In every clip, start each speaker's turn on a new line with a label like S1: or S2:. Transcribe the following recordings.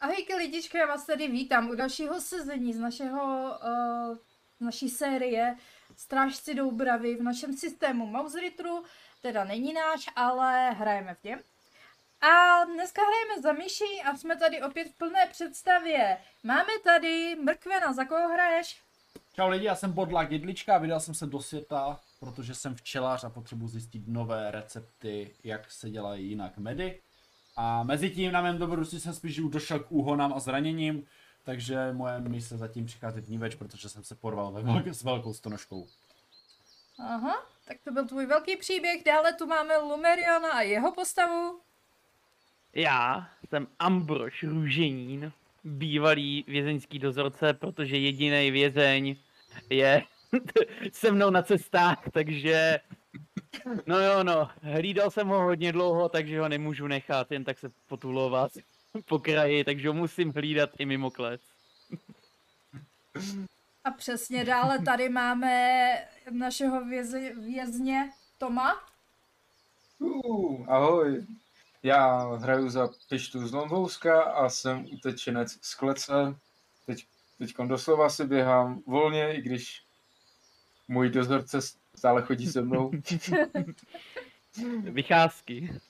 S1: Ahojky lidičky, já vás tady vítám u dalšího sezení z našeho, uh, z naší série Strážci Doubravy v našem systému Mouseritru, teda není náš, ale hrajeme v něm. A dneska hrajeme za myší a jsme tady opět v plné představě. Máme tady Mrkvena, za koho hraješ?
S2: Čau lidi, já jsem Bodlak Jedlička a vydal jsem se do světa, protože jsem včelař a potřebuji zjistit nové recepty, jak se dělají jinak medy. A mezi tím na mém dobrodružství jsem spíš došel k úhonám a zraněním, takže moje mise zatím přichází vníveč, protože jsem se porval ve velk- s velkou stonožkou.
S1: Aha, tak to byl tvůj velký příběh, dále tu máme Lumeriona a jeho postavu.
S3: Já jsem Ambrož Růženín, bývalý vězeňský dozorce, protože jediný vězeň je se mnou na cestách, takže... No jo, no, hlídal jsem ho hodně dlouho, takže ho nemůžu nechat jen tak se potulovat po kraji, takže ho musím hlídat i mimo klec.
S1: A přesně dále tady máme našeho věze, vězně Toma.
S4: Uh, ahoj. Já hraju za Pištu z Lombouska a jsem utečenec z klece. Teď, teďkon doslova si běhám volně, i když můj dozorce stále chodí se mnou.
S3: Vycházky.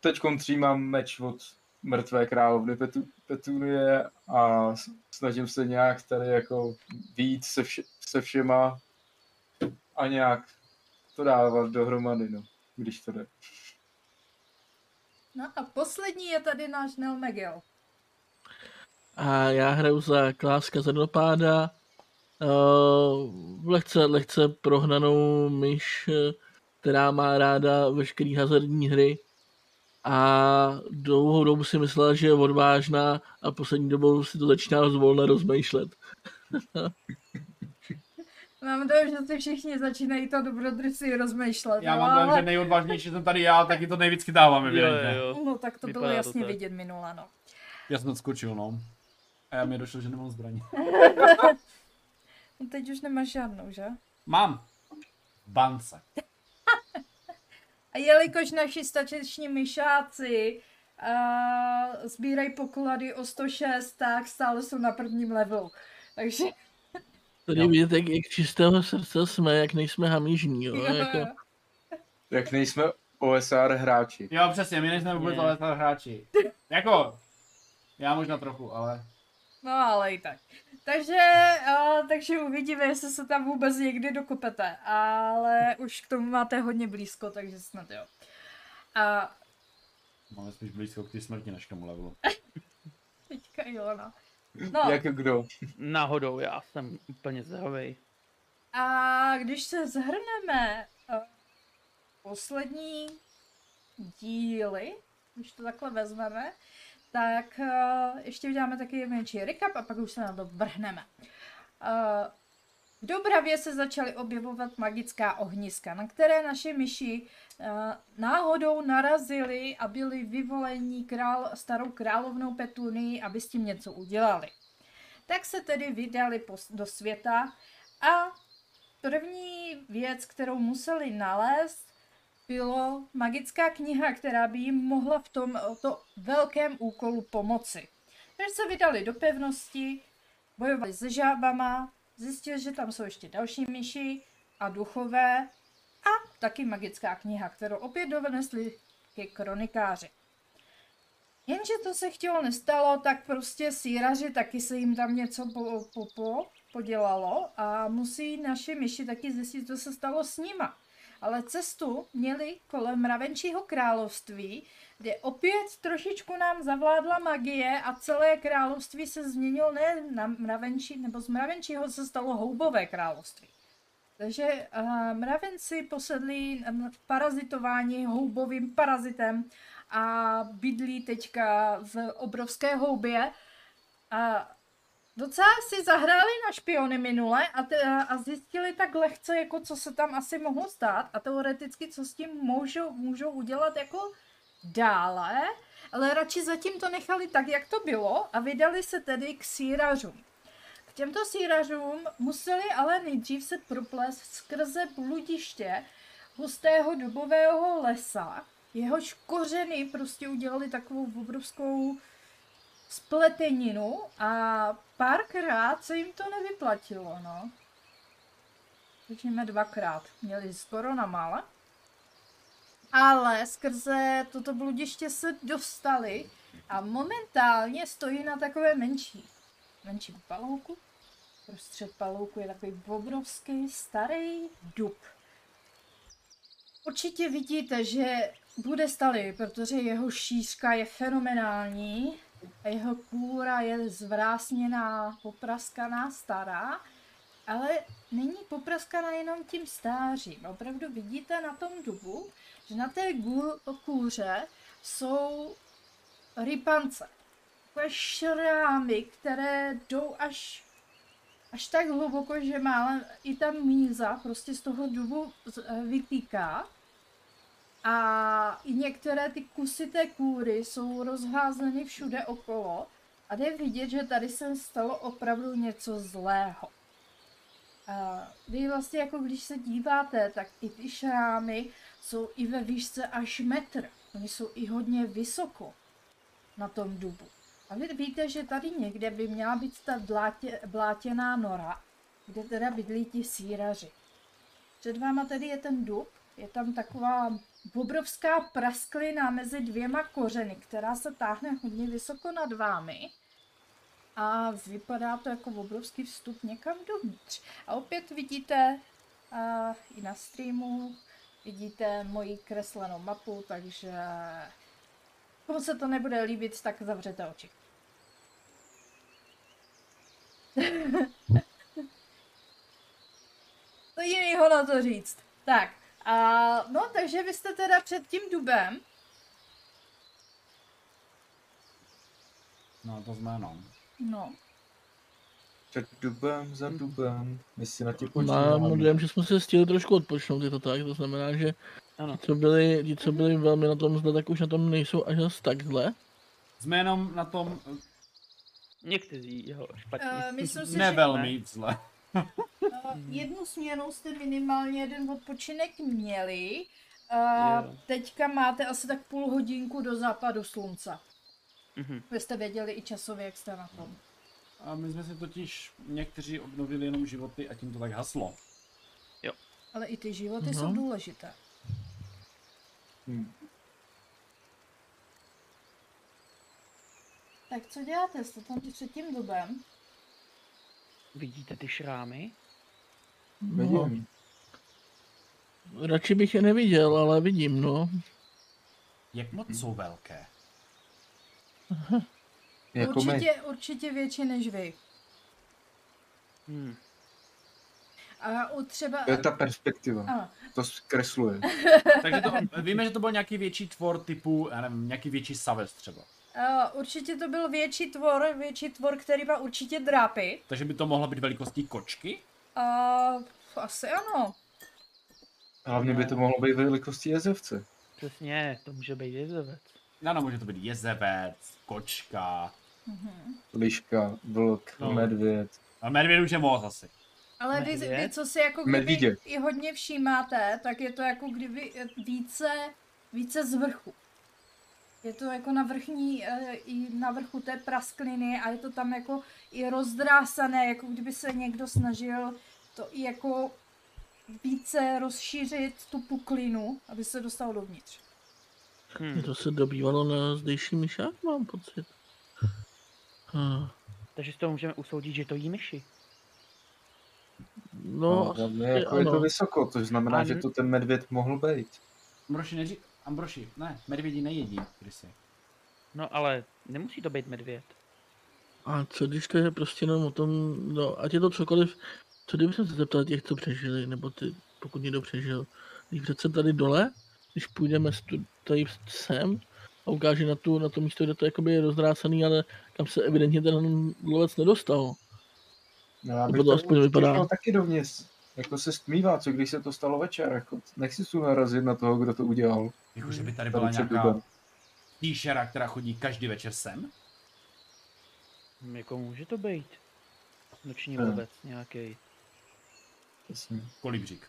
S4: Teďkon třímám meč od mrtvé královny Petu, Petunie a s- snažím se nějak tady jako být se, vše, se všema a nějak to dávat dohromady, no, když to jde.
S1: No a poslední je tady náš Nelmegil.
S5: A já hraju za Kláska Zrnopáda, uh, lehce, lehce prohnanou myš, eh, která má ráda veškeré hazardní hry a dlouhou dobu si myslela, že je odvážná a poslední dobou si to začíná zvolna rozmýšlet.
S1: Mám dojem, že si všichni začínají to dobrodružství rozmýšlet.
S2: Já
S1: no,
S2: mám dojem,
S1: ale-
S2: že nejodvážnější jsem tady já, taky to nejvíc chytávám, evidentně.
S1: No tak to bylo
S3: Vypadá to
S1: jasně
S3: tak.
S1: vidět minule, no.
S2: Já jsem odskočil, no. A já mi došlo, že nemám zbraně.
S1: no. Teď už nemáš žádnou, že?
S2: Mám! Bance.
S1: A jelikož naši stačeční myšáci uh, sbírají poklady o 106, tak stále jsou na prvním levelu. Takže
S5: Tady
S2: Jo.
S5: jo. vidíte, jak, jak čistého srdce jsme, jak nejsme hamižní, jo? Jako,
S4: Jak nejsme OSR hráči.
S2: Jo, přesně, my nejsme vůbec
S3: Ne.
S2: ale hráči. Jako, já možná trochu, ale...
S1: no ale i tak. Takže, uh, takže uvidíme, jestli se tam vůbec někdy dokopete. Ale už k tomu máte hodně blízko, takže snad jo. A
S2: Máme spíš blízko k té smrti než k tomu levelu.
S1: teďka Ilona. No,
S4: Jak kdo?
S3: Náhodou, já jsem úplně zdravý.
S1: A když se zhrneme eh, poslední díly, když to takhle vezmeme, tak eh, ještě uděláme taky menší recap a pak už se na to vrhneme. Eh, V Dobravě se začaly objevovat magická ohniska, na které naše myši eh, náhodou narazili a byli vyvoleni král, starou královnou Petunii, aby s tím něco udělali. Tak se tedy vydali pos- do světa a První věc, kterou museli nalézt, bylo magická kniha, která by jim mohla v tomto velkém úkolu pomoci. Takže se vydali do pevnosti, bojovali se žábama, zjistili, že tam jsou ještě další myši a duchové a taky magická kniha, kterou opět dovedli ke kronikáři. Jenže to se chtělo nestalo, tak prostě síraři taky se jim tam něco po, po, po, podělalo a musí naši myši taky zjistit, co se stalo s nima. Ale cestu měli kolem Ravenčího království, kde opět trošičku nám zavládla magie a celé království se změnilo ne na mravenčí, nebo z mravenčího se stalo houbové království. Takže uh, mravenci posedli mm, parazitování houbovým parazitem, a bydlí teďka v obrovské houbě. A docela si zahráli na špiony minule a, te, a zjistili tak lehce, jako co se tam asi mohlo stát a teoreticky, co s tím můžou, můžou udělat jako dále, ale radši zatím to nechali tak, jak to bylo a vydali se tedy k sírařům. K těmto sírařům museli ale nejdřív se proplést skrze bludiště hustého dubového lesa, jehož kořeny prostě udělali takovou obrovskou spleteninu a párkrát se jim to nevyplatilo, no. Řekněme dvakrát. Měli skoro na mála. Ale skrze toto bludiště se dostali a momentálně stojí na takové menší, menším palouku. Prostřed palouku je takový obrovský starý dub. Určitě vidíte, že bude staly, protože jeho šířka je fenomenální a jeho kůra je zvrásněná, popraskaná, stará, ale není popraskaná jenom tím stářím. Opravdu vidíte na tom dubu, že na té gů- kůře jsou rypance. Takové šrámy, které jdou až, až tak hluboko, že málem i ta míza prostě z toho dubu z- eh, vytýká. A i některé ty kusy té kůry jsou rozházeny všude okolo a jde vidět, že tady se stalo opravdu něco zlého. A vy vlastně jako když se díváte, tak i ty šrámy jsou i ve výšce až metr. Oni jsou i hodně vysoko na tom dubu. A vy víte, že tady někde by měla být ta blátě, blátěná nora, kde teda bydlí ti síraři. Před váma tedy je ten dub, je tam taková obrovská prasklina mezi dvěma kořeny, která se táhne hodně vysoko nad vámi. A vypadá to jako obrovský vstup někam dovnitř. A opět vidíte a i na streamu, vidíte moji kreslenou mapu, takže komu se to nebude líbit, tak zavřete oči. to jiného na to říct. Tak, a no, takže vy jste teda před tím dubem.
S2: No to jsme no.
S1: No,
S4: Před dubem, za dubem, my si na tě
S5: Mám
S4: počítáme.
S5: dojem, že jsme se stihli trošku odpočnout, je to tak, to znamená, že
S3: Ano.
S5: ti, co byli, ti, co byli velmi na tom zle, tak už na tom nejsou až zas tak zle.
S2: Jsme jenom na tom eh,
S3: Někteří jo, špatně.
S1: uh, myslím si,
S2: ne
S1: že
S2: velmi zle.
S1: Uh,
S4: Mhm.
S1: jednu směnu jste minimálně jeden odpočinek měli. Uh,
S3: Jo.
S1: teďka máte asi tak půl hodinku do západu slunce.
S3: Mhm.
S1: Vy jste věděli i časově, jak jste na tom.
S2: A my jsme si totiž někteří obnovili jenom životy a tím to tak haslo.
S1: Ale i ty životy
S5: Mhm.
S4: No.
S1: jsou důležité.
S4: Hm.
S1: Tak co děláte? Jste tam před tím dubem?
S3: Vidíte ty šrámy?
S5: No,
S4: Vidím.
S5: radši bych je neviděl, ale vidím, no.
S2: Jak moc jsou velké?
S5: No,
S4: Jako my.
S1: určitě, určitě větší než vy.
S3: Hmm.
S1: A u třeba...
S4: To je ta perspektiva.
S1: Ano,
S4: To zkresluje.
S2: Takže to, víme, že to byl nějaký větší tvor typu, já nevím, nějaký větší savec třeba.
S1: uh, určitě to byl větší tvor, větší tvor, který má určitě drápy.
S2: Takže by to mohlo být velikostí kočky?
S1: Uh, asi ano.
S4: Hlavně by to mohlo být velikosti jezevce.
S3: Přesně, to může být jezevec.
S2: Ano, No, může to být jezevec, kočka.
S1: Mhm.
S4: Liška, vlk,
S2: No.
S4: medvěd.
S2: A medvěd už je moc asi.
S1: Ale vy,
S3: Medvěd?
S1: vy, co si jako kdyby
S4: Medvídě.
S1: i hodně všímáte, tak je to jako kdyby eh, více, více z vrchu. Je to jako na vrchní, eh, i na vrchu té praskliny a je to tam jako i rozdrásané, jako kdyby se někdo snažil to i jako více rozšířit tu puklinu, aby se dostal dovnitř.
S3: Hmm.
S5: To se dobývalo na zdejší myšák, mám pocit. Hm.
S3: Takže z toho můžeme usoudit, že to jí myši.
S5: No, asi
S4: hlavně jako je to
S5: ano.
S4: vysoko, to znamená,
S3: A-
S4: že to ten medvěd mohl být.
S2: Ambroši neří... Ambroši, ne, medvědi nejedí krysy.
S3: No ale nemusí to být medvěd.
S5: A co když to je prostě jenom o tom, no ať je to cokoliv, co kdyby jsem se zeptal těch, co přežili, nebo ty, pokud někdo přežil, když přece tady dole, když půjdeme stu, tady sem a ukáže na, tu, na to místo, kde to jakoby je rozdrácený, ale kam se evidentně ten lovec nedostal.
S4: No, já
S5: To
S4: bych
S5: to
S4: tam
S5: aspoň
S4: už
S5: vypadá.
S4: přišel taky dovnitř. Jako se stmívá, co když se to stalo večer, jako nechci tu narazit na toho, kdo to udělal.
S2: Jako, že by tady
S4: Tady
S2: byla
S4: před
S2: nějaká
S4: dubem.
S2: týšera, která chodí každý večer sem?
S3: Hm, Jako může to být? Noční
S4: Ano.
S3: lovec nějaký.
S4: Jasně.
S2: Kolibřík.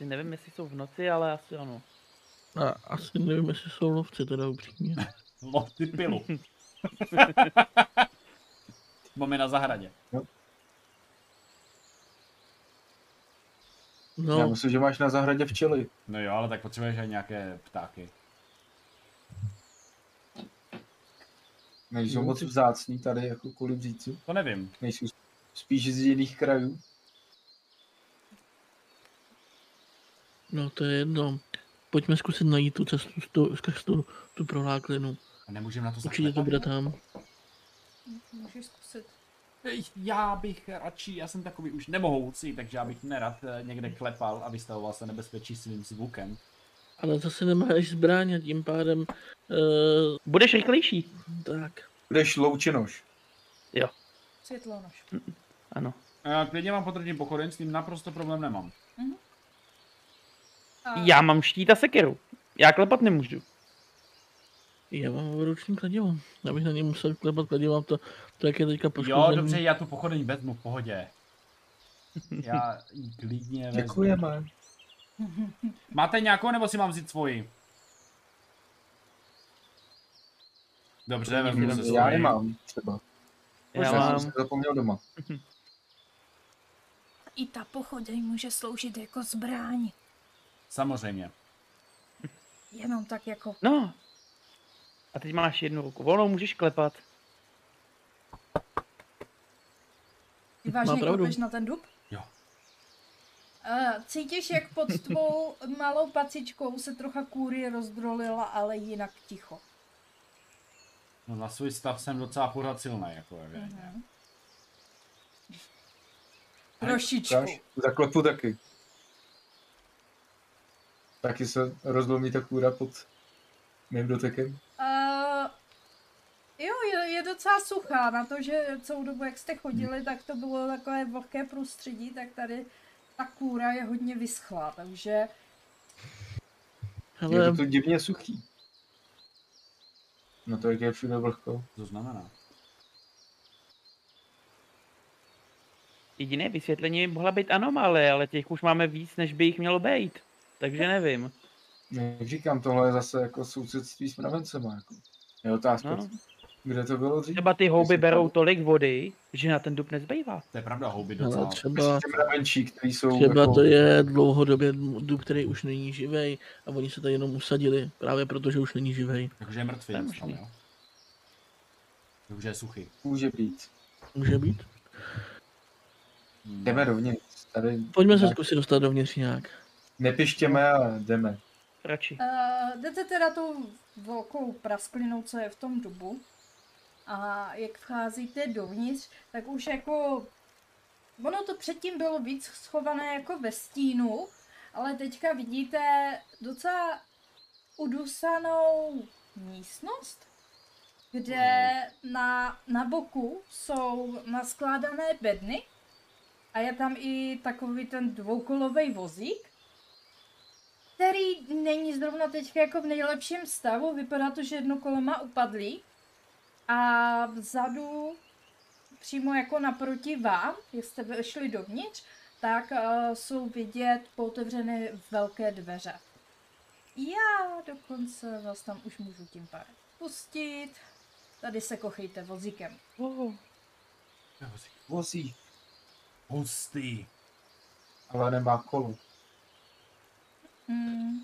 S3: Nevím, jestli jsou v noci, ale asi ano.
S5: A asi nevím, jestli jsou lovci, teda upřímně.
S2: Loty No, pilu. Máme na zahradě.
S4: No. Já
S5: No,
S4: myslím, že máš na zahradě včely.
S2: No jo, ale tak potřebuješ aj nějaké ptáky.
S5: No.
S4: Nejsou moc vzácní tady, jako kvůli břícu.
S2: To nevím.
S4: Nejsou spíš z jiných krajů.
S5: no to je jedno. Pojďme zkusit najít tu cestu, tu, skrz tu, tu proláklinu.
S2: A nemůžeme na to
S5: Určitě to
S2: zaklepat?
S5: bude tam.
S1: Můžeš zkusit.
S2: Ej, Já bych radši, já jsem takový už nemohoucí, takže já bych nerad eh, někde klepal a vystavoval se nebezpečí svým zvukem.
S5: Ale zase nemáš zbraň a tím pádem... Uh,
S3: Budeš rychlejší.
S5: tak.
S4: Budeš loučenož.
S1: Světlo nož.
S3: Ano.
S2: Eh, Klidně mám potrčím pochodeň, s tím naprosto problém nemám.
S1: A
S3: Já mám štít a sekeru. Já klepat nemůžu.
S5: Já mám ruční kladivo. Já bych na něj musel klepat kladivo, to, to jak je teďka poškozený.
S2: Jo, dobře, já tu pochodeň vezmu, v pohodě. Já ji klidně vezmu.
S4: Děkujeme.
S2: Máte nějakou, nebo si mám vzít svoji? Dobře, vezmu si svoji.
S4: Já nemám třeba.
S3: Já
S4: Já
S3: mám...
S4: jsem se zapomněl doma.
S1: I ta pochodeň může sloužit jako zbraň.
S2: Samozřejmě.
S1: Jenom tak jako
S3: No. A teď máš jednu ruku volnou, můžeš klepat.
S1: Ty vážně
S5: pravdu.
S1: koupíš na ten dub?
S2: Jo.
S1: Uh, cítíš, jak pod tvou malou pacičkou se trocha kůry rozdrolila, ale jinak ticho.
S2: No na svůj stav jsem docela pořád silný, jako je, mm-hmm.
S1: Mhm. Trošičku.
S4: Ukáž? Zaklepu taky. Taky se rozlomí ta kůra pod mým dotekem.
S1: Uh, jo, je, je docela suchá na to, že celou dobu, jak jste chodili, tak to bylo takové vlhké prostředí, tak tady ta kůra je hodně vyschlá, takže
S5: Hele,
S4: Je to tu divně suchý. No to jak je všude vlhko.
S2: to znamená.
S3: Jediné vysvětlení by mohla být anomálie, ale těch už máme víc, než by jich mělo být. Takže nevím.
S4: Jak říkám, tohle je zase jako sousedství s mravencema. Jako. Je otázka,
S3: No.
S4: no. kde to bylo dřív?
S3: Třeba ty houby berou tolik vody, že na ten dub nezbývá.
S2: To je pravda, houby
S5: hele
S2: docela.
S5: třeba...
S4: Prostě mravenčí, který jsou
S5: Třeba
S4: jako,
S5: to je dlouhodobě dub, který už není živej a oni se tady jenom usadili, právě protože už není živej.
S2: Takže je mrtvý.
S3: To je
S2: už
S3: možný.
S2: jo? Takže je suchý.
S4: může být.
S5: Může být?
S2: Hmm.
S4: Jdeme rovnitř. Tady
S5: Pojďme se
S4: Tak.
S5: zkusit dostat dovnitř nějak.
S4: nepištěme, ale jdeme.
S3: Radši.
S1: Uh, jdete teda tou velkou prasklinou, co je v tom dubu. A jak vcházíte dovnitř, tak už jako... Ono to předtím bylo víc schované jako ve stínu, ale teďka vidíte docela udusanou místnost, kde na, na boku jsou naskládané bedny a je tam i takový ten dvoukolový vozík, který není zrovna teď jako v nejlepším stavu. Vypadá to, že jedno kolo má upadlý. A vzadu, přímo jako naproti vám, jak jste vešli dovnitř, tak uh, jsou vidět pootevřené velké dveře. Já dokonce vás tam už můžu tím pádem pustit. Tady se kochejte vozíkem.
S3: Oh.
S2: To je husí.
S4: Vozí,
S2: Hustý.
S4: ale nemá kolo.
S1: Hmm.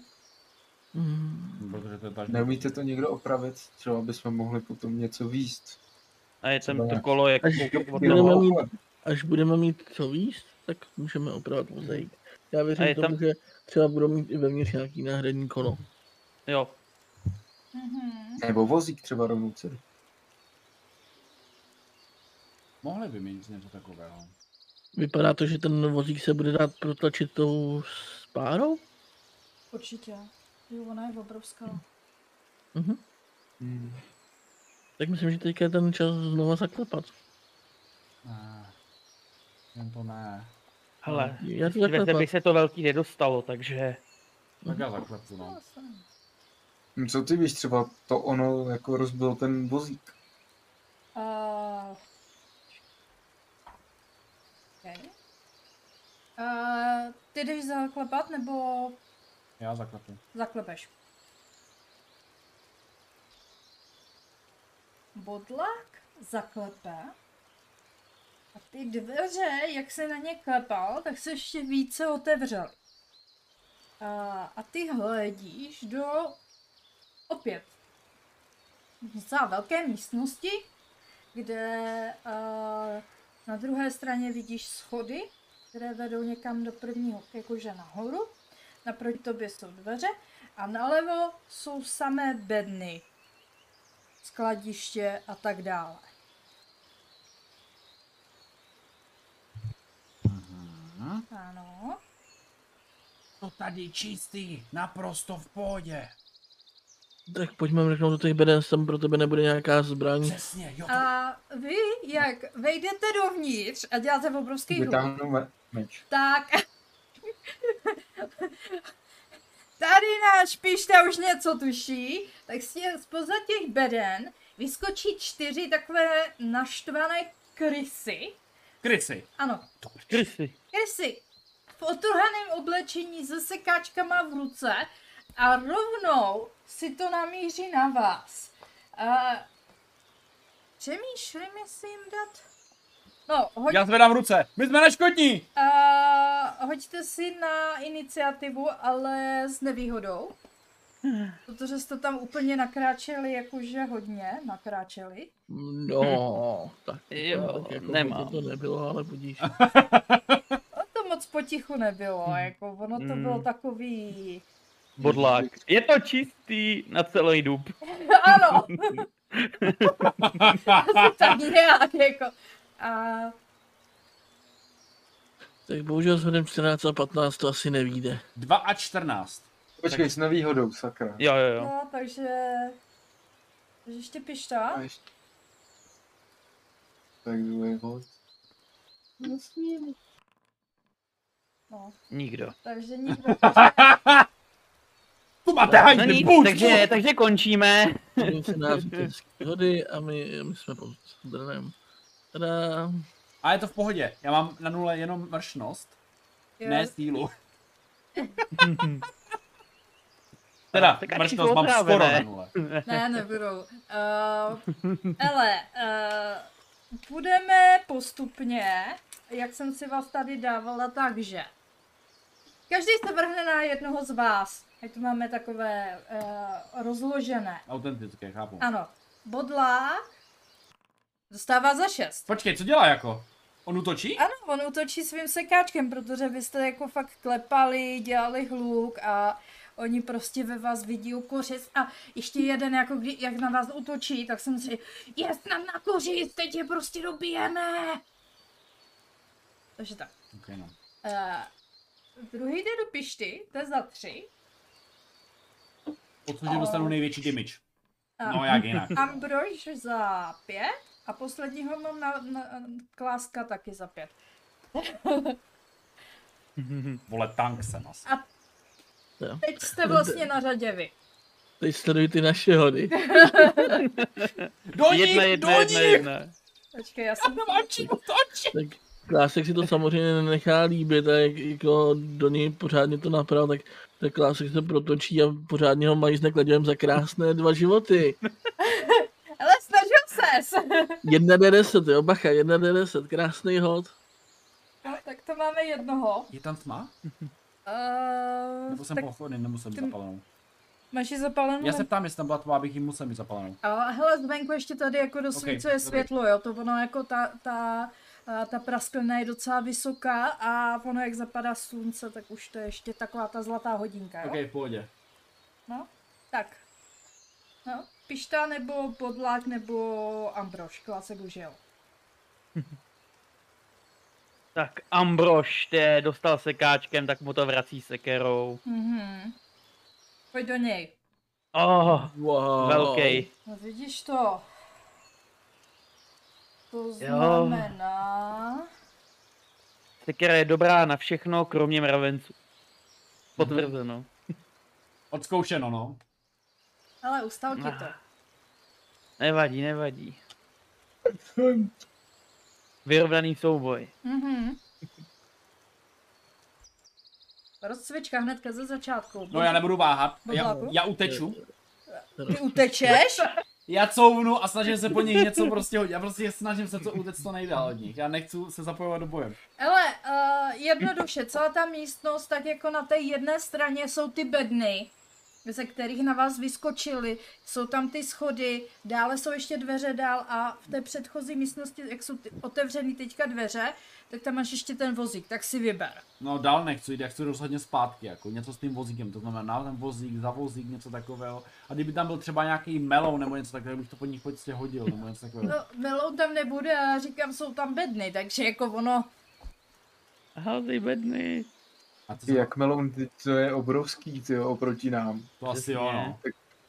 S5: Hmm.
S2: Protože to je tak...
S4: Neumíte to někdo opravit? Třeba bychom mohli potom něco výst.
S3: A je tam
S4: Třeba
S3: to
S4: jak-
S3: kolo jako...
S5: Až
S3: od
S5: budeme
S3: toho.
S5: mít, až budeme mít co víc, tak můžeme opravit mozaik. Já
S3: Mhm. A
S5: věřím
S3: je
S5: tomu,
S3: tam-
S5: že třeba budou mít i vevnitř nějaký náhradní kolo.
S3: Jo.
S1: Mhm.
S4: Nebo vozík třeba rovnou celý.
S2: Mohli by mít něco takového.
S5: Vypadá to, že ten vozík se bude dát protlačit tou spárou?
S1: Určitě. Jo, ona je obrovská.
S5: Mhm.
S4: Hmm.
S5: Tak myslím, že teďka je ten čas znova zaklepat.
S2: Ne. Jen to ne.
S3: Hele,
S5: Já to
S3: dívejte,
S5: zaklepat.
S3: by se to velký nedostalo, takže...
S2: Tak já zaklepu, no.
S4: Co ty víš, třeba to ono jako rozbil ten vozík.
S1: Uh, okay. uh, Eh, ty jdeš zaklepat nebo
S2: Já zaklepu.
S1: zaklepeš? bodlak zaklepe a ty dveře, jak se na ně klepal, tak se ještě více otevřely. A, a ty hledíš do opět docela velké místnosti, kde a, na druhé straně vidíš schody, které vedou někam do prvního, jakože nahoru. Naproti tobě jsou dveře a nalevo jsou samé bedny, skladiště a tak dále. Ano.
S2: To tady čistý, naprosto v pohodě.
S5: Tak pojďme mrknout do těch beden, tam pro tebe nebude nějaká zbraň.
S2: Přesně, jo.
S1: A vy, jak vejdete dovnitř a děláte obrovský hluk,
S4: Vytáhnu me- meč.
S1: tak... Tady náš pišta už něco tuší, tak z tě- spoza těch beden vyskočí čtyři takové naštvané krysy.
S2: Krysy.
S1: Ano,
S3: Krysy.
S1: krysy v otrhaném oblečení se sekáčkama v ruce a rovnou si to namíří na vás. Uh, přemýšlím, jestli jim dát... No, hoď,
S2: Já zvedám ruce. My jsme neškodní.
S1: uh, hoďte si na iniciativu, ale s nevýhodou. Protože jste tam úplně nakráčeli, jakože hodně nakráčeli.
S5: No, tak
S3: Jo,
S5: tak jako
S3: nemám.
S5: hodně To nebylo, ale budíš.
S1: A No, to moc potichu nebylo, jako ono to
S3: Mm.
S1: bylo takový...
S3: Bodlák. Je to čistý na celý dub.
S1: Ano! Asi tak nějak, jako. A
S5: Tak bohužel s hodem 14 a 15 to asi nevíde.
S2: 2 a 14.
S4: Počkej, s nevýhodou, sakra.
S3: Jo, jo, jo.
S1: no, takže... Takže ještě pišta.
S4: A ještě- Tak druhý hod.
S1: No,
S3: Nikdo.
S1: takže nikdo.
S2: Tu máte hajdy,
S3: No nic,
S2: buď,
S3: takže,
S2: buď.
S3: takže končíme.
S5: Hodím se na vítězské hody a my, my jsme pod drnem. Tada.
S2: A je to v pohodě. Já mám na nule jenom mršnost, ne sílu. teda,
S3: Tak ať
S2: mršnost
S3: všichni
S2: mám
S3: otrávíme.
S2: skoro na nule.
S1: ne, nebudou. Uh, ale uh, budeme postupně, jak jsem si vás tady dávala, takže každý se vrhne na jednoho z vás. Ať to máme takové uh, rozložené.
S2: Autentické, chápu.
S1: Ano. Bodlák dostává za šest.
S2: Počkej, co dělá jako? On útočí?
S1: Ano, on útočí svým sekáčkem, protože vy jste jako fakt klepali, dělali hluk a oni prostě ve vás vidí kořist a ještě jeden, jako kdy, jak na vás útočí, tak jsem si, jest nám na kořist, teď je prostě dobijeme. Takže tak.
S2: Okay, no.
S1: Uh, druhý jde do pišty, to je za tři.
S2: Odsud že dostanu největší damage.
S1: A
S2: No jak jinak.
S1: Ambrož za pět a posledního mám na, na, na Kláska taky za pět.
S2: Vole, tank jsem asi.
S1: Teď jste vlastně na řadě vy.
S5: Teď sleduj ty naše hody.
S2: Do
S3: Jedna,
S2: nich,
S3: jedna,
S2: do
S3: jedna,
S2: nich!
S3: jedna.
S1: Počkej, já jsem...
S5: Tak Klásek si to samozřejmě nenechá líbit a jak jako do něj pořádně to napravil, tak, tak Klásek se protočí a pořádně ho mají znekladem za krásné dva životy.
S1: Ale snažil ses!
S5: Jedna D10, jo, bacha, jedna D10, krásný hod.
S1: No, tak to máme jednoho.
S2: Je tam tma? Nebo
S1: Uh,
S2: jsem
S1: tak
S2: pochodný, nemusel mít
S1: Ty-
S2: zapalenou.
S1: máš ji zapalenou?
S2: Já se ptám, jestli tam byla tma, abych ji musel mít zapalenou.
S1: A hele, zvenku ještě tady jako dosvícuje
S2: dobrý.
S1: světlo, jo, to ono jako ta, ta, a ta prasklina je docela vysoká a ono jak zapadá slunce, tak už to je ještě taková ta zlatá hodinka, jo?
S2: Ok, v pohodě.
S1: No, tak. No, pišta nebo podlák nebo Ambrož, klasek už jel.
S3: Tak Ambrož, tě dostal sekáčkem, tak mu to vrací sekerou.
S1: Mhm. Pojď do něj.
S3: Oh,
S5: Wow.
S3: velký.
S1: No vidíš to. To
S3: Jo.
S1: znamená...
S3: Sekera je dobrá na všechno, kromě mravenců. Potvrzeno.
S2: Odzkoušeno, no.
S1: Ale ustal ti to.
S3: Nevadí, nevadí. Vyrovnaný souboj.
S1: Mhm. Rozcvička hnedka ze začátku.
S2: No já nebudu váhat. Já,
S1: Bodláku?
S2: já uteču.
S1: Ty utečeš?
S2: já couvnu a snažím se po nich něco prostě hodit. Já prostě snažím se to utéct co nejdál od nich. Já nechci se zapojovat do boje.
S1: Ale uh, jednoduše, celá ta místnost, tak jako na té jedné straně jsou ty bedny, ze kterých na vás vyskočili, jsou tam ty schody, dále jsou ještě dveře dál a v té předchozí místnosti, jak jsou ty otevřený teďka dveře, tak tam máš ještě ten vozík, tak si vyber.
S2: No dál nechci jít, já chci rozhodně zpátky, jako něco s tím vozíkem, to znamená ten vozík, za vozík, něco takového. A kdyby tam byl třeba nějaký melou nebo něco takového, bych to po nich prostě hodil, nebo něco takového.
S1: No, Melou tam nebude a říkám, jsou tam bedny, takže jako ono,
S3: Házej bedny.
S2: A to,
S4: Ty, jak Meloun, ty, to je obrovský, ty jo, oproti nám.
S2: to asi jo, no.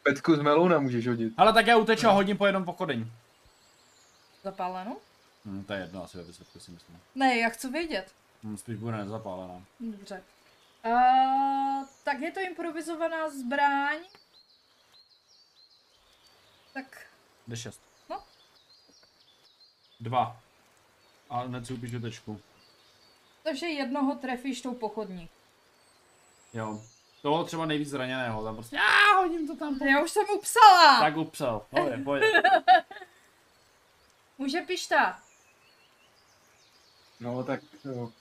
S4: Petku z Melouna můžeš hodit.
S2: Ale tak já uteču a hodím po jednom pokodeň.
S1: zapáleno?
S2: Hm, to je jedno asi ve výsledku si myslím.
S1: Ne, já chci vědět.
S2: Hm, spíš bude nezapálená.
S1: Dobře. Uh, tak je to improvizovaná zbraň. Tak
S2: D6.
S1: No.
S2: Dva. A hned si upíšu tečku.
S1: Takže jednoho trefíš tou pochodní.
S2: Jo. Toho třeba nejvíc zraněného, tam prostě a hodím to tam.
S1: Já už jsem upsala! Tak.
S2: Tak upsal. Pojď, pojď.
S1: Může pišta.
S4: No, tak jo,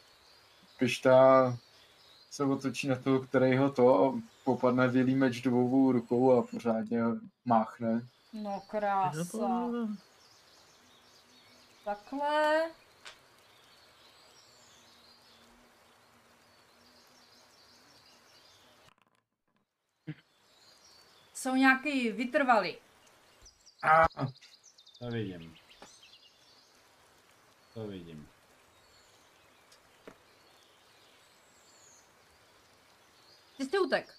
S4: Pišta se otočí na toho, který ho to a popadne Vilí meč dvou rukou a pořádně máchne.
S1: No krása. Takhle. Jsou nějaký vytrvalý.
S4: A
S2: To vidím. To vidím.
S1: Ty jsi utek.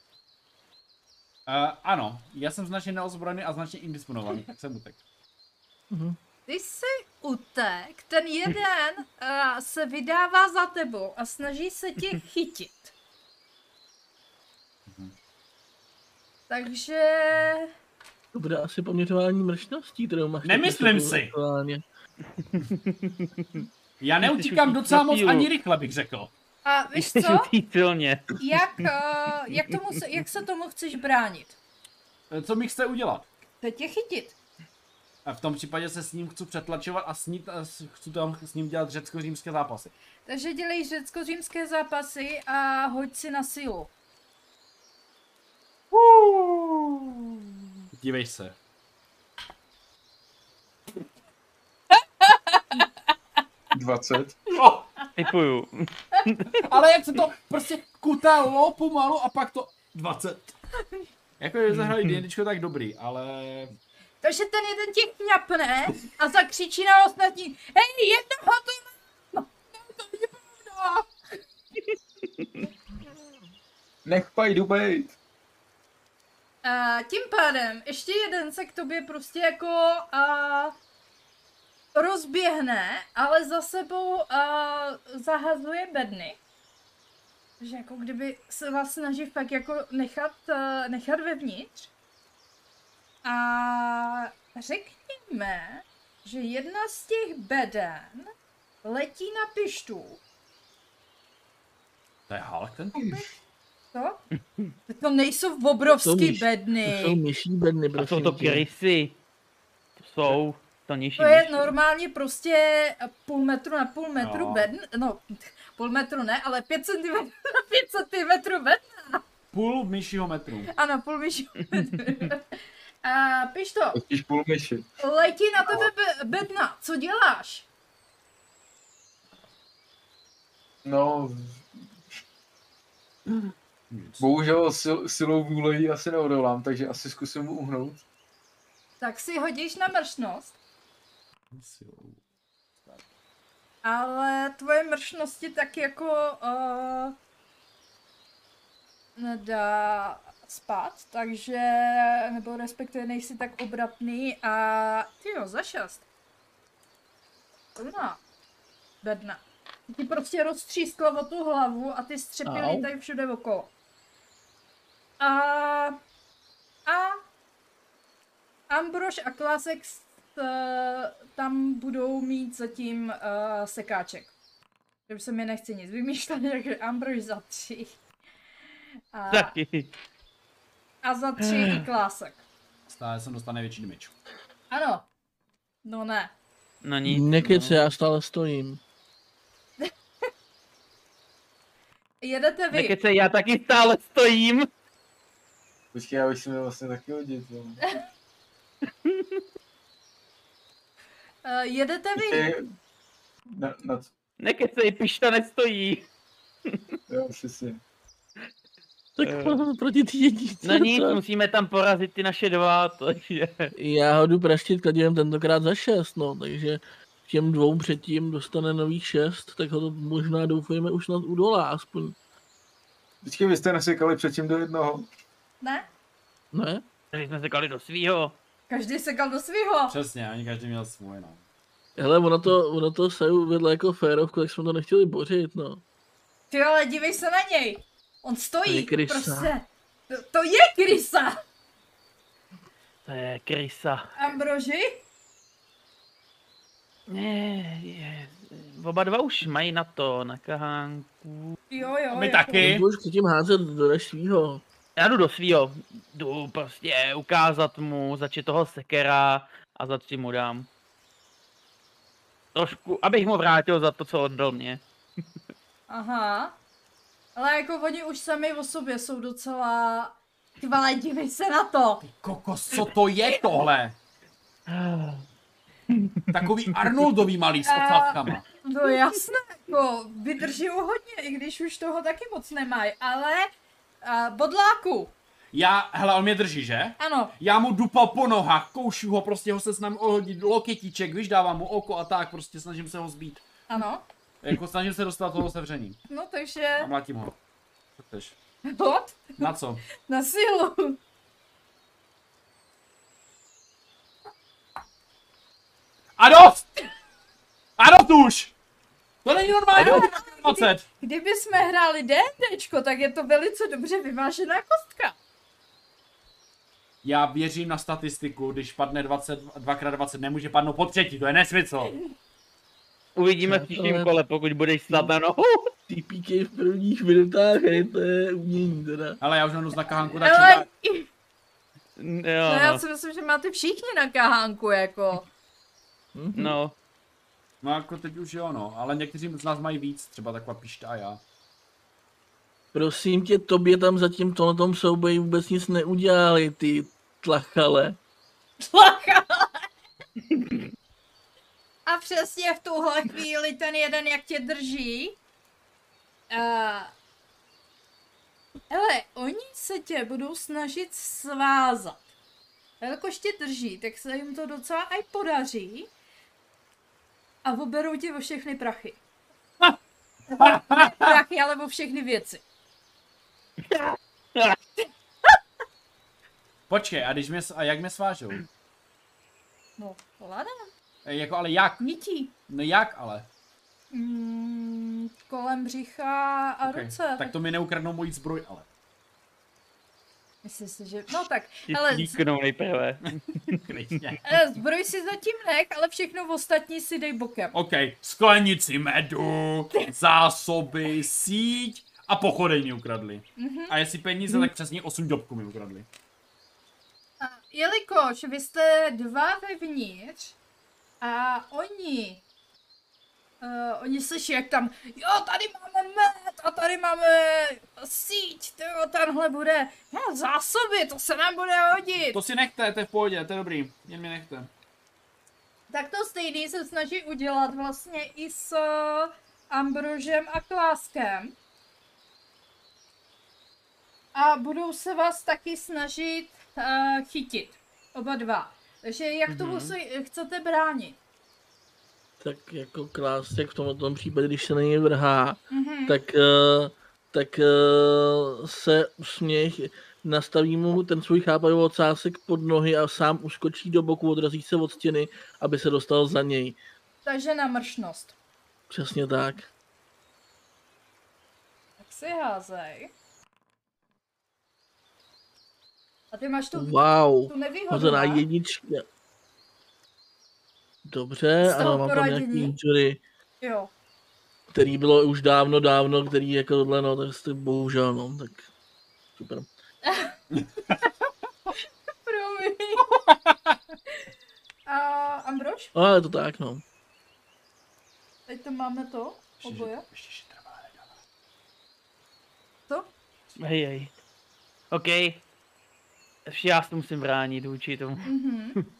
S2: Uh, ano, já jsem značně neozbrojený a značně indisponovaný, tak jsem utek.
S5: Mhm.
S1: Ty jsi utek, ten jeden uh, se vydává za tebou a snaží se tě chytit. Takže
S5: To bude asi poměřování mrčností, kterou máš.
S2: Nemyslím
S5: taky
S2: si.
S5: aktuálně.
S2: Já neutíkám
S3: šutí
S2: docela moc
S3: profílu.
S2: ani rychle, bych řekl.
S1: a víš co,
S3: Žlutý pilně.
S1: jak, uh, jak, tomu se, jak se tomu chceš bránit?
S2: Eh, Co mi chce udělat?
S1: Chce tě chytit.
S2: A v tom případě se s ním chci přetlačovat a s ním, a s- chci tam s ním dělat řecko-římské zápasy.
S1: Takže dělej řecko-římské zápasy a hoď si na sílu.
S2: Dívej se.
S4: dvacet.
S2: Oh,
S3: Typuju.
S2: ale jak se to prostě kutalo pomalu a pak to 20. Jako je zahrali D&Dčko tak dobrý, ale...
S1: Takže ten jeden tě chňapne a zakřičí na ostatní, hej, jednoho to má! No, To je pravda!
S4: Nech pajdu bejt.
S1: A tím pádem ještě jeden se k tobě prostě jako a, rozběhne, ale za sebou a, zahazuje bedny. Že jako kdyby se vás snaží fakt jako nechat, a, nechat vevnitř. A řekněme, že jedna z těch beden letí na pištu.
S2: To je Hulk ten?
S1: Co? To nejsou obrovský
S5: myš.
S1: bedny.
S5: To jsou myší bedny,
S3: A
S5: prosím.
S3: jsou to
S5: tě.
S3: krysy. To jsou to nižší.
S1: To je
S3: myši.
S1: normálně prostě půl metru na půl metru
S2: No.
S1: no. bedn, no půl metru ne, ale 5 cm na 5 cm bedn
S2: Půl myšího metru.
S1: a na půl vyšší. A piš to,
S4: Totiž půl myši.
S1: letí na tebe be- bedna, co děláš?
S4: No,
S2: Nic.
S4: bohužel sil, silou vůle ji asi neodolám, takže asi zkusím mu uhnout.
S1: Tak si hodíš na mršnost,
S2: Silou.
S1: ale tvoje mršnosti tak jako uh, nedá spát, takže, nebo respektive nejsi tak obratný a ty jo, za šest. Ona, bedna. Ti prostě roztřísklo o tu hlavu a ty střepy
S5: Au.
S1: lítají všude okolo. A, a Ambrož a Klasek s- t- tam budou mít zatím uh, sekáček. Takže se mi nechce nic vymýšlet, takže Ambrož za tři. A,
S3: Taky.
S1: a za tři i klásek.
S2: Stále jsem dostane větší damage.
S1: Ano. No ne.
S3: No nic.
S5: Nekeci,
S3: no.
S5: já stále stojím.
S1: Jedete vy.
S3: Nekecej, já taky stále stojím.
S4: Počkej, já bych si měl vlastně taky hodit. jo.
S1: Eh, jedete vy.
S4: Počkej, Na, na,
S3: Nekecej, pišta nestojí.
S4: jo, přesně.
S5: Tak
S3: Eh.
S5: mám proti té jedničce.
S3: No nic,
S5: to-
S3: musíme tam porazit ty naše dva, takže...
S5: Já ho jdu praštit kladivem tentokrát za 6, no, takže těm dvou předtím dostane nových 6, tak ho to možná doufejme už snad udolá, aspoň,
S4: Počkej, vy jste nasekali předtím do jednoho.
S1: Ne?
S5: ne?
S3: Takže jsme se kali do svýho.
S1: Každý sekal do svého.
S2: Přesně, oni každý měl svůj, no.
S5: Hele, ono to, ono to se uvedlo jako férovku, tak jsme to nechtěli bořit, no.
S1: Ty ale dívej se na něj. On stojí.
S5: To je krysa.
S1: Prostě. To, to je krysa.
S3: To je krysa.
S1: Ambroži?
S3: Ne, je, oba dva už mají na to, na kahánku.
S1: Jo, jo.
S2: My
S1: jako-
S2: taky.
S5: Ty? Už předtím házet do svýho.
S3: Já jdu do svýho. Jdu prostě ukázat mu, začít toho sekera a za tři mu dám. Trošku, abych mu vrátil za to, co oddal mě.
S1: Aha. Ale jako oni už sami o sobě jsou docela... Ty vole, dívej se na to.
S2: Ty kokos, co to je tohle? Takový Arnoldový malý s ocávkama.
S1: No jasné, jako vydrží ho hodně, i když už toho taky moc nemají, ale... A, bodláku,
S2: Já, hele, on mě drží, že?
S1: ano.
S2: Já mu dupal po nohách, koušu ho, prostě ho se snám ohodit loketíček, víš, dávám mu oko a tak, prostě snažím se ho zbít.
S1: Ano,
S2: Jako snažím se dostat toho sevření.
S1: no takže
S2: A mlátím ho. Co chceš?
S1: hod
S2: Na co?
S1: na sílu.
S2: A dost! A dost už! To není normální,
S1: Ano.
S2: 20.
S1: Kdyby jsme hráli D&Dčko, tak je to velice dobře vyvážená kostka.
S2: Já věřím na statistiku, když padne 20, 2x20, nemůže padnout po třetí, to je nesmysl.
S3: Uvidíme
S5: Já
S3: v
S5: to
S3: příštím
S5: ne-
S3: kole, pokud budeš stát
S1: No.
S3: na nohu.
S5: TPK v prvních minutách, hej, to je umění teda.
S2: Ale já už jenom na kahanku tak
S1: Ale
S2: Ale...
S1: no,
S3: Jo,
S1: já si myslím, že máte všichni na kahánku, jako.
S5: Mhm.
S3: no.
S2: No jako teď už jo no, ale někteří z nás mají víc, třeba taková pišta a já.
S5: Prosím tě, tobě tam zatím to na tom souboji vůbec nic neudělali, ty tlachale.
S1: A přesně v tuhle chvíli ten jeden, jak tě drží. Uh, hele, oni se tě budou snažit svázat. A Jelikož tě drží, tak se jim to docela aj podaří. A oberou ti o všechny prachy. Ne prachy, ale o všechny věci.
S2: Počkej, a, když mě, s- a jak mě svážou?
S1: No, lada,
S2: E, jako ale jak?
S1: nití.
S2: No jak ale?
S1: Mm, kolem břicha a
S2: Okej,
S1: ruce.
S2: Tak to mi neukradnou moji zbroj, ale.
S1: Myslím si, že... No tak,
S3: Ti
S1: ale
S3: slíknou nejprve.
S2: Klidně.
S1: Eh, Zbroj si zatím nech, ale všechno ostatní si dej bokem.
S2: OK, sklenici medu, zásoby, síť a pochodeň mi ukradli.
S3: Mhm.
S2: A jestli peníze, tak přesně 8 dobků mi ukradli.
S1: A jelikož vy jste dva vevnitř a oni... Uh, oni slyší, jak tam, jo, tady máme med a tady máme síť, to jo, tamhle bude, no, zásoby, to se nám bude hodit.
S2: To si nechte, to je v pohodě, to je dobrý, jen mi nechte.
S1: Tak to stejný se snaží udělat vlastně i s eh, Ambrožem a Kláskem. A budou se vás taky snažit uh, chytit. Oba dva. Takže jak tomu se chcete bránit?
S5: Tak jako klásek v tomto tom případě, když se na něj vrhá,
S1: Mhm.
S5: tak, eh, tak eh, se směch nastaví mu ten svůj chápavý ocásek pod nohy a sám uskočí do boku, odrazí se od stěny, aby se dostal za něj.
S1: Takže na mršnost.
S5: Přesně tak.
S1: Tak si házej. A ty máš tu,
S5: Wow,
S1: tu nevýhodu,
S5: hozená
S1: ne?
S5: jednička. Dobře,
S1: Z toho
S5: ano, mám tam nějaký
S1: poradění?
S5: injury,
S1: Jo.
S5: který bylo už dávno, dávno, který jako tohle, no, tak jste bohužel, no, tak super.
S1: Promiň. Proč?
S5: Ale je to tak, no.
S1: Teď to máme to,
S2: Ještě, že,
S1: oboje.
S2: ještě, že trvá reda.
S1: To?
S3: Hej, hej. OK. Ještě já se musím bránit vůči tomu.
S1: Mhm.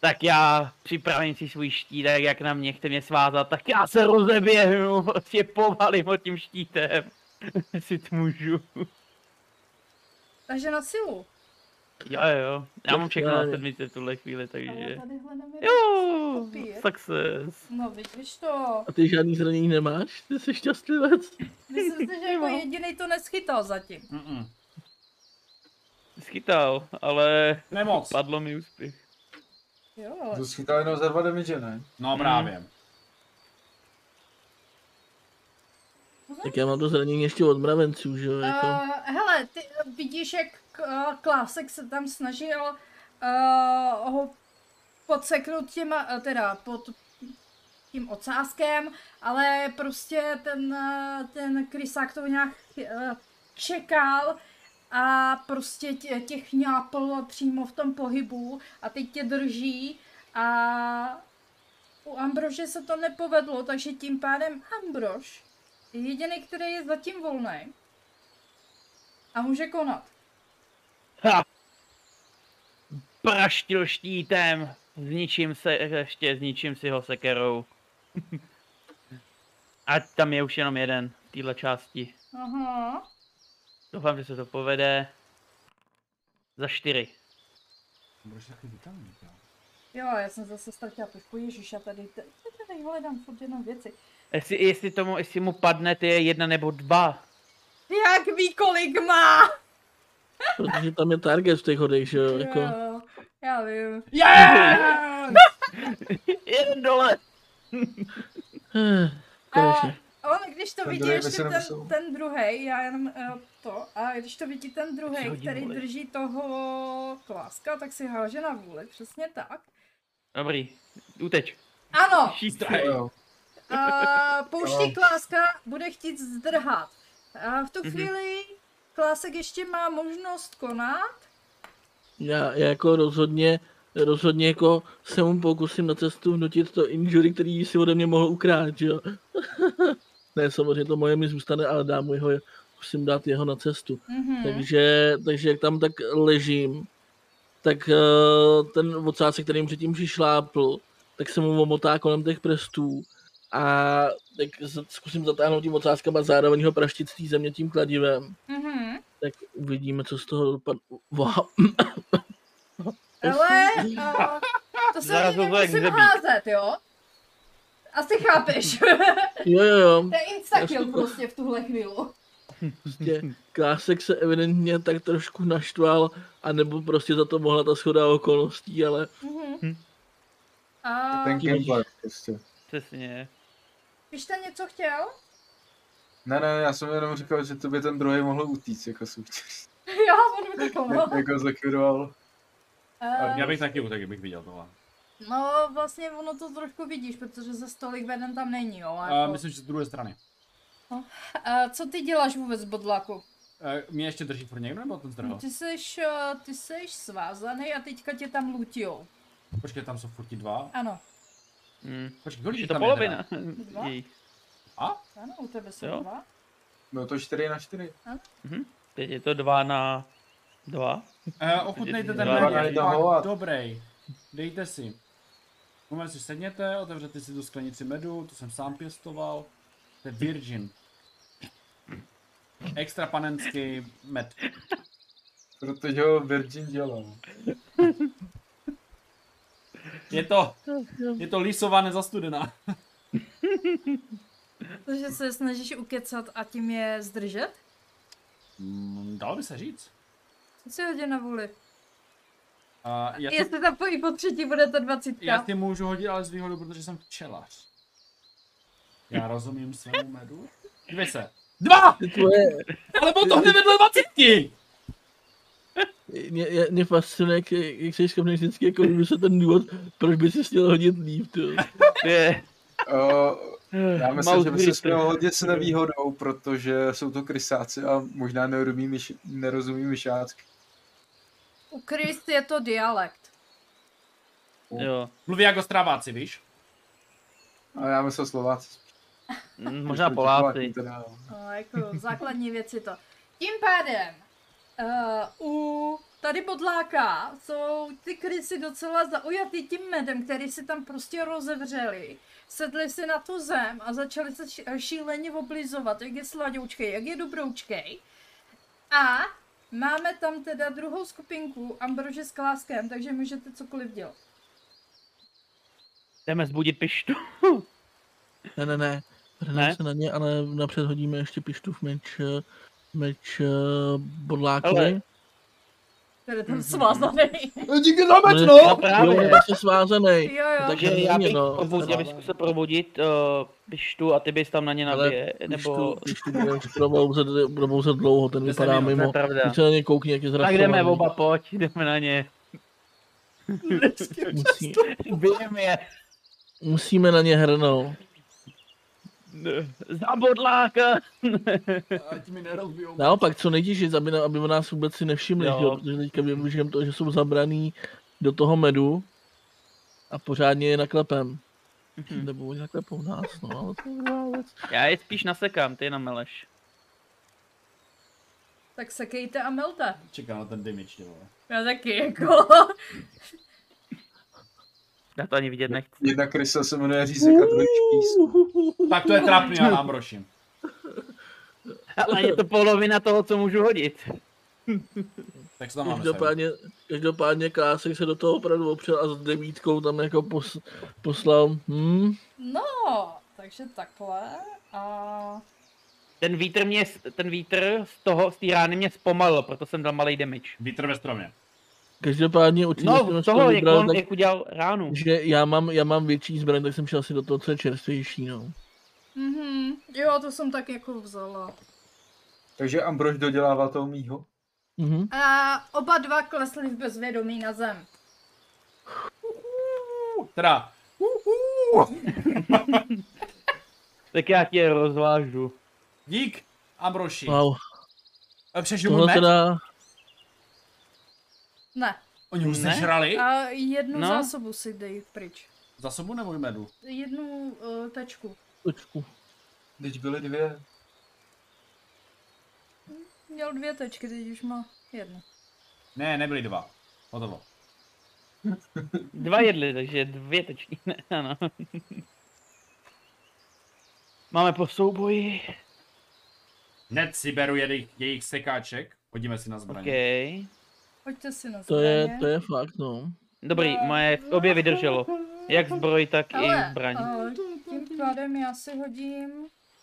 S3: Tak já připravím si svůj štítek, jak na mě chce mě svázat, tak já se rozeběhnu, prostě povalím ho tím štítem. Jestli to můžu.
S1: Takže na silu.
S3: Jo, jo, já mám všechno na
S5: Skvělé.
S3: sedmice v tuhle chvíli, takže...
S1: Ale tadyhle nevědět.
S3: Jo,
S1: Kopie.
S3: success.
S1: No vidíš to.
S5: A ty žádný zranění nemáš? Ty jsi šťastlivec.
S1: Myslím si, že jako
S3: Nemám.
S1: jediný to neschytal zatím.
S2: Mm-mm.
S3: Schytal, ale
S2: Nemoc.
S3: padlo mi úspěch.
S1: Jo, ale
S4: To schytal jenom za dva damage, ne?
S2: No právě.
S5: Tak já mám to zranění ještě od mravenců, že jo? Jako.
S1: Uh, hele, ty eh, vidíš, jak uh, Klásek se tam snažil uh, ho podseknout těma, eh, teda pod tím ocáskem, ale prostě ten, eh, ten krysák to nějak eh, čekal a prostě tě, tě chňápl přímo v tom pohybu a teď tě drží a u Ambrože se to nepovedlo, takže tím pádem Ambrož je jediný, který je zatím volný. A může konat.
S3: Praštil štítem, zničím se, ještě zničím si ho sekerou. Ať tam je už jenom jeden v téhle části.
S1: Aha.
S3: Doufám, že se to povede. Za čtyři.
S2: Budeš takový vitamín, jo.
S1: Jo, já jsem zase ztratila tušku. Ježíš, já tady, tady, tady hledám furt jenom věci.
S3: Jestli, jestli, tomu, jestli mu padne, ty je jedna nebo dva.
S1: Jak ví, kolik má?
S5: Protože tam je target v těch hodech, že jo? Jako.
S1: Jo, já vím. Eh,
S2: Yes!
S3: Jeden dole!
S5: Eh,
S1: A
S5: Konečně.
S1: eh, on, když to
S4: Ten
S1: vidí
S4: druhej by
S1: ještě
S4: se
S1: ten,
S4: nemusel.
S1: ten druhý, já jenom uh, to, a když to vidí ten
S3: si
S1: druhý,
S3: hodí
S1: který
S3: vůli.
S1: drží toho kláska, tak si háže na vůli, přesně tak.
S3: Dobrý, uteč.
S1: Ano,
S3: Šístraj.
S4: Jo.
S1: a pouští
S4: Jo.
S1: kláska, bude chtít zdrhat. A v tu
S3: Mhm.
S1: chvíli klásek ještě má možnost konat,
S5: Já, já jako rozhodně, rozhodně jako se mu pokusím na cestu vnutit to injury, který si ode mě mohl ukrát, že jo? ne, samozřejmě to moje mi zůstane, ale dám mu jeho, musím dát jeho na cestu.
S1: Mhm.
S5: Takže, takže jak tam tak ležím, tak eh, ten vocásek, kterým předtím přišlápl, tak se mu omotá kolem těch prstů a tak z- zkusím zatáhnout tím ocáskem a zároveň ho praštit z té země tím kladivem.
S1: Mhm.
S5: Tak uvidíme, co z toho dopadne. Wow.
S1: Ale uh, to se
S3: Zaraz
S1: ani
S3: to bude jak
S1: nemusím
S3: hřebík.
S1: házet, jo? Asi chápeš.
S5: Jo, jo, jo.
S1: to je instakill prostě v tuhle chvíli.
S5: Prostě Klásek se evidentně tak trošku naštval, anebo prostě za to mohla ta schoda okolností, ale
S1: Mhm.
S3: Hm.
S1: A
S4: Ten gameplay prostě.
S3: Přesně.
S1: když jste něco chtěl?
S4: Ne, ne, já jsem jenom říkal, že tobě ten druhý mohl utíct, jako soutěž.
S1: jo, on mi to konal.
S4: jako zakvidoval.
S1: Eh,
S2: Já bych taky utek, kdybych viděl tohle.
S1: No, vlastně ono to trošku vidíš, protože za stolik veden tam není, jo.
S2: A
S1: Jako.
S2: myslím, že z druhé strany.
S1: Eh, co ty děláš vůbec, bodlaku?
S2: Eh, Mě ještě drží pro někdo nebo ten zdrhl?
S1: Ty seš, eh, ty seš svázaný a teďka tě tam lutijou.
S2: Počkej, tam jsou furt ti dva.
S1: Ano,
S3: Hm.
S2: Počkej, kolik
S3: Už je
S2: jich
S3: to
S2: tam je teda?
S3: polovina.
S1: Dva?
S3: Jejich.
S2: A?
S1: ano, u tebe jsou
S3: Jo.
S1: dva.
S4: Bylo no to 4 na 4.
S3: Teď je to dva na dva.
S2: Eh, ochutnejte ten
S3: Dva
S2: med,
S4: na
S2: je
S4: jednoho
S2: fakt
S4: a-
S2: dobrý. Dejte si. Moment si sedněte, otevřete si tu sklenici medu, to jsem sám pěstoval. To je Virgin. Extra panenský med.
S4: Protože ho Virgin dělal.
S2: Je to, je to lisová nezastudená.
S1: Takže se snažíš ukecat a tím je zdržet?
S2: Mm, dalo by se říct.
S1: Co si hodí na vůli?
S2: A já, si,
S1: Jestli tam po, i po třetí bude ta dvacítka.
S2: já si můžu hodit ale s výhodou, protože jsem včelař. Já rozumím svému medu. Dvě se. Dva!
S5: ty tvoje,
S2: Ale bylo to hned vedle dvacítky!
S5: mě, mě- mě fascinuje, jak, jak jsi schopný vždycky jako vymyslet ten důvod, proč by si chtěl hodit líp, to.
S3: Je.
S4: Uh, já myslím,
S3: Mouse
S4: že by se
S3: grip.
S4: směl hodně s nevýhodou, protože jsou to krysáci a možná nerozumí, myš, nerozumí myšácky.
S1: U Krist je to dialekt.
S3: Jo.
S2: Mluví jako Straváci, víš?
S4: A já myslím Slováci.
S3: Mm, Možná Poláci.
S4: Teda, jo.
S1: No, jako základní věci to. Tím pádem, uh, u tady bodláka jsou ty krysy docela zaujatý tím medem, který si tam prostě rozevřeli. Sedli si na tu zem a začali se š- šíleně oblizovat, jak je sladoučkej, jak je dobroučkej. A máme tam teda druhou skupinku Ambrože s Kláskem, takže můžete cokoliv dělat.
S3: Jdeme zbudit pištu.
S5: Ne, ne, ne. Vrhneme
S3: Ne?
S5: se na ně, ale napřed hodíme ještě pištův meč, eh, meč eh, bodlákovi.
S3: Hele.
S1: Tady ten svázaný.
S2: Díky za meč,
S5: Bude-
S2: no!
S5: Jo, on
S3: právě.
S5: je vlastně svázaný.
S1: Jo, jo.
S5: Takže
S3: Takže já bych,
S5: no,
S3: provodil, já bych zkusil provodit uh, pištu a ty bys tam na ně
S5: Ale
S3: nabije, nebo...
S5: Pištu bude už probouzet, probouzet dlouho, ten vypadá
S2: minut,
S3: To je
S5: mimo.
S3: pravda.
S5: Když se na ně koukni, jak je
S3: Tak
S5: zrastovaný.
S3: jdeme oba, pojď, jdeme na ně.
S5: Musí,
S3: Bijeme je.
S5: musíme na ně hrnout.
S3: Za bodláka.
S2: Ať mi nerozbijou.
S5: Naopak, co nejtěžší, aby, na- aby o nás vůbec si nevšimli,
S3: Jo.
S5: že jo? protože teďka využijeme to, že jsou zabraný do toho medu a pořádně je naklepem.
S3: Mhm.
S5: Nebo oni naklepou nás, no ale to je druhá věc.
S3: Já je spíš nasekám, ty je nameleš.
S1: Tak sekejte a melte.
S2: Čekám na ten damage, ty vole.
S1: Já taky jako.
S3: Já to ani vidět nechci.
S4: Jedna krysa se jmenuje Řízek a druhý špíz.
S2: Tak to je trapný, já nám roším.
S3: Ale je to polovina toho, co můžu hodit.
S2: Tak co tam máme Saju?
S5: Každopádně, každopádně Klásek se do toho opravdu opřel a s devítkou tam jako pos, poslal, hm,
S1: No, takže takhle. A
S3: Ten vítr mě, ten vítr z toho, z té rány mě zpomalil, proto jsem dal malý damage.
S2: Vítr ve stromě.
S5: každopádně určitě
S3: No,
S5: jsme z
S3: toho,
S5: toho
S3: jak,
S5: vybrali
S3: on,
S5: tak,
S3: jak udělal ránu.
S5: že já mám, já mám větší zbraň, tak jsem šel asi do toho, co je čerstvější, no.
S1: mhm, jo, to jsem tak jako vzala.
S4: Takže Ambrož dodělává toho mýho.
S5: Mhm.
S1: A oba dva klesli v bezvědomí na zem.
S2: Uh, Teda,
S3: Tak já tě rozvážu.
S2: dík, Ambroši.
S5: Wow,
S2: E, Přežil můj
S5: No, tohle
S2: meč?
S5: teda,
S1: Ne.
S2: Oni už
S3: Ne.
S2: sežrali?
S1: A jednu no.
S3: No.
S1: zásobu si dej pryč.
S2: Za sobou nebo jmedu?
S1: Jednu uh, tečku.
S5: počku,
S4: Teď byly dvě.
S1: Měl dvě tečky, teď už má jednu.
S2: Ne, nebyli dva. Hotovo.
S3: Dva jedli, takže dvě tečky. Ne, ano. Máme po souboji.
S2: Hned si beru jejich, jejich sekáček. Hodíme si na zbraně.
S3: Okay.
S1: Pojďte si na
S5: to je,
S1: zbraně.
S5: to je fakt, no.
S3: Dobrý, moje obě vydrželo. Jak zbroj, tak i
S1: Ale,
S3: zbraň.
S1: ale eh, tím pádem já si hodím.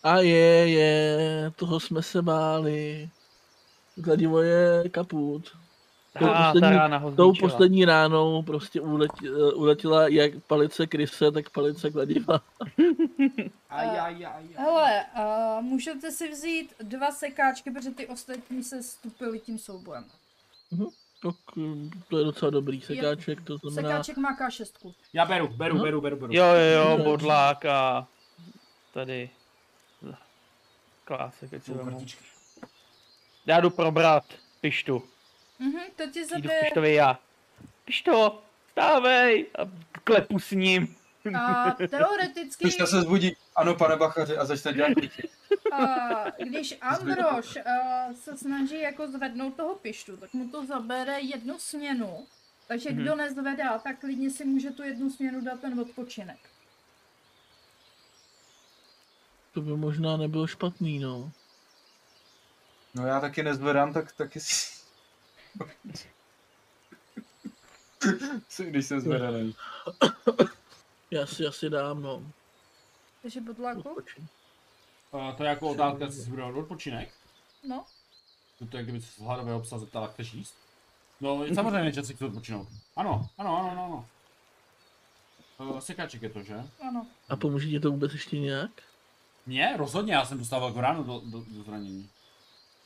S5: A je, je, toho jsme se báli. Kladivo je kaput. tou
S3: A ta
S5: poslední-
S3: rána ho
S5: Tou
S3: zničila.
S5: poslední ránou prostě uleti, eh, uletěla jak palice kryse, tak palice kladiva.
S2: Aj, aj, aj, aj.
S1: Hele, uh, můžete si vzít dva sekáčky, protože ty ostatní se stupili tím soubojem.
S5: Tak hm, to je docela dobrý sekáček, to znamená...
S1: Sekáček má K6.
S2: Já beru, beru,
S5: No.
S2: beru, beru, beru.
S3: Jo, jo,
S5: Jo.
S3: jo, bodlák a tady. Klásek, ať si
S2: Jsou
S3: vemu.
S2: kartičky.
S3: Já jdu probrat pištu.
S1: Mhm, to ti
S3: Jdu
S1: zabere.
S3: k pištovi já. Pišto, stávej! A klepu s ním.
S1: A teoreticky,
S4: Krysa se zbudí. Ano, pane Bachaři, a začne dělat klíče.
S1: a, když Ambrož a, se snaží jako zvednout toho pištu, tak mu to zabere jednu směnu. Takže
S3: Mhm.
S1: kdo nezvedá, tak klidně si může tu jednu směnu dát ten odpočinek.
S5: To by možná nebylo špatný, no.
S4: No já taky nezvedám, tak taky si... Co když jsem zvedaný?
S5: Já si asi dám, no.
S1: Takže bodláku?
S5: Odpočin.
S2: A to je jako otázka, jestli si budu dát odpočinek.
S1: No.
S2: To je, jak kdyby se z hladového psa zeptala, chceš jíst? No, je samozřejmě, že si chci odpočinout. Ano, ano, ano, ano, ano. Eh, Sekáček je to, že?
S1: Ano.
S5: A pomůže ti to vůbec ještě nějak?
S2: Mně? Rozhodně, já jsem dostával jako ráno do, do, do zranění.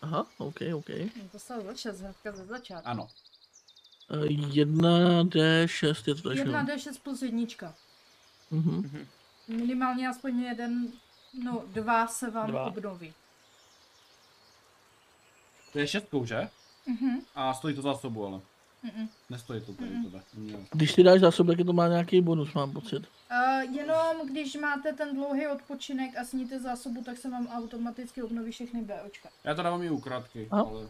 S5: Aha, OK, OK. Eh,
S1: No To se začal hnedka ze začátku.
S2: Ano.
S5: 1D6 je to takže.
S1: 1
S5: no.
S1: D6 plus jednička.
S5: Mhm.
S1: Minimálně aspoň jeden, no dva se vám
S3: Dva.
S1: obnoví.
S2: To je šestkou, že?
S1: Mhm.
S2: A stojí to za sobu, ale.
S1: Mm-mm.
S2: Nestojí to tady
S1: Mm.
S2: tebe. Jo.
S5: Když ty dáš zásob, tak je to má nějaký bonus, mám pocit.
S1: Uh, jenom když máte ten dlouhý odpočinek a sníte zásobu, tak se vám automaticky obnoví všechny BOčka.
S2: Já to dávám i ukradky,
S1: No.
S5: Aha.
S2: ale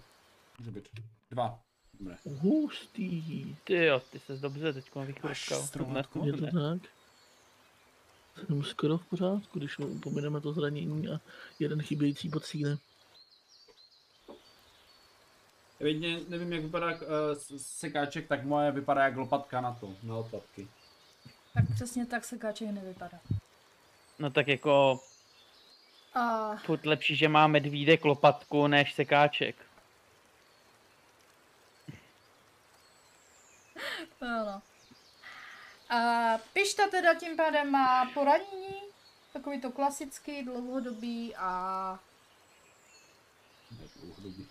S2: může být. Dva. Dobré.
S5: Hustý.
S3: Ty jo, ty se dobře teď vychruškal. No,
S2: stromatku?
S5: Je to tak? Jsem skoro v pořádku, když upomeneme to zranění a jeden chybějící pod síle.
S2: Evidentně nevím, jak vypadá uh, sekáček, tak moje vypadá jak lopatka na to, na lopatky.
S1: Tak přesně tak se káček nevypadá.
S3: No tak jako
S1: A
S3: furt lepší, že má medvídek lopatku než sekáček.
S1: ano. No, A Pišta teda tím pádem má poranění, takový to klasický, dlouhodobý a
S2: Ne, dlouhodobý.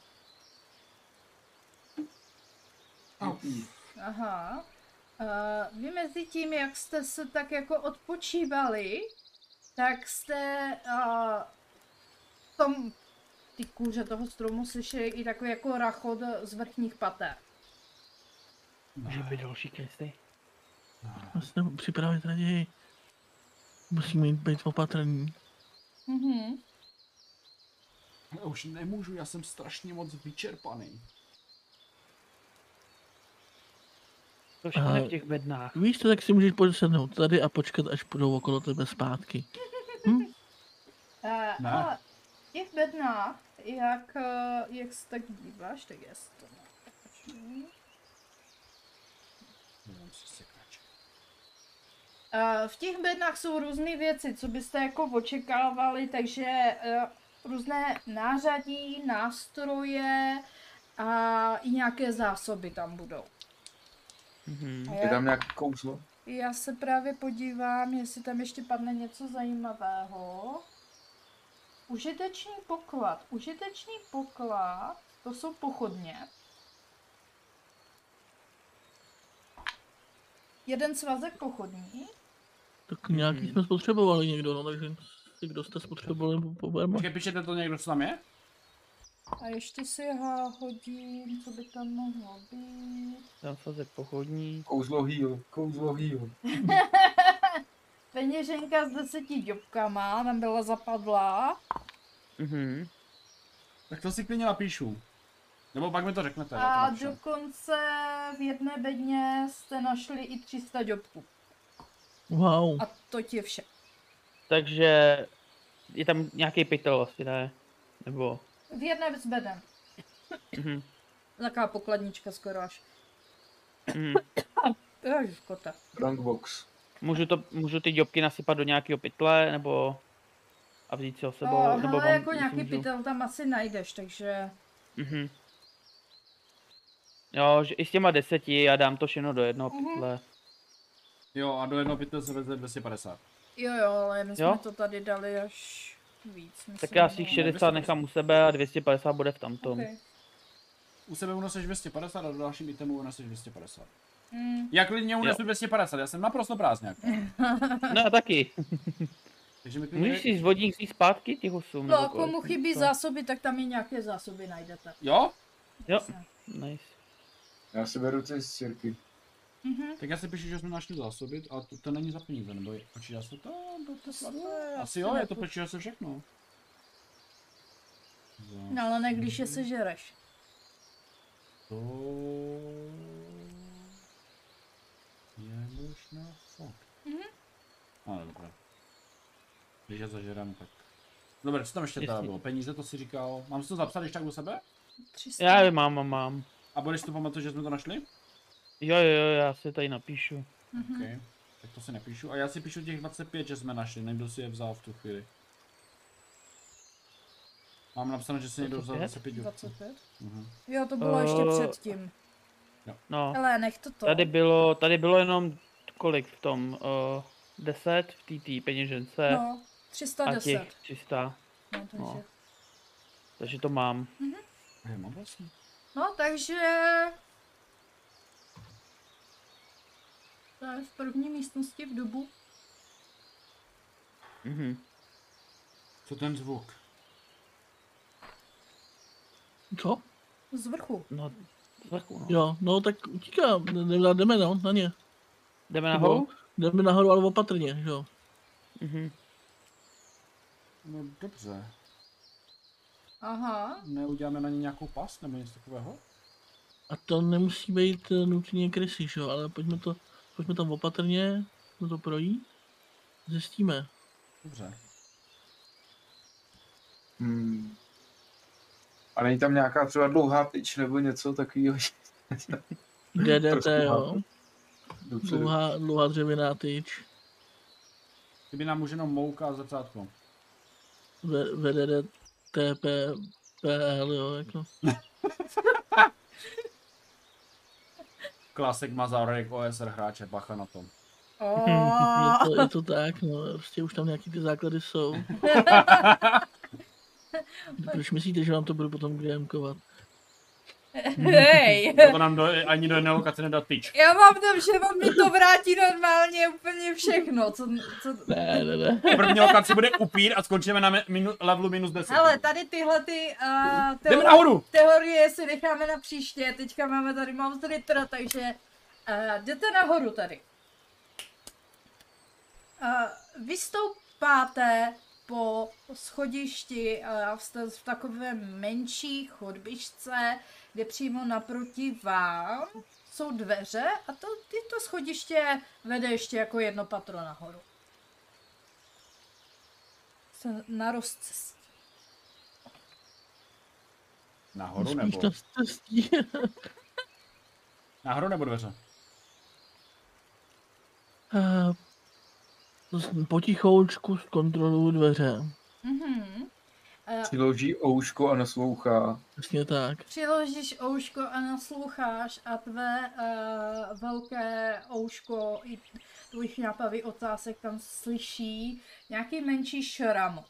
S1: No. Aha. Uh, vy mezi tím, jak jste se tak jako odpočívali, tak jste uh, v tom ty kůře toho stromu slyšeli i takový jako rachod z vrchních pater.
S3: Může být další kresty.
S5: Vlastně připravit raději. Musíme jít být opatrní.
S1: Mhm.
S2: Já už nemůžu, já jsem strašně moc vyčerpaný.
S3: Trošku
S5: Aha.
S3: ne v těch bednách.
S5: Víš to, tak si můžeš posednout tady a počkat, až půjdou okolo tebe zpátky.
S1: Uh,
S2: Ne.
S1: ale v těch bednách, jak, eh, jak se tak díváš, tak já si to napočím.
S2: Nemám si sekáček.
S1: Eh, V těch bednách jsou různé věci, co byste jako očekávali, takže eh, různé nářadí, nástroje a i nějaké zásoby tam budou.
S3: Mhm.
S1: A
S4: Je
S1: já,
S4: tam nějaké kouzlo?
S1: já se právě podívám, jestli tam ještě padne něco zajímavého. Užitečný poklad. Užitečný poklad, to jsou pochodně. Jeden svazek pochodní.
S5: Tak nějaký
S3: Mhm.
S5: jsme spotřebovali někdo, no takže si kdo jste spotřebovali, po-
S1: No.
S5: poberme.
S2: Počkej, píšete to někdo, co tam je?
S1: A ještě si ho hodím, co by tam mohlo být.
S3: Tam jsou ze pochodní.
S4: Kouzlo heal, kouzlo heal.
S1: Peněženka s deseti děbkama, tam byla zapadla.
S3: Mhm.
S2: Tak to si klidně napíšu. Nebo pak mi to řeknete.
S1: A
S2: já to napíšu.
S1: dokonce v jedné bedně jste našli i 300 děbků.
S5: Wow.
S1: A to ti je vše.
S3: Takže je tam nějaký pytel asi, ne? Nebo...
S1: V jedné z beden.
S3: Mhm.
S1: Taková pokladnička skoro až.
S3: Mhm.
S1: Ježiškota.
S4: Rank box.
S3: Můžu, to, můžu ty děbky nasypat do nějakého pytle, nebo... A vzít si ho sebou,
S1: No,
S3: nebo
S1: hele, jako
S3: si
S1: nějaký
S3: můžu-
S1: pytel tam asi najdeš, takže...
S3: Mhm. Jo, že i s těma deseti já dám to všechno do jednoho
S1: Mhm.
S3: pytle.
S2: Jo, a do jednoho pytle se veze 250.
S1: Jo, jo, ale my jsme
S3: Jo?
S1: to tady dali až víc.
S3: Tak
S1: myslím,
S3: já si
S1: no.
S3: jich 60 nechám u sebe a 250 bude v tamtom.
S1: Ok.
S2: U sebe uneseš 250 a do dalším itemu uneseš 250.
S1: Mm.
S2: Já klidně unesu 250, já jsem naprosto prázdňák.
S3: No a taky.
S2: Takže mi klidně...
S3: Můžeš si z vodník vzít zpátky těch 8
S1: No,
S3: nebo kolik?
S1: komu chybí
S3: To-
S1: zásoby, tak tam i nějaké zásoby najdete.
S2: Jo?
S3: Jo, nice.
S4: Já si beru ty z cirky.
S1: Mhm.
S2: Tak já si píšu, že jsme našli zásobit, ale to, to není za peníze, nebo je, počítá se to do té sladu?
S1: To
S2: Asi jo, je to
S1: nepo-
S2: počítá se všechno. Za
S1: No, ale ne, když
S3: Mhm.
S1: je sežereš.
S2: to... Je možná fakt.
S1: Mhm.
S2: Ale dobré. Když já zažerám, tak... Dobré, co tam ještě teda
S3: Jestli-
S2: bylo? Peníze to si říkal. Mám si to zapsat, když tak u sebe?
S1: 300.
S3: Já je mám, mám, mám.
S2: A budeš si to pamatovat, že jsme to našli?
S3: Jo, jo, jo, já si tady napíšu.
S1: Mhm.
S2: OK. Tak to si nepíšu. A já si píšu těch 25, že jsme našli. Někdo si je vzal v tu chvíli. Mám napsáno, že si někdo vzal 25
S3: 25?
S2: děvků.
S1: 25?
S2: Mhm.
S1: Jo, to bylo ještě
S3: Eh,
S1: předtím.
S3: No,
S1: Ale nech to to.
S3: tady bylo, tady bylo jenom kolik v tom? Uh, 10 v té peněžence
S1: No,
S3: a
S1: 310.
S3: těch 300.
S1: No, takže.
S3: no. Takže to mám.
S2: A já mám vlastně.
S1: No, takže... To je v první místnosti v dobu.
S3: Mhm.
S2: Co ten zvuk?
S5: Co?
S1: Z vrchu.
S3: No, vrchu, no.
S5: Jo, no tak utíkám, jdeme, jdeme no, na ně.
S3: Jdeme nahoru?
S5: Jdeme nahoru, ale opatrně, že jo.
S3: Mhm.
S2: No dobře.
S1: Aha.
S2: Neuděláme na ně nějakou past nebo něco takového?
S5: A to nemusí být eh, nutně krysy, že jo, ale pojďme to, pojďme tam opatrně, pojďme to projít. Zjistíme.
S2: Dobře.
S4: Hmm. A není tam nějaká třeba dlouhá tyč nebo něco takového?
S2: Mhm.
S5: DDT, jo.
S4: Trošku Dopředu.
S5: Dlouhá, dlouhá dřevěná tyč.
S2: Kdyby nám už jenom mouka a zrcátko.
S5: V- VDD, TP, PL, jo, jako.
S2: Klasik Mazarek OSR hráče, bacha na tom.
S1: O, Oh.
S5: Je to, je to tak, no, prostě už tam nějaký ty základy jsou. Proč myslíte, že vám to budu potom GMkovat?
S1: hej.
S2: To nám do, ani do jedné lokace nedá tyč.
S1: Já mám tam, že on mi to vrátí normálně úplně všechno, co, co,
S5: Ne, ne, ne.
S2: První lokace bude upír a skončíme na mi- minu, levelu minus 10.
S1: Hele, tady tyhle ty uh,
S2: Jdeme nahoru!
S1: teorie si necháme na příště. Teďka máme tady, mám tady teda, takže uh, jdete nahoru tady. Uh, vystoupáte po schodišti uh, jste v takové menší chodbišce, kde přímo naproti vám jsou dveře a to, tyto schodiště vede ještě jako jedno patro nahoru. Se narost
S2: Nahoru
S5: Spíš
S2: nebo?
S5: na štěstí.
S2: Nahoru nebo dveře?
S5: A s- Eh, no, Potichoučku zkontroluju dveře.
S1: Mhm. Eh,
S4: Přiloží ouško a naslouchá.
S5: Přesně tak.
S1: Přiložíš ouško a nasloucháš a tvé uh, velké ouško i tvých nápavy otázek tam slyší nějaký menší šramot.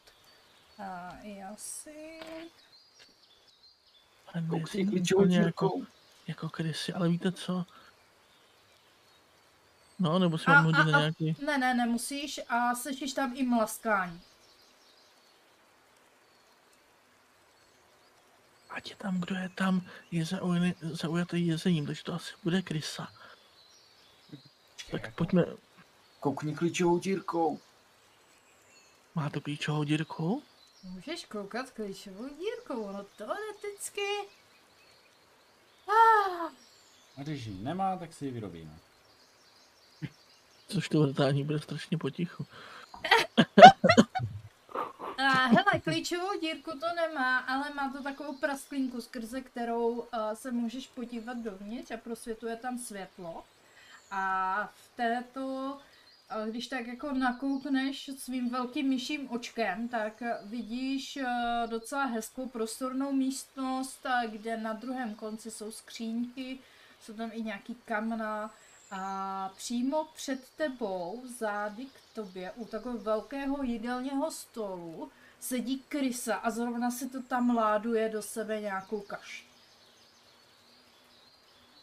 S1: A já si...
S5: A ne-
S4: Kousí
S5: ne-
S4: klíčovou
S5: úplně jako,
S4: dírkou.
S5: jako krysy, ale víte co? No, nebo si
S1: A-
S5: vám
S1: a-
S5: hodíte
S1: a-
S5: nějaký...
S1: Ne, ne, nemusíš a slyšíš tam i mlaskání.
S5: Ať je tam, kdo je tam, je zaujený, zaujatý jezením, takže to asi bude krysa.
S1: Jako.
S5: Tak pojďme,
S4: Koukni klíčovou dírkou.
S5: má to klíčovou dírku?
S1: Můžeš koukat klíčovou dírkou, ono teoreticky... Ah,
S2: A když ji nemá, tak si ji vyrobíme.
S5: Což to vrtání bude strašně potichu.
S1: A hele, klíčovou dírku to nemá, ale má to takovou prasklinku, skrze kterou uh, se můžeš podívat dovnitř a prosvětuje tam světlo. A v této, uh, když tak jako nakoukneš svým velkým myším očkem, tak eh, vidíš uh, docela hezkou prostornou místnost, eh, kde na druhém konci jsou skřínky, jsou tam i nějaký kamna, a přímo před tebou, zády k tobě, u takového velkého jídelního stolu, sedí krysa a zrovna si to tam láduje do sebe nějakou kaši.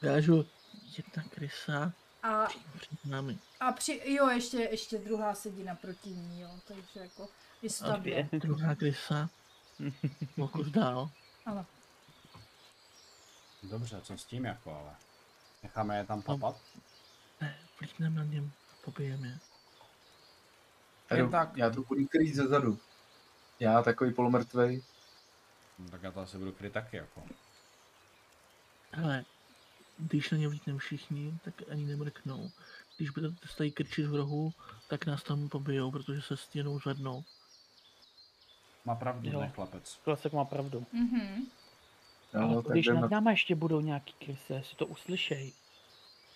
S5: Ukážu jedna krysa
S1: A,
S5: přímo před námi.
S1: a při, jo, ještě, ještě druhá sedí naproti ní, jo, takže jako i jsou
S5: A
S1: tam
S3: dvě.
S1: dvě.
S5: Druhá krysa. O kus dál.
S1: Ano.
S2: Dobře, co s tím jako, ale? Necháme je tam papat?
S5: Ne, vlítneme na něm, pobijeme je.
S4: Já,
S2: Jen
S4: jdu-
S2: tak.
S4: já to budu krýt zezadu. Já takový polomrtvej.
S2: No, tak já to asi budu kryt taky jako.
S5: Hele, když na ně vlítneme všichni, tak ani nemrknou. Když bude stají krčit v rohu, tak nás tam pobijou, protože se stěnou zvednou.
S2: Má pravdu,
S3: Jo.
S2: ne chlapec.
S3: Klasek má pravdu.
S1: Mhm.
S4: Já
S3: Ale
S4: no, tak
S3: když
S4: jdem
S3: nad
S4: na...
S3: náma ještě budou nějaký kryse, si to uslyšej,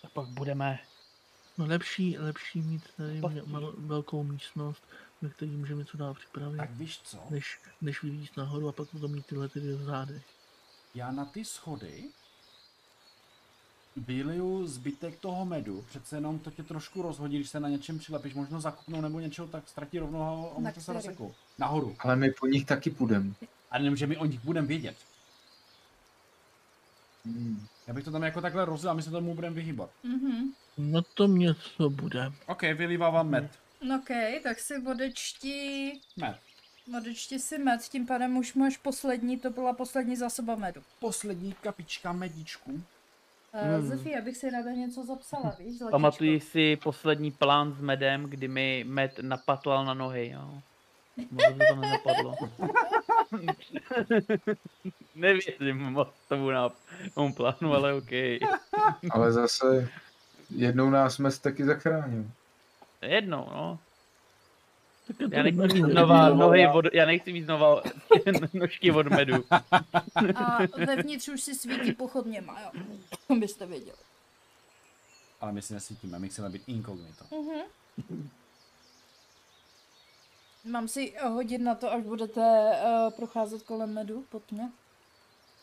S3: tak pak budeme
S5: No lepší, lepší mít tady
S3: Platí.
S5: mal, velkou místnost, ve které můžeme něco dál připravit,
S2: Tak víš co?
S5: než, než vyvíjet nahoru a pak potom mít tyhle ty dvě v zádech.
S2: Já na ty schody bíliju zbytek toho medu. Přece jenom to tě trošku rozhodí, když se na něčem přilepíš. Možno zakupnou nebo něčeho, tak ztratí rovnou ho
S1: Na
S2: a možná se
S1: který?
S2: rozsekou. Nahoru.
S4: Ale my po nich taky půjdem.
S2: A nemůže mi o nich budem vědět.
S4: Hmm.
S2: Já bych to tam jako takhle rozdělal, my se tomu budeme vyhýbat.
S1: Mhm.
S5: No to něco bude.
S2: OK, vylívávám med.
S1: No okej, tak si odečti,
S2: Med.
S1: odečti si med, tím pádem už máš poslední, to byla poslední zásoba medu.
S2: Poslední kapička medičku.
S1: Uh,
S3: Hmm.
S1: Zefi, abych si ráda něco zapsala, víš? zlatičko.
S3: Pamatuji si poslední plán s Medem, kdy mi Med napatlal na nohy, jo. Moc mi to nenapadlo. Nevěřím moc tomu, na, tomu plánu, ale OK.
S4: Ale zase jednou nás mes taky zachránil.
S3: Jednou, no.
S5: Tak to
S3: Já nechci
S5: nevím.
S3: mít znova nohy od, já nechci mít znova nožky od medu.
S1: A vevnitř už si svítí pochodněma, jo. Byste věděli.
S2: Ale my si nesvítíme, my chceme být inkognito.
S1: Mhm. Mám si hodit na to, až budete uh, procházet kolem medu po tmě?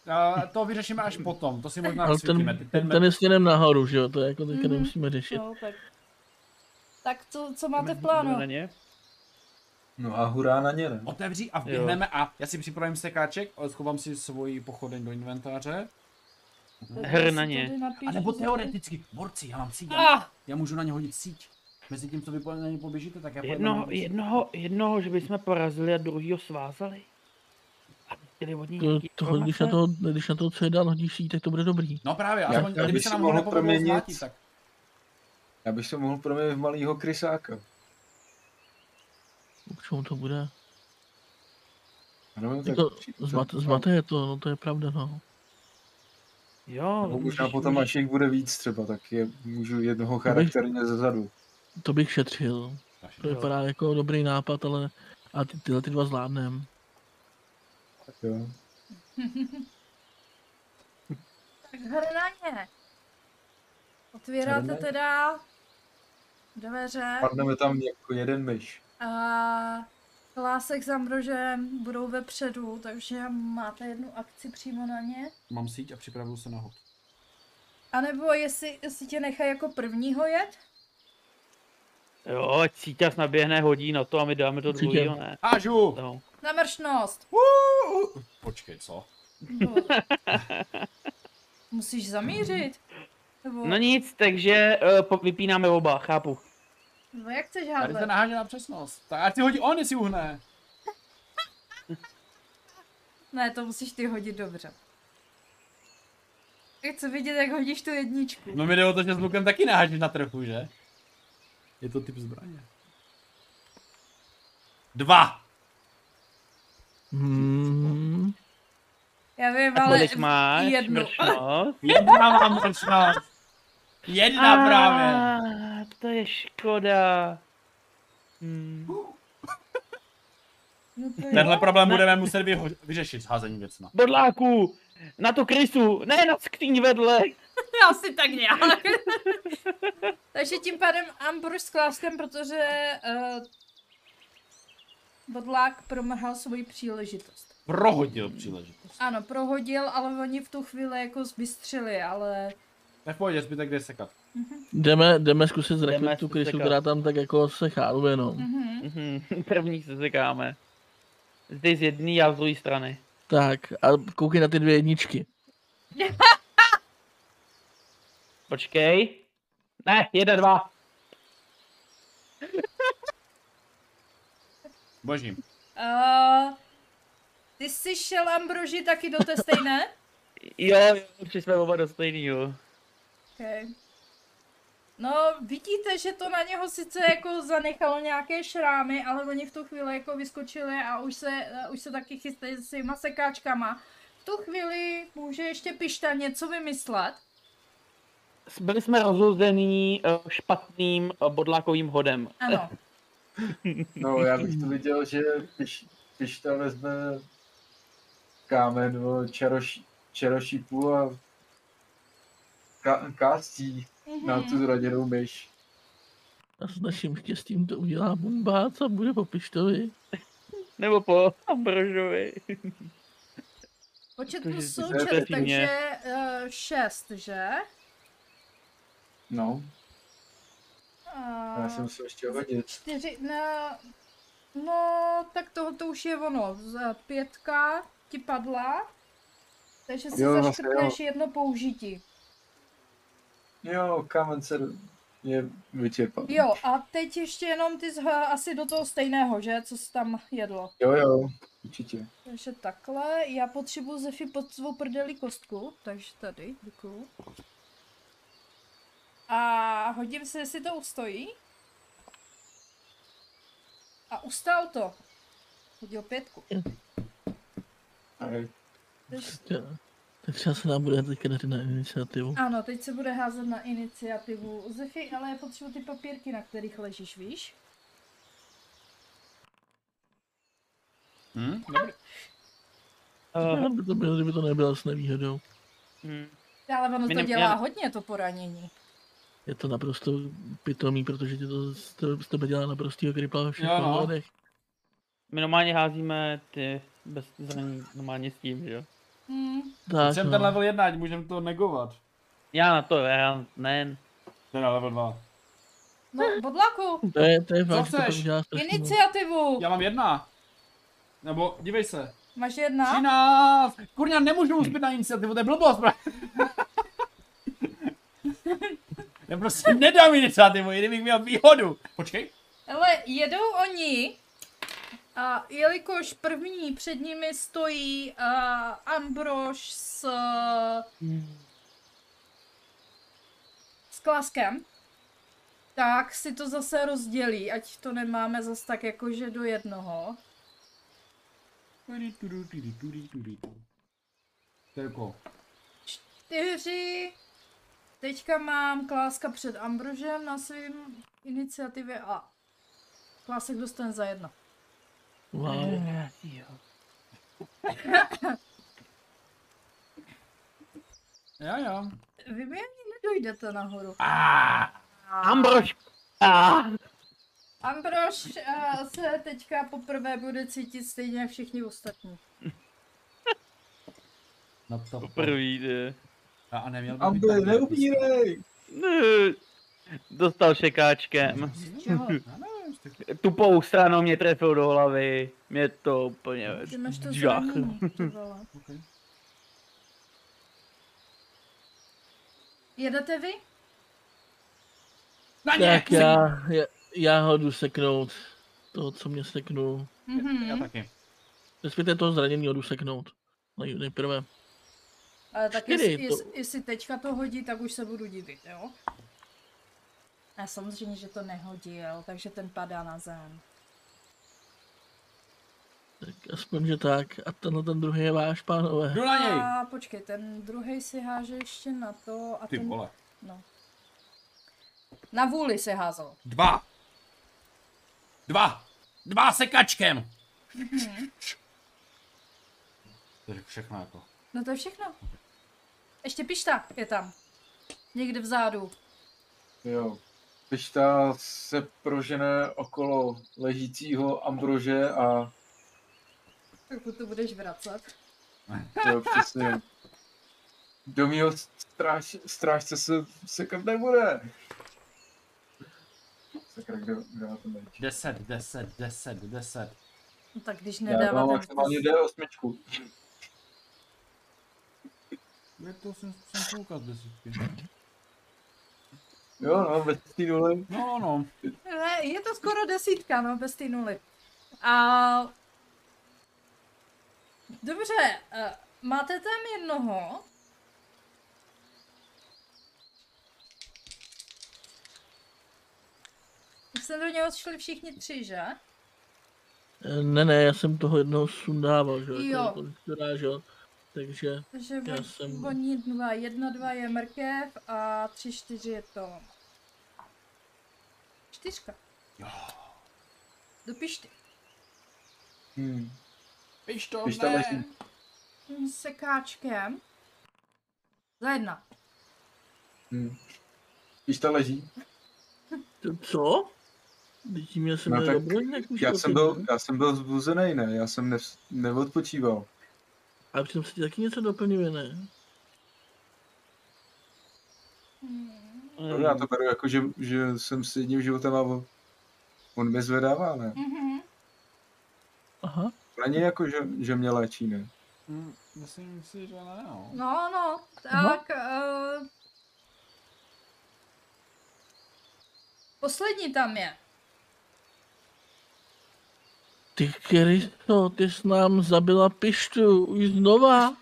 S2: A to vyřešíme až potom, to si možná
S5: Ale
S2: vysvětlíme.
S5: ten, ten, ten je směrem nahoru, že jo, to je jako
S2: Mhm.
S5: teďka nemusíme řešit.
S1: No, tak. Tak co, co máte v plánu?
S3: Na ně.
S4: No a hurá na ně, ne?
S2: Otevří a vběhneme a já si připravím sekáček, ale schovám si svoji pochodeň do inventáře.
S3: Hr na
S1: Si
S3: ně.
S1: tady napíšu,
S2: A nebo
S1: co-
S2: teoreticky, borci, já mám síť, já,
S1: Ah,
S2: já můžu na ně hodit síť. Mezi tím, co vy po- na ně poběžíte, tak já pojedu na
S3: Jednoho,
S2: ně.
S3: jednoho, jednoho, že bychom porazili a druhýho svázali. A chtěli od něj
S5: To,
S3: nějaký
S5: toho, když, na
S3: informace.
S5: toho, když na toho, co je dál hodíš síť, tak to bude dobrý.
S2: No právě,
S4: Já-
S2: aspoň
S4: já
S2: kdyby
S4: bych
S2: se
S4: si
S2: nám ho
S4: mohl
S2: nepovedlo
S4: proměnit-
S2: zmlátit, tak
S4: Já bych se mohl proměnit v malýho krysáka.
S5: K čemu to bude?
S4: Ano,
S5: Jako, zmate, zmate je to, no to je pravda, no.
S3: Jo,
S4: Nebo
S3: můžeš-
S4: No, možná potom, až jich bude víc třeba, tak je, můžu jednoho charakterně zezadu.
S5: To bych šetřil. To
S3: Jo.
S5: vypadá jako dobrý nápad, ale a ty, tyhle ty dva zvládnem.
S4: Tak jo.
S1: tak hr na ně. Otvíráte
S4: Hr na ně.
S1: teda dveře
S4: Padneme tam jako jeden myš.
S1: a Klásek s Ambrožem budou vepředu, takže máte jednu akci přímo na ně.
S2: mám síť a připravuju se na hod.
S1: A nebo jestli, jestli tě nechají jako prvního jet?
S3: Jo, ať Cítas naběhne, hodí na to a my dáme to
S5: Určitě.
S3: druhýho, ne?
S2: Hážu!
S3: No.
S1: Na mršnost!
S2: Počkej, co?
S1: Bole. Musíš zamířit. Nebo,
S3: no nic, takže uh, po- vypínáme oba,
S1: No,
S3: chápu.
S1: nebo jak chceš
S2: Tady se
S1: hádlet?
S2: naháže na přesnost. Tak ať si hodí on, jestli uhne.
S1: Ne, to musíš ty hodit dobře. Já Chci vidět, jak hodíš tu jedničku.
S2: No mi jde o to, že s lukem taky nahážeš na trhu, že? Je to typ zbraně. Dva!
S5: Hmm.
S1: Já vím,
S3: A
S1: ale
S3: kolik máš?
S1: jednu.
S3: mršnost?
S2: Jedna mám možnost! Jedna
S3: A,
S2: právě!
S3: Ah, To je škoda. Hmm.
S1: No to je-
S2: Tenhle problém budeme muset vyho- vyřešit s házením věcna.
S3: Bodláku, na tu krysu, ne na skříň vedle.
S1: No, Asi tak nějak. Takže tím pádem Ambrus s Kláskem, protože uh, Bodlák promrhal svoji příležitost.
S2: Prohodil příležitost.
S1: Ano, prohodil, ale oni v tu chvíli jako zbystřili, ale
S2: Tak pojď, zbytek jde sekat.
S5: Jdeme, jdeme zkusit
S3: Jdeme
S5: zrekvit tu
S3: si
S5: krysu,
S3: sekat.
S5: která tam tak jako se cháluje, no.
S1: mhm.
S3: Mhm, První se sekáme. Zde z jedné, já z druhé strany.
S5: Tak, a koukej na ty dvě jedničky.
S3: Počkej. Ne, jeden, dva.
S2: Božím.
S1: Uh, ty jsi šel Ambroži taky do té stejné?
S3: Jo, jo, přišli jsme oba do stejného.
S1: Okay. No, vidíte, že to na něho sice jako zanechalo nějaké šrámy, ale oni v tu chvíli jako vyskočili a už se, eh, už se taky chystají s těma sekáčkama. V tu chvíli může ještě Pišta něco vymyslet.
S3: Byli jsme rozhozený špatným eh, bodlákovým hodem.
S1: Ano.
S4: No, já bych to viděl, že když, když tam vezme kámen nebo čaroš, čarošípu a ká, kástí na tu zraněnou myš.
S5: A s naším štěstím to udělá bombác a bude po pištovi.
S3: Nebo po Ambrožovi.
S1: Počet
S3: To, že
S1: plus
S3: ty
S1: součet,
S3: zlepší
S1: takže
S3: mě.
S1: 6, že?
S4: No,
S1: A
S4: já jsem se ještě hodit.
S1: Eh, Čtyři, no, no, tak toho to už je ono. Z- eh, Pětka ti padla, takže si
S4: Jo,
S1: jo,
S4: zase
S1: zaškrtneš jedno použití.
S4: Jo, kámen se je vytěpal.
S1: Jo, a teď ještě jenom ty z, asi do toho stejného, že? Co se tam jedlo.
S4: Jo, jo, určitě.
S1: Takže takhle, já potřebuji Zefi pod svou prdelí kostku, takže tady, děkuju. A hodím se, jestli to ustojí. A ustál to. Hodil pětku.
S4: Hej.
S1: Takže-
S5: Prostě, Tak třeba se nám bude teďka dát na iniciativu.
S1: Ano, teď se bude házet na iniciativu. Zefi, ale je potřebuji ty papírky, na kterých ležíš, víš?
S2: Hm? Dobrý.
S5: Já by to bylo, kdyby to nebylo s nevýhodou.
S3: Eh, hm.
S1: Ale ono to
S3: Minim-
S1: dělá
S3: já-
S1: hodně, to poranění.
S5: Je to naprosto pitomý, protože tě to z tebe, z tebe dělá naprostýho kripla ve všech
S2: Jo, no.
S5: ohledech.
S3: My normálně házíme ty bez zranění, normálně s tím, že jo?
S1: Hmm.
S5: Tak,
S2: Jsem
S5: no.
S2: ten level 1, ať můžem to negovat.
S3: Já na to, já ne.
S2: Teda level 2.
S1: No, bodlaku,
S5: To je, to je
S2: Co
S5: fakt, že to
S2: chceš?
S5: pak dělá strašně moc.
S1: iniciativu!
S2: Já mám jedna. Nebo, dívej se.
S1: Máš
S2: No.
S1: jedna?
S2: 13! Kurňa, nemůžu uspět na iniciativu, to je blbost, bra. Já prostě nedám iniciativu, i kdybych měl výhodu. Počkej.
S1: Ale jedou oni, a jelikož první před nimi stojí uh, Ambrož s, s Klaskem, tak si to zase rozdělí, ať to nemáme zas tak jakože do jednoho.
S2: To je jako
S1: čtyři. Teďka mám Kláska před Ambrožem na svým iniciativě a Klásek dostane za jedno.
S5: Wow.
S2: Jo, jo.
S1: Vy mi ani nedojdete nahoru.
S3: Ambrož! Ah!
S1: Ambrož eh, se teďka poprvé bude cítit stejně jak všichni ostatní.
S2: Na to.
S3: Prvý, ty.
S2: A a neměl by
S4: Amber,
S2: být-
S4: neubírej!
S3: Ne. Dostal šekáčkem.
S1: Čeho?
S2: Ano, tak
S3: Tupou stranou mě trefil do hlavy. Mě to úplně...
S1: Že máš to
S3: žach.
S1: zranění, ty vole.
S2: OK.
S1: Jedete vy?
S2: Na ně!
S5: Tak já, já, já ho jdu seknout. To, co mě seknul.
S2: Já
S1: Mhm.
S2: taky.
S5: Respektive toho zraněného jdu seknout. Nej- Nejprve.
S1: Ale Eh, tak
S5: čtyři,
S1: jestli,
S5: to-
S1: jestli, jestli teďka to hodí, tak už se budu divit, jo? A samozřejmě, že to nehodil, takže ten padá na zem.
S5: Tak aspoň, že tak. A tenhle ten druhý je váš, pánové.
S2: Jdu na něj!
S1: A počkej, ten druhý si háže ještě na to a
S2: Ty
S1: ten...
S2: vole.
S1: No. Na vůli se házel.
S2: Dva! Dva! Dva sekačkem! To je všechno jako.
S1: No to je všechno. Ještě pišta je tam. Někde vzadu.
S4: Jo. Pišta se prožene okolo ležícího Ambrože a
S1: Tak to budeš vracet.
S4: jo, přesně. Do mýho stráž, strážce se sekat nebude. Sakra, kdo, kdo na to nejde?
S2: 10, 10, 10, 10.
S1: No tak když
S4: Já
S1: nedává
S4: mám
S1: ten...
S4: maximálně D8.
S2: Jak to jsem, jsem koukal z desítky?
S4: Jo, no, ve té nule.
S2: No, no.
S1: Ne, je to skoro desítka, no, bez té nuly. A... Dobře, eh, máte tam jednoho. Už jsme do něho šli všichni tři, že?
S5: Eh, Ne, ne, já jsem toho jednoho sundával, že jako
S1: Jo.
S5: konditora, že jo. Takže
S1: Takže
S5: Já
S1: on-
S5: jsem-
S1: oni dva, jedna, dva je mrkev a tři, čtyři je to. Čtyřka.
S2: Jo.
S1: Dopište.
S4: Hmm.
S2: Víš to,
S4: Pišta leží.
S1: Tím sekáčkem. Za jedna.
S4: Hmm. Pišta leží.
S5: to co? Teď tím já jsem
S4: No
S5: měl
S4: tak
S5: dobrý, tak už
S4: Já
S5: to
S4: jsem
S5: teď,
S4: byl,
S5: ne?
S4: já jsem byl zbuzený, ne? Já jsem ne, neodpočíval.
S5: A přitom se ti taky něco doplňuje, ne?
S3: Hmm.
S4: No, já to beru jako, že, že jsem s jedním životem a on- on mě zvedává, ne?
S1: Mhm.
S5: Aha.
S4: Není jako, že, že mě léčí, ne?
S2: Hm, Myslím si, že ne, no.
S1: No, no,
S5: Aha.
S1: tak... Uh... Poslední tam je.
S5: Ty Kristo, ty jsi nám zabila pištu, už znova?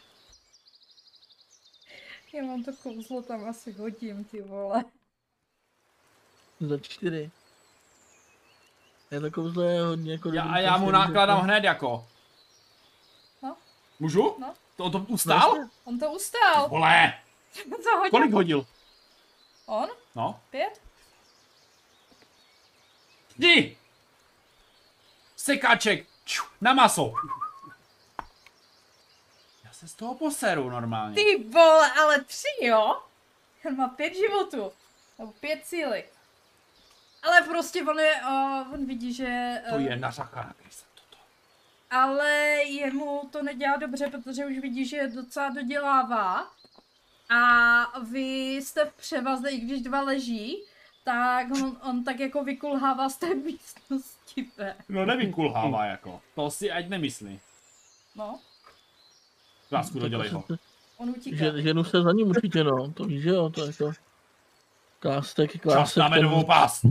S1: Já mám to kouzlo, tam asi hodím, ty vole.
S5: Za čtyři. Je to kouzlo je hodně jako...
S2: Já,
S5: dobrý
S2: a já
S5: kouzlo,
S2: mu
S5: jako-
S2: nákladám hned jako.
S1: No.
S2: Můžu?
S1: No.
S2: To, to ustál?
S1: On to ustál.
S2: Vole,
S1: Co hodil?
S2: kolik hodil?
S1: On?
S2: No.
S1: Pět?
S2: Jdi! Sekáček! Ču, na maso! Já se z toho poseru normálně.
S1: Ty vole, ale tři, jo? On má pět životů. Nebo pět síly. Ale prostě on je, uh, on vidí, že...
S2: To
S1: eh,
S2: je nařakaná krysa toto.
S1: ale jemu to nedělá dobře, protože už vidí, že docela dodělává. A vy jste v převaze, i když dva leží, tak on, on tak jako vykulhává z té místnosti ven.
S2: No nevykulhává jako. To si ať nemyslí.
S1: No,
S2: Lásku,
S5: Tak
S2: dodělej
S5: to
S2: ho.
S5: se-
S1: on utíká.
S5: Že, ženu se za ním určitě, no, to víš, že jo, to je jako... Klástek,
S2: Čas
S5: klástek,
S2: na medovou pás.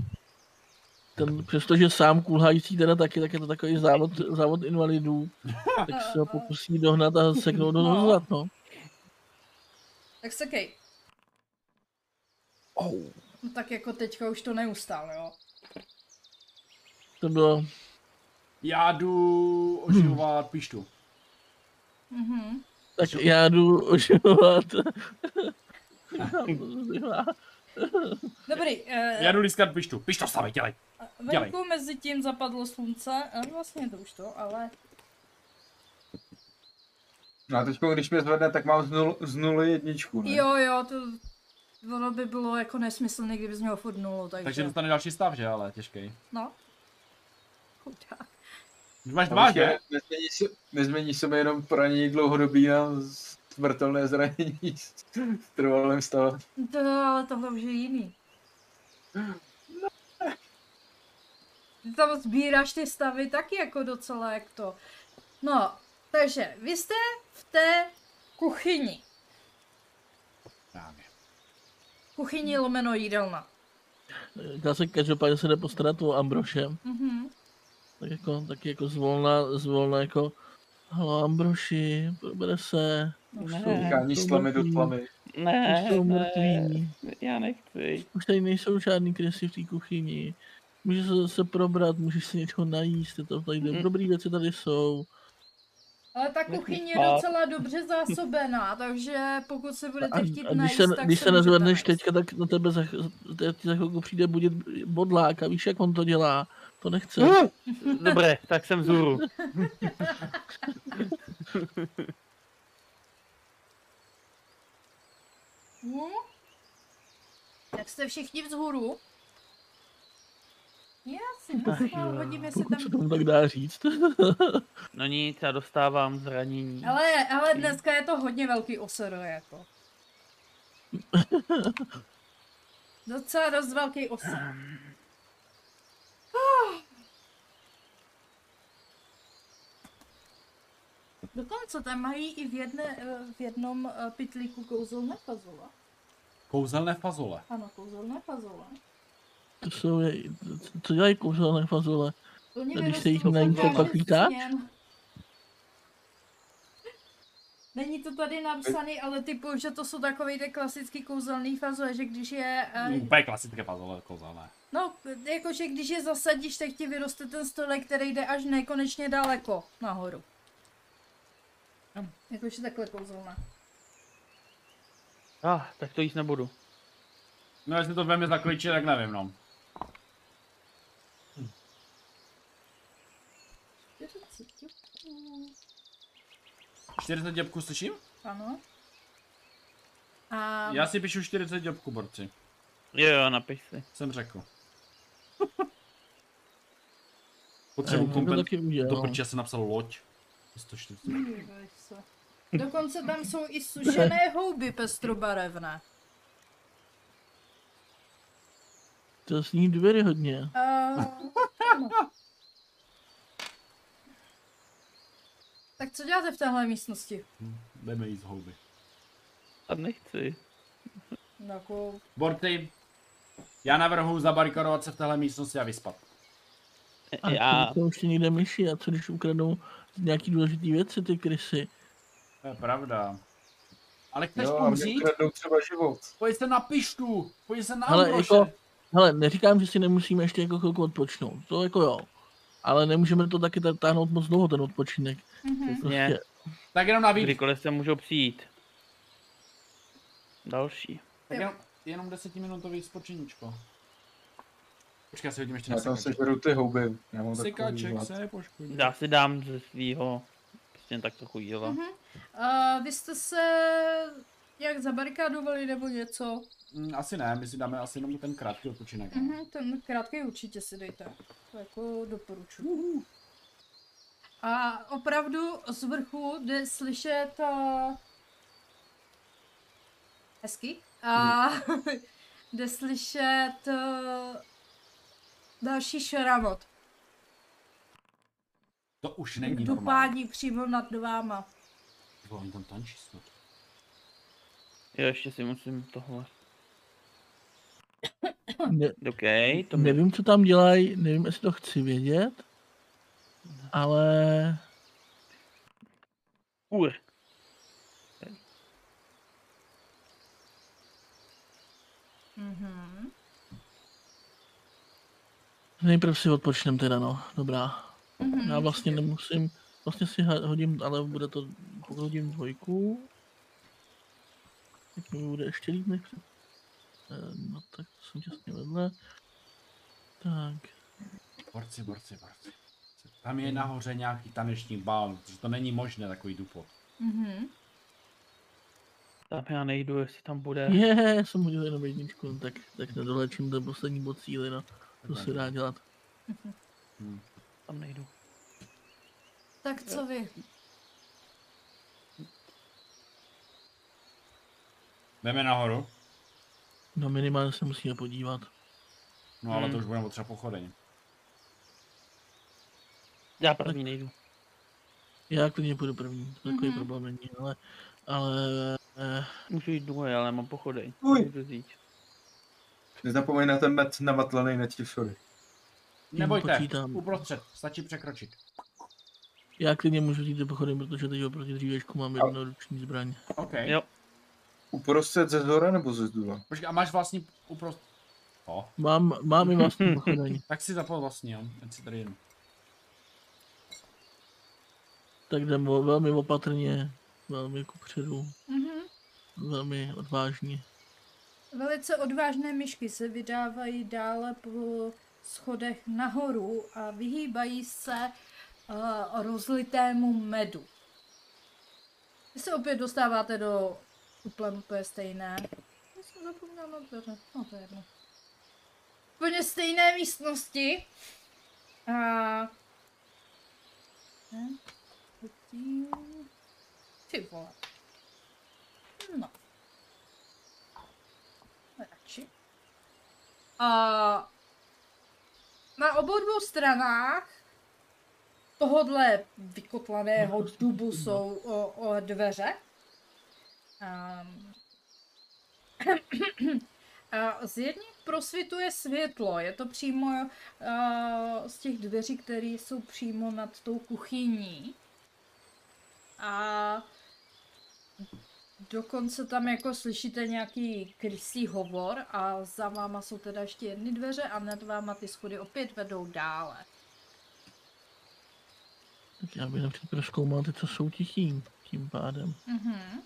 S5: ten, přestože sám kulhající teda taky, tak je to takový závod, závod invalidů, tak se ho pokusí dohnat a seknout do
S1: No.
S5: toho zad, no.
S1: Tak se kej.
S5: Au.
S1: No tak jako teďka už to neustál, jo.
S5: To bylo,
S2: Já jdu oživovat píštu.
S1: Mhm.
S5: tak já jdu oživovat.
S1: Dobrý, eh,
S2: Já jdu lískat píštu. Píšto, stavej, dělej. dělej.
S1: venku mezi tím zapadlo slunce, a vlastně to už to, ale
S4: No a teď, když mě zvedne, tak mám z, nul, z nuly jedničku, ne?
S1: jo, jo, to ono by bylo jako nesmyslné, kdyby z něho furt nulo, takže,
S2: Takže dostane další stav, že ale těžkej.
S1: no. Chudák.
S2: Už máš
S4: A
S2: dva,
S4: určitě
S2: že?
S4: Nezmění se, nezmění se mi jenom poranění dlouhodobý na smrtelné zranění s s trvalým stavem.
S1: To, ale tohle už je jiný. Ty tam sbíráš ty stavy taky jako docela jak to. No, takže vy jste v té kuchyni.
S2: Právě.
S1: Kuchyni lomeno jídelna.
S5: Já se každopádně se jde postarat o Ambroše,
S1: Mhm.
S5: tak jako, taky jako zvolna, zvolna jako, halo Ambroši, probere se, už jsou,
S4: Kání
S5: jsou
S4: s tlamy do
S5: mrtví,
S4: tlamy.
S3: Ne,
S1: Eh,
S5: Už jsou
S3: ne,
S5: mrtví.
S3: já nechci.
S5: Už tady nejsou žádný kresy v té kuchyni. Můžeš se zase probrat, můžeš si něčeho najíst, je to tady
S3: Mm.
S5: dobrý věci tady jsou.
S1: Ale ta
S3: Nech mě
S1: kuchyně je
S3: spát.
S1: docela dobře zásobená, takže pokud se
S5: A,
S1: budete chtít
S5: a když
S1: najíst,
S5: se,
S1: tak
S5: když
S1: můžete
S5: se nezvedneš
S1: najíst.
S5: teďka, tak na tebe za, te- ti za chvilku přijde budit bodlák a víš, jak on to dělá. To nechce.
S1: Mm.
S3: Dobré, tak jsem zůru.
S1: Hm? Tak jste všichni vzhůru. Já si myslím, hodím, jestli
S5: Pokud
S1: tam
S5: se tomu tak dá říct.
S3: No nic, já dostávám zranění.
S1: Ale, ale dneska je to hodně velký osr, jako. Docela dost velký osr. Dokonce tam mají i v, jedné, eh, v jednom eh, pytlíku kouzelné fazole.
S2: Kouzelné fazole.
S1: Ano, kouzelné fazole.
S5: to jsou, je- co dělají kouzelné fazole?
S1: Plně
S5: A když se
S1: vyrostou
S5: jich najíte,
S1: fazole
S5: pak
S1: s
S5: lítáš?
S1: sněm. Není to tady napsané, ale typu, že to jsou takový ty klasický kouzelný fazole, že když je... eh,
S5: Mhm.
S2: Úplně klasické fazole, kouzelné.
S1: No, jakože když je zasadíš, tak ti vyroste ten stolek, který jde až nekonečně daleko nahoru. Jakože takhle kouzelná.
S3: Ah, tak to jíst nebudu.
S2: No jestli to veme za klíče, tak nevím no.
S1: 40 ťuků.
S2: 40 děbků slyším?
S1: Ano. A
S2: Já si píšu 40 děbků, borci.
S3: Jo, jo, napiš si.
S2: Jsem řekl. Potřebuji
S5: Eh, to
S2: kompen...
S5: taky může,
S2: Do
S5: no.
S2: prče jsem napsal loď. 140.
S1: Podívej se. Dokonce tam jsou i sušené houby pestrobarevné.
S5: To sní dvery hodně.
S1: Uh, tak co děláte v téhle místnosti?
S2: hm, Jdeme jí z houby.
S3: A nechci.
S1: No, jako
S2: Borty, já navrhu zabarikadovat se v téhle místnosti a vyspat.
S5: A
S3: Já,
S5: já. to ještě někde myši a co když ukradnou nějaký důležitý věci ty krysy.
S2: To je pravda. Ale chceš
S4: Jo, a mě
S2: umřít?
S4: kradou třeba život.
S2: Pojď se na pištu, pojď se na
S5: Ale
S2: Ambroše.
S5: jako, Hele, neříkám, že si nemusíme ještě jako chvilku odpočinout, to jako jo. Ale nemůžeme to taky ta- táhnout moc dlouho, ten odpočinek.
S1: Mhm.
S5: Prostě,
S2: Tak jenom na víc.
S3: Kdykoliv se můžou přijít. Další.
S2: Tak jenom, jenom desetiminutový spočiníčko. Počkej, já si hodím ještě na
S4: Já tam no,
S2: sekaček.
S4: sežeru ty houby. Já mám takový
S2: Sekaček
S4: hlad.
S2: se poškodí.
S5: No.
S3: Já si dám ze svýho prostě tak trochu jídla.
S1: Mhm. A vy jste se jak zabarikádovali nebo něco?
S2: Mm, Asi ne, my si dáme asi jenom ten krátký odpočinek. no.
S1: Mhm, ten krátký určitě si dejte. To jako doporučuji. A opravdu z vrchu jde slyšet uh, hezky. A jde slyšet uh, další šramot.
S2: To už není normální.
S1: Dupání přímo nad váma.
S2: Jo, on tam tančí snad.
S3: Jo, ještě si musím tohle.
S5: ne,
S3: OK, to mi...
S5: nevím, co tam dělají, nevím, jestli to chci vědět. Ale...
S3: Kur.
S1: Mhm.
S5: Nejprve si odpočnem teda, no. Dobrá.
S1: Mhm,
S5: Já vlastně
S1: určitě.
S5: nemusím, vlastně si ha- hodím, ale bude to, pokud hodím dvojku, tak mi bude ještě líp než před. Eh, No tak to jsem těsně vedle. Tak,
S2: Borci, borci, borci. Tam je nahoře nějaký taneční bál, protože to není možné takový dupo.
S1: Mhm.
S3: Tam já nejdu, jestli tam bude.
S1: Eh.
S5: je, yeah, jsem hodil jenom jedničku, no tak, tak nedolečím ten poslední bod síly, no. To se dá dělat.
S3: Tam nejdu.
S1: Tak co vy?
S2: Jdeme nahoru,
S5: No minimálně se musíme podívat.
S2: no ale
S3: Hmm.
S2: to už budeme potřeba pochodeň.
S3: Já první nejdu.
S5: Já klidně půjdu první, to takový
S1: Mhm.
S5: problém není, ale, ale eh,
S3: Můžu jít druhý, ale mám pochodeň.
S4: Uj.
S3: Můžu jít.
S4: Nezapomeň na ten met namatlaný na tifory.
S2: Nebojte,
S5: počítám.
S2: uprostřed, stačí překročit.
S5: já klidně můžu říct pochodem, protože teď oproti dřívěžku mám jednoruční zbraň.
S2: OK.
S3: Jo.
S4: Uprostřed ze zhora nebo ze zdula?
S2: Počkej, a máš vlastní uprost... O,
S5: Mám, mám i vlastní pochodeň.
S2: tak si zapal vlastní, jo. Ať si tady jen.
S5: Tak jdem o- velmi opatrně, velmi kupředu,
S1: Mhm.
S5: velmi odvážně.
S1: Velice odvážné myšky se vydávají dále po schodech nahoru a vyhýbají se uh, rozlitému medu. Vy se opět dostáváte do úplně, úplně stejné. Já jsem zapomněla na dveře. No to je jedno. Úplně stejné místnosti. A... Ne? Zatím... Ty vole. No radši. A na obou dvou stranách tohodle vykotlaného dubu jsou o, o dveře. A, a z jedné prosvituje světlo. Je to přímo a, z těch dveří, které jsou přímo nad tou kuchyní. A Dokonce tam jako slyšíte nějaký krysí hovor a za váma jsou teda ještě jedny dveře a nad váma ty schody opět vedou dále.
S5: Tak já bych napřed proskoumal ty, co jsou tichý, tím pádem.
S1: Mhm.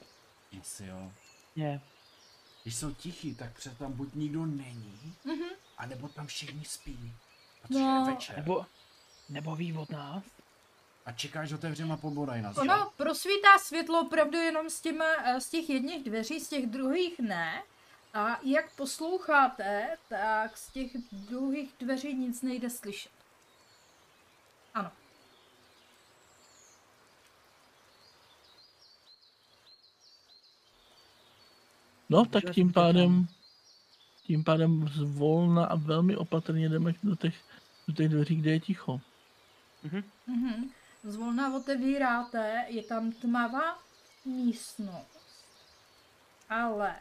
S2: Jestli jo.
S3: Ne.
S2: Když jsou tichý, tak přece tam buď nikdo není,
S1: Mhm.
S2: anebo tam všichni spí. Protože
S1: No.
S2: je večer.
S3: Nebo, nebo ví od nás?
S2: A čekáš otevřem a pobodaj nás. že?
S1: Ono prosvítá světlo opravdu jenom z, těma, eh, z těch jedných dveří, z těch druhých ne. A jak posloucháte, tak z těch druhých dveří nic nejde slyšet. Ano.
S5: No,
S3: Takže
S5: tak
S3: já
S5: tím
S3: jsem to tam.
S5: pádem, tím pádem zvolna a velmi opatrně jdeme do těch, do těch dveří, kde je ticho.
S1: Mhm. Zvolna otevíráte, je tam tmavá místnost. Ale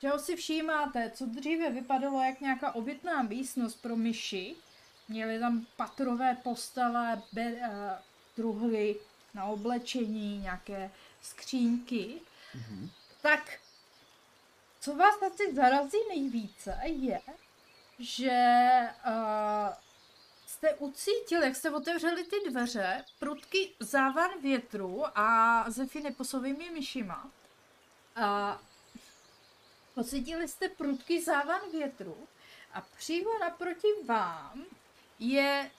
S1: čeho si všímáte, co dříve vypadalo jak nějaká obytná místnost pro myši, měly tam patrové postele, be, uh, truhly na oblečení, nějaké skřínky,
S2: Mhm.
S1: tak co vás asi zarazí nejvíce je, že uh, jste ucítil, jak jste otevřeli ty dveře, prudký závan větru a zefiny posovými myšima. A pocítili jste prudký závan větru a přímo naproti vám je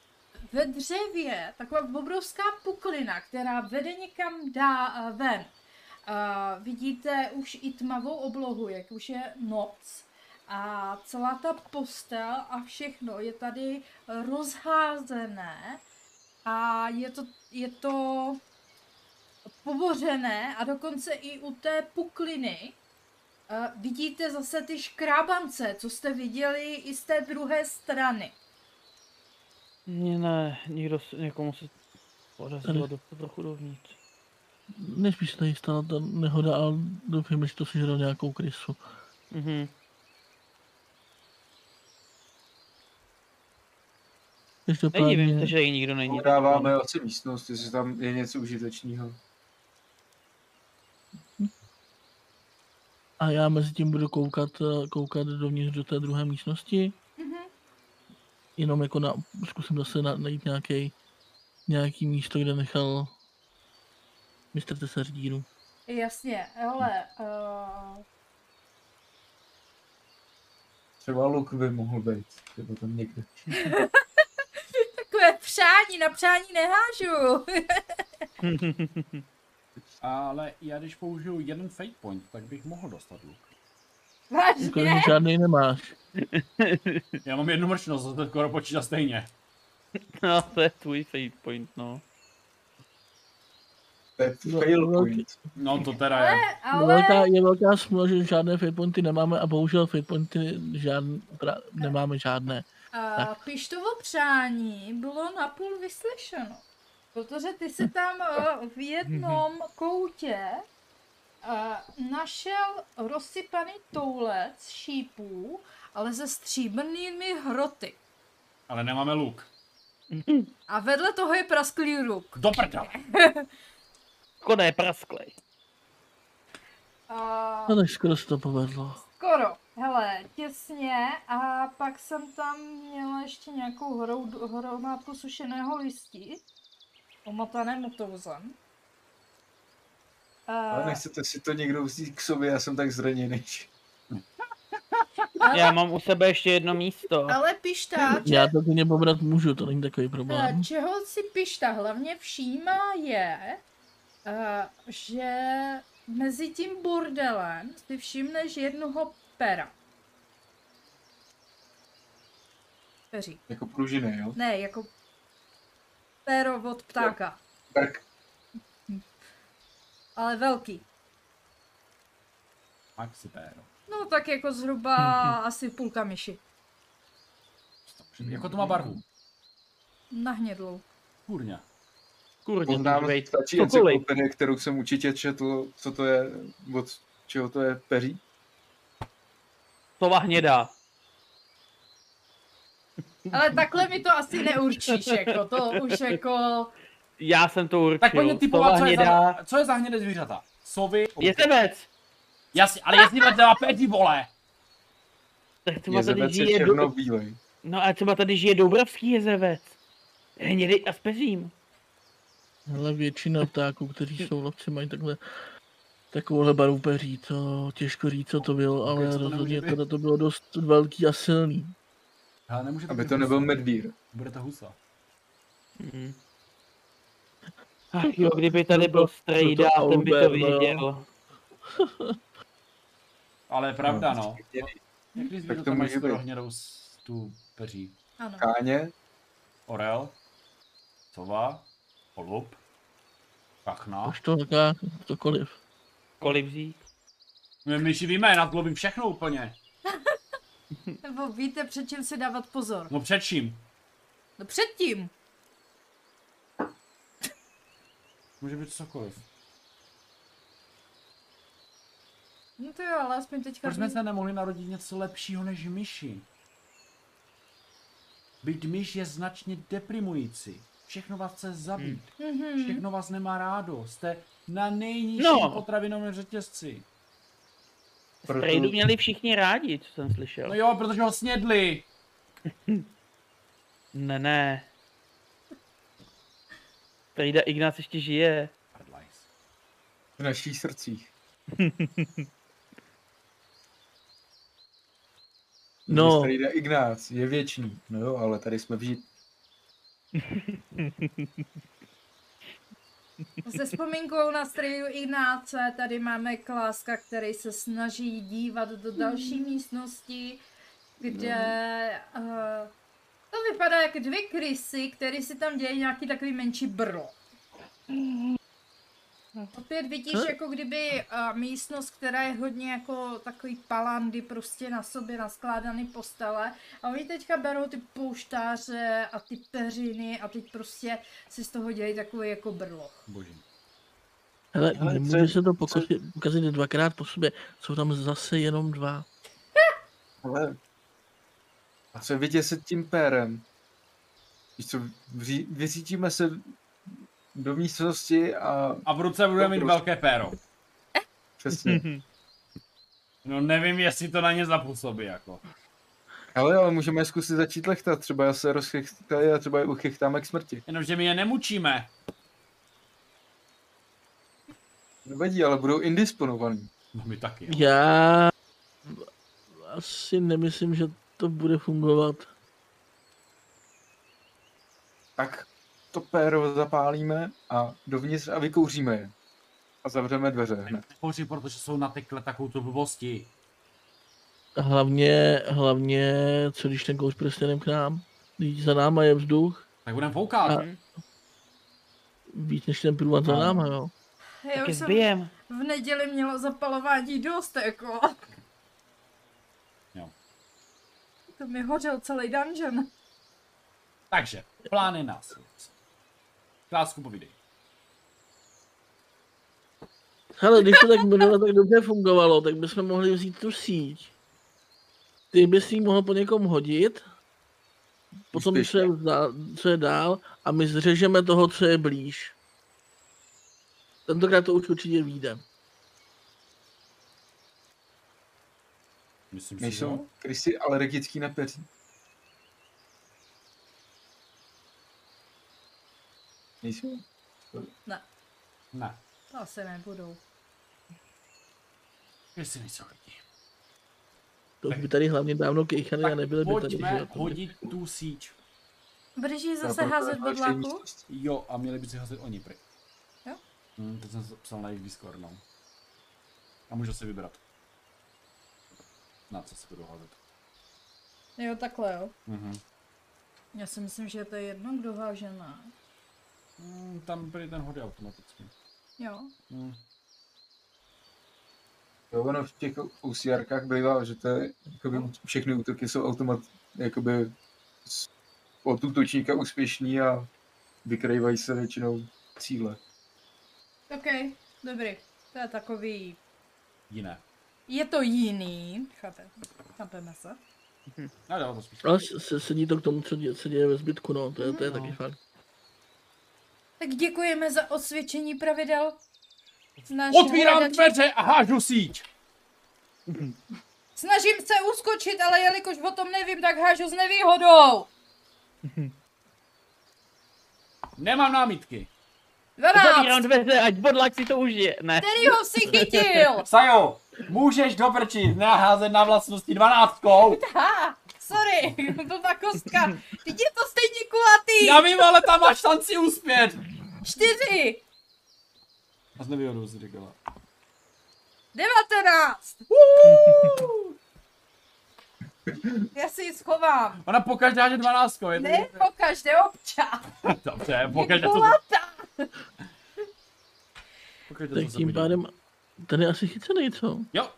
S1: ve dřevě taková obrovská puklina, která vede někam dá eh, ven. A vidíte už i tmavou oblohu, jak už je noc. A celá ta postel a všechno je tady rozházené a je to, je to pobořené a dokonce i u té pukliny eh, vidíte zase ty škrábance, co jste viděli i z té druhé strany.
S3: Ne, ne, někdo, s- někomu se podařilo
S5: Tady.
S3: dostat trochu dovnitř.
S5: Nejspíš se tady stala ta nehoda, ale doufám, že to sežral nějakou krysu.
S3: Mhm. Nedivím se,
S5: Každopádně,
S3: že ji nikdo není.
S4: Dáváme asi místnost, jestli tam je něco užitečného.
S5: a já mezi tím budu koukat, eh, koukat dovnitř do té druhé místnosti.
S1: Mhm.
S5: Jenom jako na, zkusím zase na, najít nějaký, nějaký místo, kde nechal mistr tesař díru.
S1: Jasně, ale uh,
S4: Třeba luk by mohl být, nebo tam někde.
S1: takové přání, na přání nehážu.
S2: Ale já když použiju jeden fate point, tak bych mohl dostat luk.
S5: Ukážu,
S1: Vážně?
S5: Jako, že žádný nemáš.
S2: Já mám jednu mrčnost, to skoro počítá stejně.
S3: No, to je tvůj fate point, no.
S4: To je
S5: No,
S4: fail
S5: velký-
S4: point.
S2: No to teda je.
S5: Je
S1: Ale
S5: velká, je velká smůla, že žádné fatepointy nemáme a bohužel fatepointy žádn, pra, nemáme žádné.
S1: A Pištovo přání bylo napůl vyslyšeno, protože ty si tam eh, v jednom koutě eh, našel rozsypaný toulec šípů, ale se stříbrnými hroty.
S2: Ale nemáme luk.
S1: A vedle toho je prasklý luk.
S2: Do prdele.
S3: Koné Jako prasklej.
S1: A
S5: No tak skoro se to povedlo.
S1: skoro, hele, těsně. A pak jsem tam měla ještě nějakou hrou, hromádku sušeného listí, omotané motouzem. Eh,
S4: Ale nechcete si to někdo vzít k sobě, já jsem tak zraněný.
S3: Já mám u sebe ještě jedno místo.
S1: Ale pišta, če-
S5: Já to klidně pobrat můžu, to není takový problém.
S1: eh, čeho si pišta hlavně všímá je, eh, že mezi tím bordelem si všimneš jednoho pera. Peří.
S4: Jako pružiny, jo?
S1: Ne, jako pero od ptáka,
S4: Tak
S1: ale velký.
S2: Maxi péro.
S1: No tak jako zhruba asi půlka myši.
S2: Jako to má barvu?
S1: Na hnědlou.
S2: Kurňa.
S3: Kurně, to
S4: Poznám
S3: může být
S4: stačí
S3: cokoliv.
S4: encyklopedie, kterou jsem určitě četl, co to je, od čeho to je peří.
S3: slova hnědá.
S1: Ale takhle mi to asi neurčíš, jako to už jako...
S3: Já jsem to určil.
S2: Tak pojďme
S3: slova
S2: typovat, co je, za, co je za hnědé zvířata. Sovy.
S3: Jezevec!
S2: Jasně, ale jestli vedle má pěti vole.
S3: Tak třeba tady
S4: Jezevec je
S3: žije... Do...
S4: černobílej.
S3: No a třeba tady žije Doubravský jezevec. Hnědej a s peřím.
S5: Ale většina ptáků, kteří jsou lovci, mají takhle takovouhle barvu peří, to těžko říct, co to bylo, ale
S2: co Jako to
S5: rozhodně
S2: nemůže být?
S5: teda to bylo dost velký a silný.
S2: Ale nemůže
S4: Aby to nebyl medvír.
S2: Bude to husa.
S3: Mhm. Ach jo, kdyby tady byl strejda,
S5: to
S3: ten by to
S5: Albert, no jo.
S3: věděl.
S2: Ale je pravda, no.
S4: stěný.
S2: Jak když zvířata
S4: to
S2: mají
S4: může
S2: skoro
S4: být.
S2: hnědou s- tu peří.
S1: Ano.
S4: Káně,
S2: Orel. Sova. Holub. Kachna.
S5: Až to taká, cokoliv.
S3: Kolibřík.
S2: My myši víme, nad lovím všechno úplně.
S1: Nebo víte, před čím si dávat pozor.
S2: No před čím?
S1: No předtím.
S2: Může být cokoliv.
S1: No to jo, ale aspoň teďka...
S2: Proč jsme
S1: ví-
S2: se nemohli narodit něco lepšího než myši? Být myš je značně deprimující. Všechno vás chce zabít.
S1: Mhm.
S2: Všechno vás nemá rádo. Jste na nejnižším
S3: No.
S2: potravinovém řetězci.
S4: proto
S3: Strejdu měli všichni rádi, co jsem slyšel.
S2: No jo, protože ho snědli.
S3: Ne, ne. Prejda Ignác ještě žije.
S2: Hardlines.
S4: V našich srdcích.
S5: No.
S4: Tady jde Ignác, je věčný. No jo, ale tady jsme vždy.
S1: Se vzpomínkou na strýdu Ignáce tady máme Kláska, který se snaží dívat do další místnosti, kde uh, to vypadá jak dvě krysy, které si tam dějí nějaký takový menší brlo. Opět vidíš, jako kdyby uh, místnost, která je hodně jako takový palandy prostě na sobě naskládaný postele a oni teďka berou ty pouštáře a ty peřiny a teď prostě si z toho dělají takový jako brloch.
S2: Boží.
S5: Hele,
S2: Hele,
S5: nemůže
S2: co-
S5: se to pokusit, ukazit dvakrát po sobě. Jsou tam zase jenom dva.
S4: Ale... A co je vyděsit tím pérem? Víš co, vří- vyřítíme se do místnosti a
S2: A v ruce budeme mít
S4: Dobrou.
S2: velké péro.
S4: přesně.
S1: Hm.
S2: No nevím, jestli to na ně zapůsobí, jako.
S4: Ale, ale můžeme je zkusit začít lechtat, třeba se rozchechtají a třeba je uchechtáme k smrti.
S2: Jenomže my je nemučíme.
S4: Nevadí, ale budou indisponovaní.
S2: No my taky.
S5: Já asi nemyslím, že to bude fungovat.
S4: Tak to péro zapálíme a dovnitř a vykouříme je. A zavřeme dveře hned.
S2: Hoří, protože jsou natekle takovou tu blbosti.
S5: A Hlavně, hlavně, co když ten kouř prstenem k nám? Když za náma je vzduch,
S2: Tak budeme foukat.
S5: A- víc než ten průvat za
S2: Ano.
S5: náma, jo.
S1: Já
S3: Tak je
S1: už jsem
S3: zbijem.
S1: v neděli měla zapalování dost, jako.
S2: Jo.
S1: To mi hořel celý dungeon.
S2: Takže, plány následující. Klásku povídej.
S5: Hele, když to tak minule tak dobře fungovalo, tak bychom mohli vzít tu síť. Ty bys jí mohl po někom hodit, potom co
S4: Úspěšně.
S5: je, vzá- co je dál, a my zřežeme toho, co je blíž. Tentokrát to už určitě vyjde.
S2: Myslím si, že...
S4: Nejsou krysy alergický na peří. Nejsou?
S2: Ne,
S1: To asi nebudou.
S2: jestli nejsou lidi.
S5: To už by tady hlavně dávno kejchany a nebyly No by tady. že
S2: pojďme
S5: jo?
S2: hodit tu síť.
S1: Budeš jí zase
S4: Proto
S1: házet
S4: další
S1: bodláku?
S4: místnosti.
S2: Jo, a měli by si házet oni pry.
S1: Jo.
S2: Hm, teď jsem se psal na jejich Discord, no. A můžu si vybrat. Na co si budu házet.
S1: Jo, takhle jo.
S2: Mhm.
S1: Já si myslím, že to je jedno, kdo háže na.
S2: Mm, tam prý ten hodí automaticky.
S1: Jo.
S2: Mm.
S4: Jo, ono v těch OCR-kách bývá, že to je, jakoby, všechny útoky jsou automat, jakoby, z- od útočníka úspěšní a vykrývají se většinou cíle.
S1: OK, dobrý. To je takový...
S2: Jiné.
S1: Je to jiný. Chápeme. Chápeme se.
S2: No jo, to spíš.
S5: Ale s- se, sedí to k tomu, co dě, se děje ve zbytku, no, to je, to je taky fakt.
S1: Tak děkujeme za osvědčení pravidel. Snaž
S2: Otvírám dveře a hážu síť!
S1: Snažím se uskočit, ale jelikož o tom nevím, tak hážu s nevýhodou.
S2: Nemám námitky.
S1: 12.
S3: Zavírám dveře, ať bodlak si to užije. Ne.
S1: Kterýho si chytil?
S2: Sajo, můžeš doprčit, neházet na vlastnosti dvanáctkou.
S1: Ha, sorry, blbá kostka. Teď je to stejně kulatý.
S2: Já vím, ale tam máš šanci uspět.
S1: Čtyři,
S2: A z nevýhodou si říkala.
S1: devatenáct. Já si ji schovám.
S2: Ona pokaždé háže dvanáctkou, je to
S1: Ne, po každé občas.
S2: Dobře,
S1: Je
S2: pokaždé to...
S1: kulatá.
S2: Pokaždé
S5: Tak
S2: to
S5: tím pádem, ten je asi chycený, co?
S2: Jo,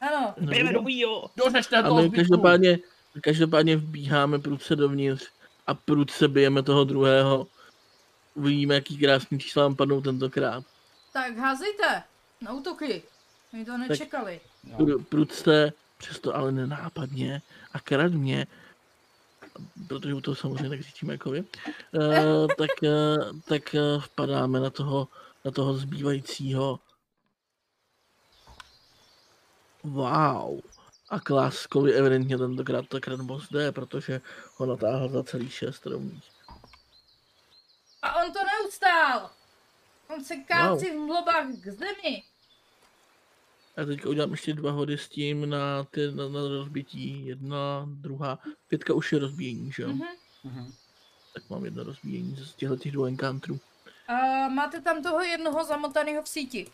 S1: Ano,
S3: Jdeme do bíjo.
S2: dořešte
S5: A
S2: toho
S5: my
S2: zbytku.
S5: každopádně, každopádně vbíháme prudce dovnitř a prudce bijeme toho druhého. Uvidíme, jaký krásný čísla vám padnou tentokrát.
S1: tak házejte na útoky. My to nečekali.
S2: Jo.
S5: Pru- Prudce, přesto ale nenápadně a kradně, protože u toho samozřejmě nekřičíme jako vy, eh, tak, eh, tak eh, vpadáme na toho, na toho zbývajícího. Wow. A Kláskovi evidentně tentokrát takrát moc jde, protože ho natáhl za celý šest rovných.
S1: A on to neustál. On se kácí v mlobách k zemi.
S5: A teďka udělám ještě dva hody s tím na, ty, na, na rozbití. Jedna, druhá. Pětka už je rozbíjení, že jo?
S1: Mhm.
S2: Mhm.
S5: Tak mám jedno rozbíjení z těchto těch dvou encounterů.
S1: A máte tam toho jednoho zamotaného v síti.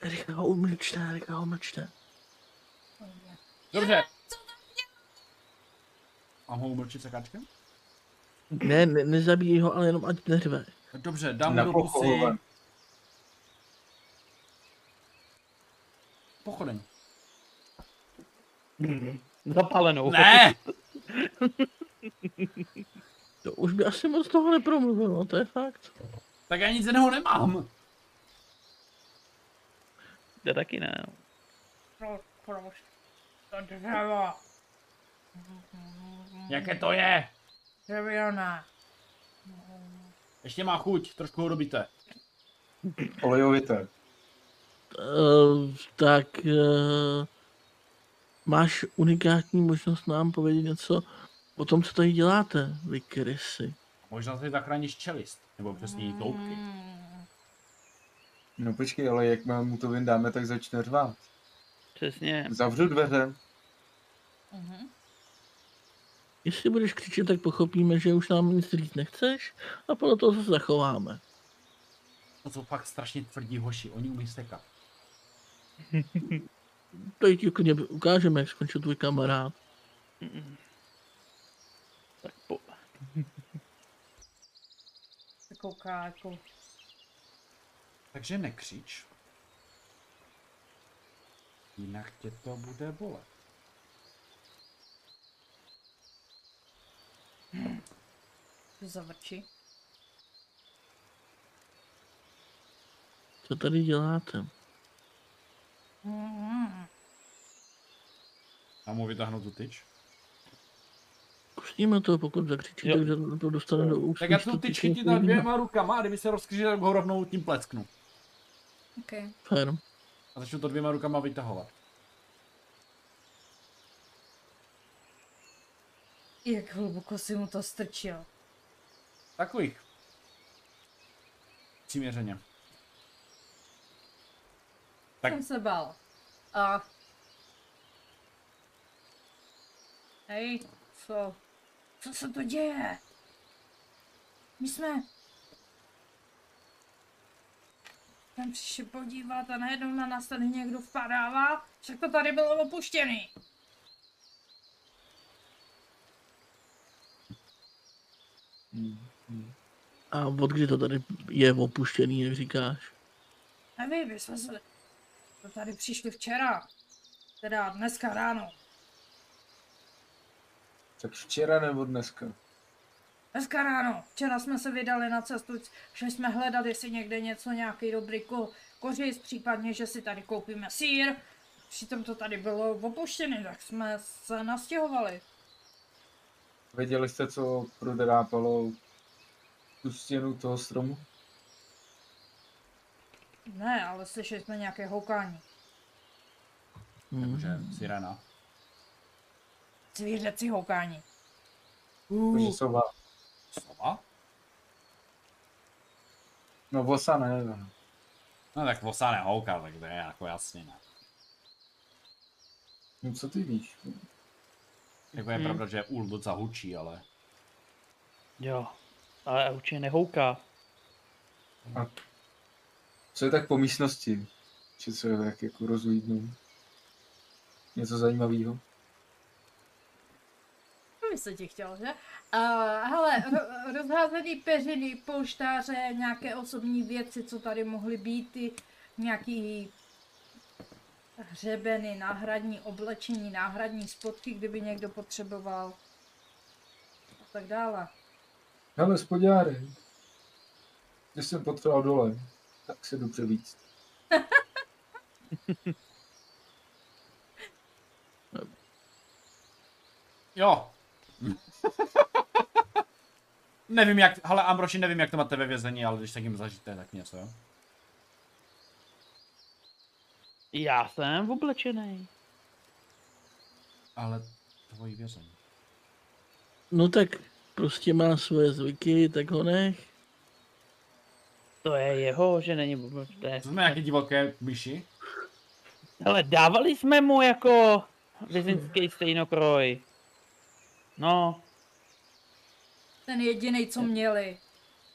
S5: Erika ho umlčte, Erika ho umlčte.
S2: Dobře. Mám ho umlčit sekáčkem?
S5: Ne, ne nezabíjí ho, ale jenom ať neřve.
S2: Dobře, dám
S4: Na
S2: mu do pusy
S4: pochodu.
S2: pochodeň.
S3: Zapalenou.
S2: Ne!
S5: To už by asi moc toho nepromluvilo, to je fakt.
S2: Tak já nic jiného nemám.
S3: To taky ne. no.
S1: Pro, pro, to dřevo.
S2: Jaké to je?
S1: Dřevěná.
S2: Ještě má chuť, trošku ho dobíte.
S4: Olejovité.
S5: Uh, tak uh, máš unikátní možnost nám povědět něco o tom, co tady děláte, vy krysy.
S2: Možná si zachráníš čelist, nebo přesně jí tloubky.
S1: Hmm.
S4: No počkej, ale jak mám mu to vyndáme, tak začne řvát.
S3: Přesně.
S4: Zavřu dveře.
S1: Mhm.
S5: Jestli budeš křičet, tak pochopíme, že už nám nic říct nechceš a podle toho se zachováme.
S2: To jsou fakt strašně tvrdí hoši, oni umí sekat.
S5: Tady ti klidně ukážeme, jak skončil tvůj kamarád.
S3: Tak po...
S1: Se kouká jako...
S2: Takže nekřič. Jinak tě to bude bolet.
S1: Zavrči.
S5: Co tady děláte?
S1: Mhm.
S2: Mám mu vytáhnout tu tyč?
S5: Zkusíme to, pokud zakřičí,
S3: Jo.
S5: tak za- to dostane do úst.
S2: Tak já
S5: místo
S2: tu tyč
S5: tyče
S2: chytím na
S5: půl dne.
S2: dvěma rukama a kdyby se rozkřížil, tak ho rovnou tím plecknu.
S1: Okay.
S5: Fér.
S2: A začnu to dvěma rukama vytahovat.
S1: Jak hluboko si mu to strčil.
S2: Takových. Přiměřeně. Tak.
S1: Tak. Jsem se bál. A... Hej, co? Co se to děje? My jsme... Tam přišli podívat a najednou na nás tady někdo vpadává. Však to tady bylo opuštěný.
S5: A od kdy to tady je opuštěný, jak říkáš?
S1: Nevím, my jsme se... To tady přišli včera. Teda dneska ráno.
S4: Tak včera nebo dneska?
S1: Dneska ráno, včera jsme se vydali na cestu, že jsme hledali si někde něco, nějaký dobrý ko- kořist, případně, že si tady koupíme sír. Přitom to tady bylo opuštěné, tak jsme se nastěhovali.
S4: Věděli jste, co prodrápalo tu stěnu toho stromu?
S1: Ne, ale slyšeli jsme nějaké houkání.
S5: Hmm.
S2: Takže sirena.
S1: Zvířecí houkání.
S4: Protože jsou vás.
S2: Sova?
S4: No vosa ne.
S2: No tak vosa nehouká, tak to je jako jasně ne.
S4: No co ty víš?
S2: Jako je
S3: Mhm.
S2: pravda, že ul docela hučí, ale...
S3: Jo. Ale určitě nehouká.
S4: Co je tak po místnosti? Či co je tak jako rozlídnou? Něco zajímavého?
S1: To by se ti chtělo, že? Uh, hele, ro- rozházený peřiny, polštáře, nějaké osobní věci, co tady mohly být, ty nějaký hřebeny, náhradní oblečení, náhradní spotky, kdyby někdo potřeboval. A tak dále.
S4: Hele, spodňáry. Když jsem potřeboval dole, tak se dobře víc.
S2: Jo. nevím jak, hele Ambroši, nevím jak to máte ve vězení, ale když tak jim zažijte, tak něco, jo?
S3: Já jsem oblečený.
S2: ale tvoji vězení.
S5: No tak prostě má svoje zvyky, tak ho nech.
S3: To je jeho, že není blbé.
S2: Jsme nějaké divoké myši?
S3: Ale dávali jsme mu jako vězeňský stejnokroj. No,
S1: Ten jediný, co měli.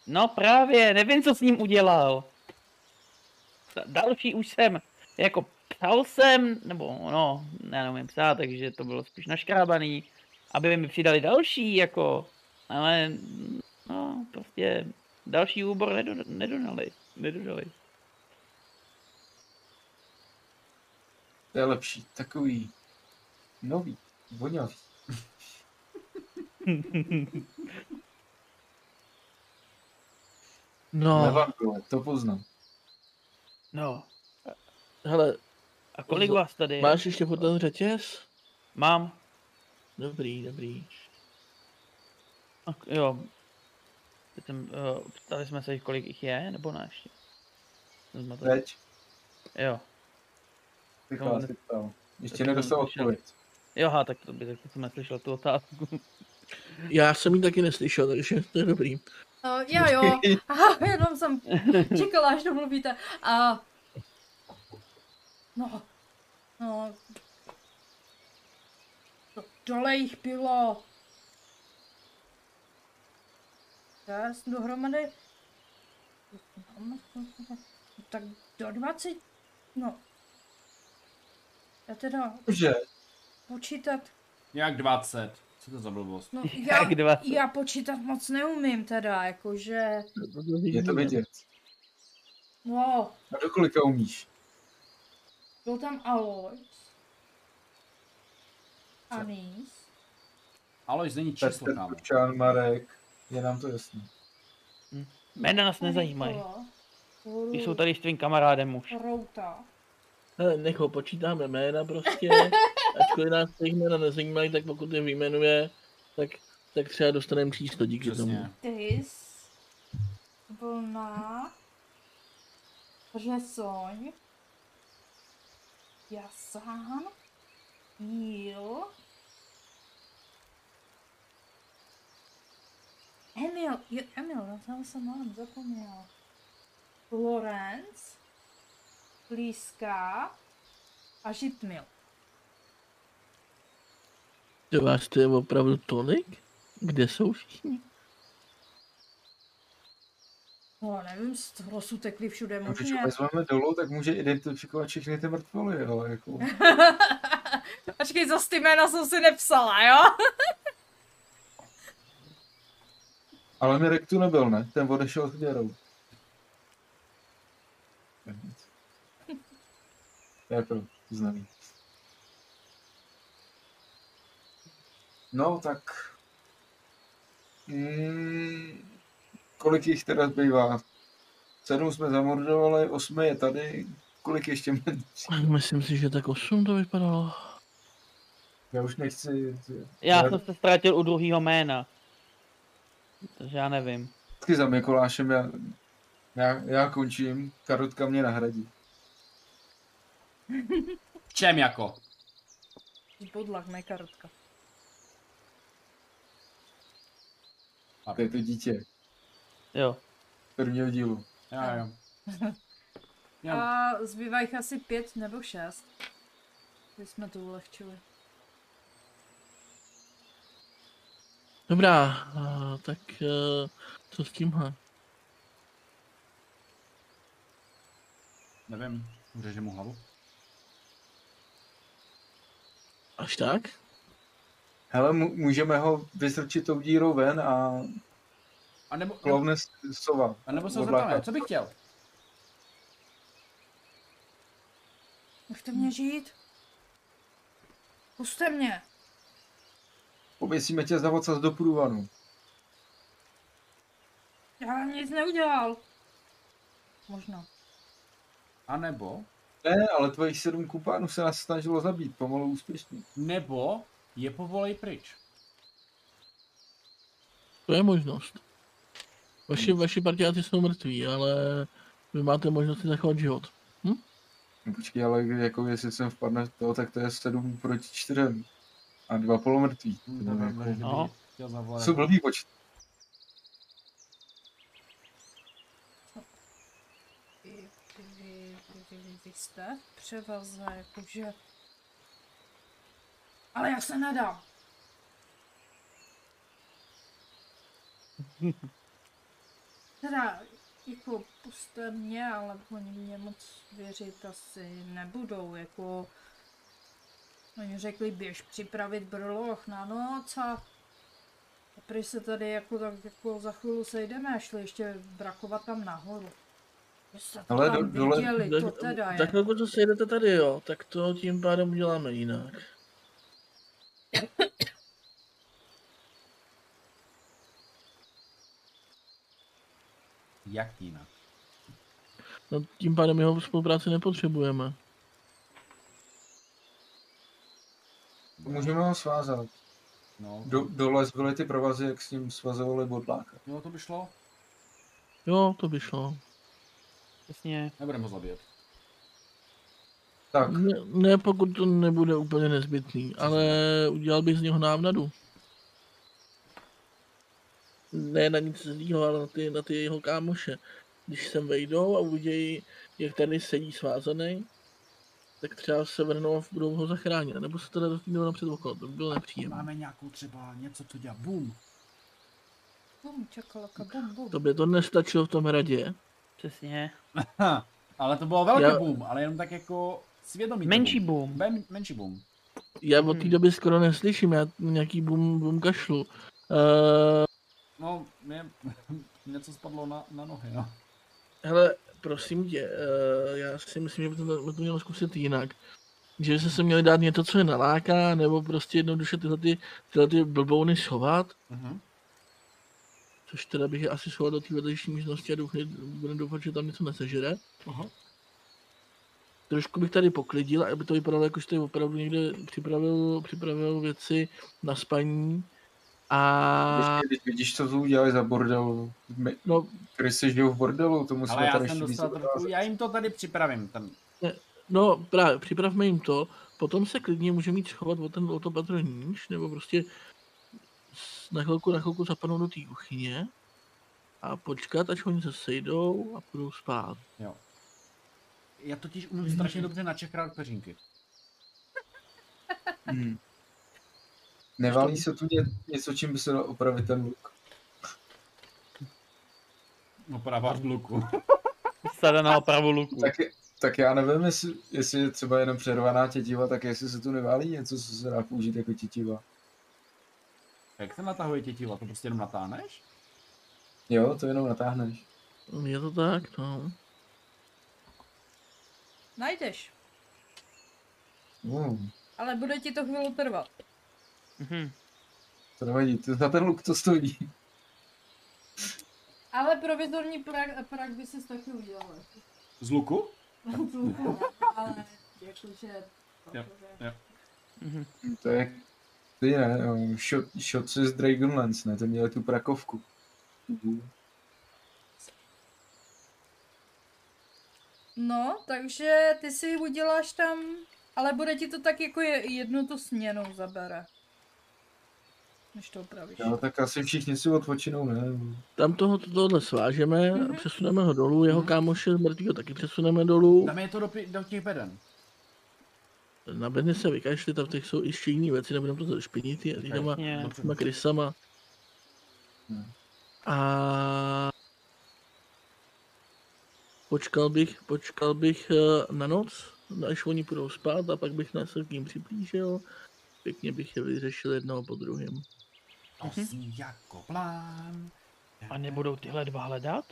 S3: no právě, nevím, co s ním udělal. Ta- Další už jsem, jako psal jsem, nebo no, já neumím psát, takže to bylo spíš naškrábaný, aby mi přidali další, jako, ale no, prostě další úbor nedo- nedodali, nedodali.
S4: To je lepší. Takový nový, voňavý.
S5: No,
S4: Levandule, to poznám.
S3: No,
S5: hele,
S3: a kolik vás tady je?
S5: máš ještě pod ten řetěz?
S3: Mám.
S5: Dobrý, dobrý.
S3: A, k- jo. Je Tam, uh, ptali jsme se, kolik jich je, nebo ne ještě? Jsem zmatený.
S4: Teď?
S3: Jo.
S4: Bych
S3: No,
S4: vás
S3: ne-
S4: se ptal. Ještě
S3: to
S4: nedostal
S3: jsem slyšel.
S4: odpověď.
S3: Jo, ha, tak to by tak to jsem neslyšel tu otázku.
S5: Já jsem ji taky neslyšel, takže to je dobrý.
S1: No, já jo, Aha, jenom jsem čekala, až domluvíte. A... No, no... To dole jich bylo... Já jsem dohromady... No, Tak do 20... No... Já teda
S4: Dobře,
S1: počítat...
S2: Nějak 20. Co to za blbost?
S1: No, já,
S3: Jak dva.
S1: já počítat moc neumím teda, jakože...
S4: je to vidět.
S1: No,
S4: A do kolika umíš?
S1: Byl tam Alois. Anis.
S2: Alois není číslo,
S4: Pester,
S2: kámo.
S4: Turčan, Marek, je nám to jasné.
S3: Jména nás nezajímají.
S1: Nikola,
S3: Ty jsou tady s tvým kamarádem už.
S1: Routa.
S5: Hele, nech ho, počítáme jména prostě, ačkoliv nás ty jména nezajímají, tak pokud je vyjmenuje, tak, tak třeba dostaneme číslo díky tomu.
S2: Přesně.
S1: Tys. Vlna. Řesoň. Jasán. Jíl. Emil, jo, Emil, na toho jsem mám, zapomněl. Lorenz. Líská. A Žitmil.
S5: Do vás to je opravdu tolik? Kde jsou všichni?
S1: No, nevím, z toho jsou tekli všude
S4: No, Když
S1: možně.
S4: ho vezmeme dolů, tak může identifikovat všechny ty mrtvoly, ale jako...
S1: Ačkej, zas ty jména jsem si nepsala, jo?
S4: Ale Mirek tu nebyl, ne? Ten odešel s děrou. Tak nic. Jako, znamí. No, tak... Mm, kolik jich teda zbývá? Sedm jsme zamordovali, osmi je tady. Kolik ještě mezi?
S5: Myslím si, že tak 8 to vypadalo.
S4: Já už nechci... ty-
S3: Já
S4: já
S3: jsem se ztratil u druhého jména. Takže já nevím.
S4: vždycky za Mikulášem, já, já, já končím. Karotka mě nahradí.
S2: V čem jako?
S1: Podlak, ne karotka.
S4: To je to dítě
S3: Jo.
S4: prvního dílu.
S2: Já, jo. Já,
S1: A zbývá jich asi pět nebo šest. My jsme to ulehčili.
S5: Dobrá, a, tak eh, co s tímhle?
S2: nevím, uřeže mu hlavu.
S5: Až tak?
S4: Hele, mu- můžeme ho vystrčit tou dírou ven a
S2: A nebo,
S4: klovne s- sova.
S2: a nebo se ho
S4: Odlákat.
S2: zeptáme, co bych chtěl?
S1: Nechte mě žít. Puste mě.
S4: Pověsíme tě za ocas do průvanu.
S1: Já nic neudělal. Možná.
S2: A nebo,
S4: Ne, ale tvojich sedm kupánů se nás snažilo zabít, pomalu úspěšně.
S2: nebo je povolej pryč.
S5: To je možnost. Vaši, vaši partiáci jsou mrtví, ale vy máte možnost si zachovat život.
S4: No Počkej, ale jako jestli sem vpadne to, tak to je sedm proti čtyřem. a dva polomrtví.
S2: Hm,
S4: To
S2: Nevím,
S4: jako-
S2: kdyby
S3: No.
S2: chtěl zavolat.
S4: Jsou blbý počty.
S1: Vy, vy, vy, vy, vy jste v převaze, jakože... Ale já se nedám. Teda, jako puste mě, ale oni mě moc věřit asi nebudou, jako... Oni řekli, běž připravit brloch na noc a... A prý se tady jako tak jako za chvíli sejdeme a šli ještě brakovat tam nahoru. Vy jste to
S4: Hele,
S1: tam
S4: do- dole-
S1: viděli, to
S5: Tak-
S1: teda je.
S5: Tak pokud to sejdete tady, jo, tak to tím pádem uděláme jinak.
S2: Jak jinak?
S5: No, tím pádem jeho spolupráci nepotřebujeme.
S4: Můžeme ho svázat.
S2: No,
S4: Do, dole zbyly ty provazy, jak s ním svazovali bodláka.
S2: jo, to by šlo.
S5: Jo, to by šlo.
S3: Přesně.
S2: Nebudeme ho zabíjet.
S4: Tak,
S5: Ne, ne, pokud to nebude úplně nezbytný, ale udělal bych z něho návnadu. Ne na nic zlýho, ale na ty, na ty jeho kámoše. Když sem vejdou a uvidějí, jak tady sedí svázaný, tak třeba se vrhnou a budou ho zachránit. Nebo se teda dostanou napřed okolo, to by bylo nepříjemné.
S2: Máme nějakou třeba něco, co dělá boom.
S1: Bum, čokolaka, bum, bum.
S5: To by to nestačilo v tom radě.
S3: Přesně.
S2: Ha, ale to bylo velké
S5: Já-
S2: boom, ale jenom tak jako svědomí.
S3: Menší
S2: boom.
S3: boom.
S2: Mem, menší boom.
S5: Já od té
S3: Hmm.
S5: doby skoro neslyším, já nějaký bum, bum kašlu. Eh,
S2: No, mě, něco spadlo na, na nohy, no.
S5: Hele, prosím tě, eh, já si myslím, že by to, by to mělo zkusit jinak. Že se se měli dát něco, co je naláká, nebo prostě jednoduše tyhle, ty, tyhle ty blbouny schovat,
S2: Mhm.
S5: což teda bych je asi schoval do té vedlejší místnosti a doufně, budem doufat, že tam něco nesežere.
S2: Aha.
S5: Trošku bych tady poklidil, aby to vypadalo, jako že tady opravdu někde připravil, připravil věci na spaní.
S2: No.
S5: A
S4: Počkej, teď vidíš, co to udělali za bordel. My,
S5: no,
S4: Krysy žijou v bordelu, to musíme
S2: Ale já
S4: tady
S2: jsem
S4: ještě víc
S2: dostal trochu, já jim to tady připravím. Tam.
S5: No, právě, připravme jim to, potom se klidně můžeme jít schovat o, ten, o to patro níž, nebo prostě s- na chvilku, na chvilku zapadnout do té kuchyně a počkat, až oni se sejdou a půjdou spát.
S2: Jo. Já totiž umím strašně dobře načekrát peřinky.
S4: Hmm. Nevalí se tu ně, něco, čím by se dal opravit ten luk.
S2: Opravář No, luku.
S3: Sada na opravu luku.
S4: Tak, je- tak já nevím, jestli, jestli je třeba jenom přervaná tětiva, tak jestli se tu neválí něco, co se dá použít jako tětiva.
S2: Jak se natahuje tětiva? To prostě jenom natáhneš?
S4: Jo, to jenom natáhneš.
S5: Je to tak, no.
S1: Najdeš,
S4: Hmm.
S1: ale bude ti to chvíli trvat.
S3: Mhm.
S4: To nevadí, to, za ten luk to stojí.
S1: Ale provizorní prak, prak by si taky udělal.
S2: Z luku?
S1: ale jakože...
S2: Jo, jo.
S3: Mhm.
S4: To je ty ne, um, shot, shot z Dragonlance, ne, to měli tu prakovku.
S1: No, takže ty si uděláš tam, ale bude ti to tak jako je- jednu tu směnu zabere. Než to opravíš.
S4: Jo, tak asi všichni si odpočinou, ne?
S5: Tam toho, tohle svážeme,
S1: Mhm.
S5: mm-hmm. přesuneme ho dolů, jeho
S2: Mhm.
S5: kámoše z mrtvýho taky přesuneme dolů.
S2: Tam je to do, pi- do těch beden.
S5: Na bedny se vykašli, tam těch jsou ještě jiné věci, nebudeme to tady špinit, je
S2: Tak,
S5: těma,
S3: Přesně.
S2: dobře.
S5: těma krysama.
S4: Hmm.
S5: A počkal bych, počkal bych eh, na noc, až oni půjdou spát a pak bych na se k ním připlížil. Pěkně bych je vyřešil jednoho po druhém.
S2: To zní
S3: Mhm.
S2: jako plán.
S3: A nebudou tyhle dva hledat?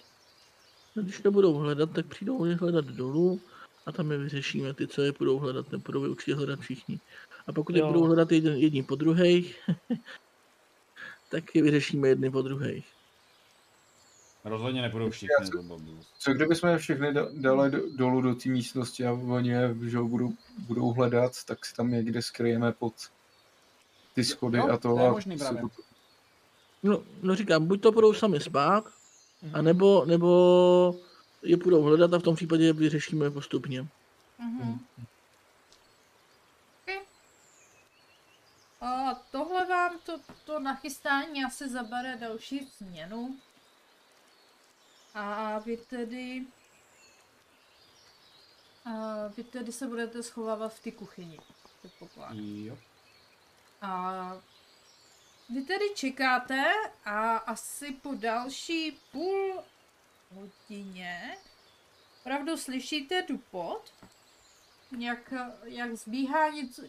S5: Když je budou hledat, tak přijdou je hledat dolů a tam je vyřešíme ty, co je budou hledat, nebudou je určitě hledat všichni. A pokud je
S3: Jo.
S5: budou hledat jeden, jedni po druhých, tak je vyřešíme jedny po druhých.
S2: Rozhodně nebudou všichni. to bylo blbost.
S4: Co kdybychom je všechny da- dali do, dolů do té místnosti a oni je že ho budou, budou hledat, tak se tam někde skryjeme pod ty schody
S2: jo,
S4: a to.
S2: to je
S4: a
S2: možný
S4: se
S2: právě.
S4: potom-
S5: No, no říkám, buď to budou sami spát,
S1: Mhm.
S5: anebo, nebo je budou hledat a v tom případě je vyřešíme postupně.
S1: Mhm. Okay. A to, to nachystání asi zabere další změnu. A vy tedy... A vy tedy se budete schovávat v té kuchyni. Předpokládám.
S2: Jo.
S1: A vy tedy čekáte a asi po další půl hodině opravdu slyšíte dupot, jak, jak zbíhá něco,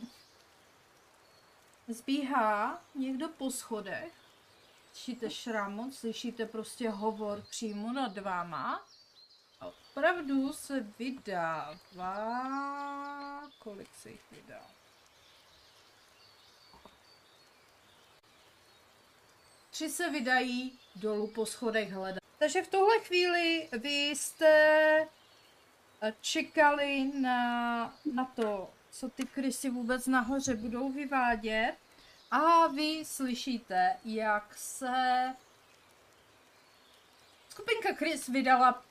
S1: zbíhá někdo po schodech, slyšíte šramot, slyšíte prostě hovor přímo nad váma a opravdu se vydává, kolik se jich vydá? tři se vydají dolů po schodech hledat. Takže v tuhle chvíli vy jste eh, čekali na, na to, co ty krysy vůbec nahoře budou vyvádět. A vy slyšíte, jak se skupinka krys vydala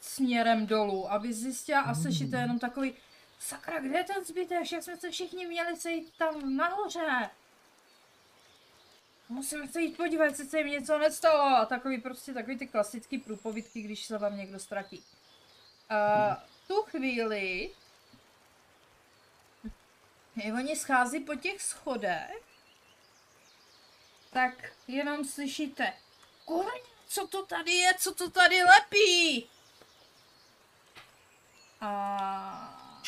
S1: směrem dolů, aby zjistila a slyšíte jenom takový Sakra, kde je ten zbytek? Jak jsme se všichni měli sejít tam nahoře? Musím se jít podívat, jestli se jim něco nestalo. A takový prostě takový ty klasický průpovídky, když se vám někdo ztratí. A v tu chvíli je, oni schází po těch schodech, tak jenom slyšíte Kurň, co to tady je, co to tady lepí? A...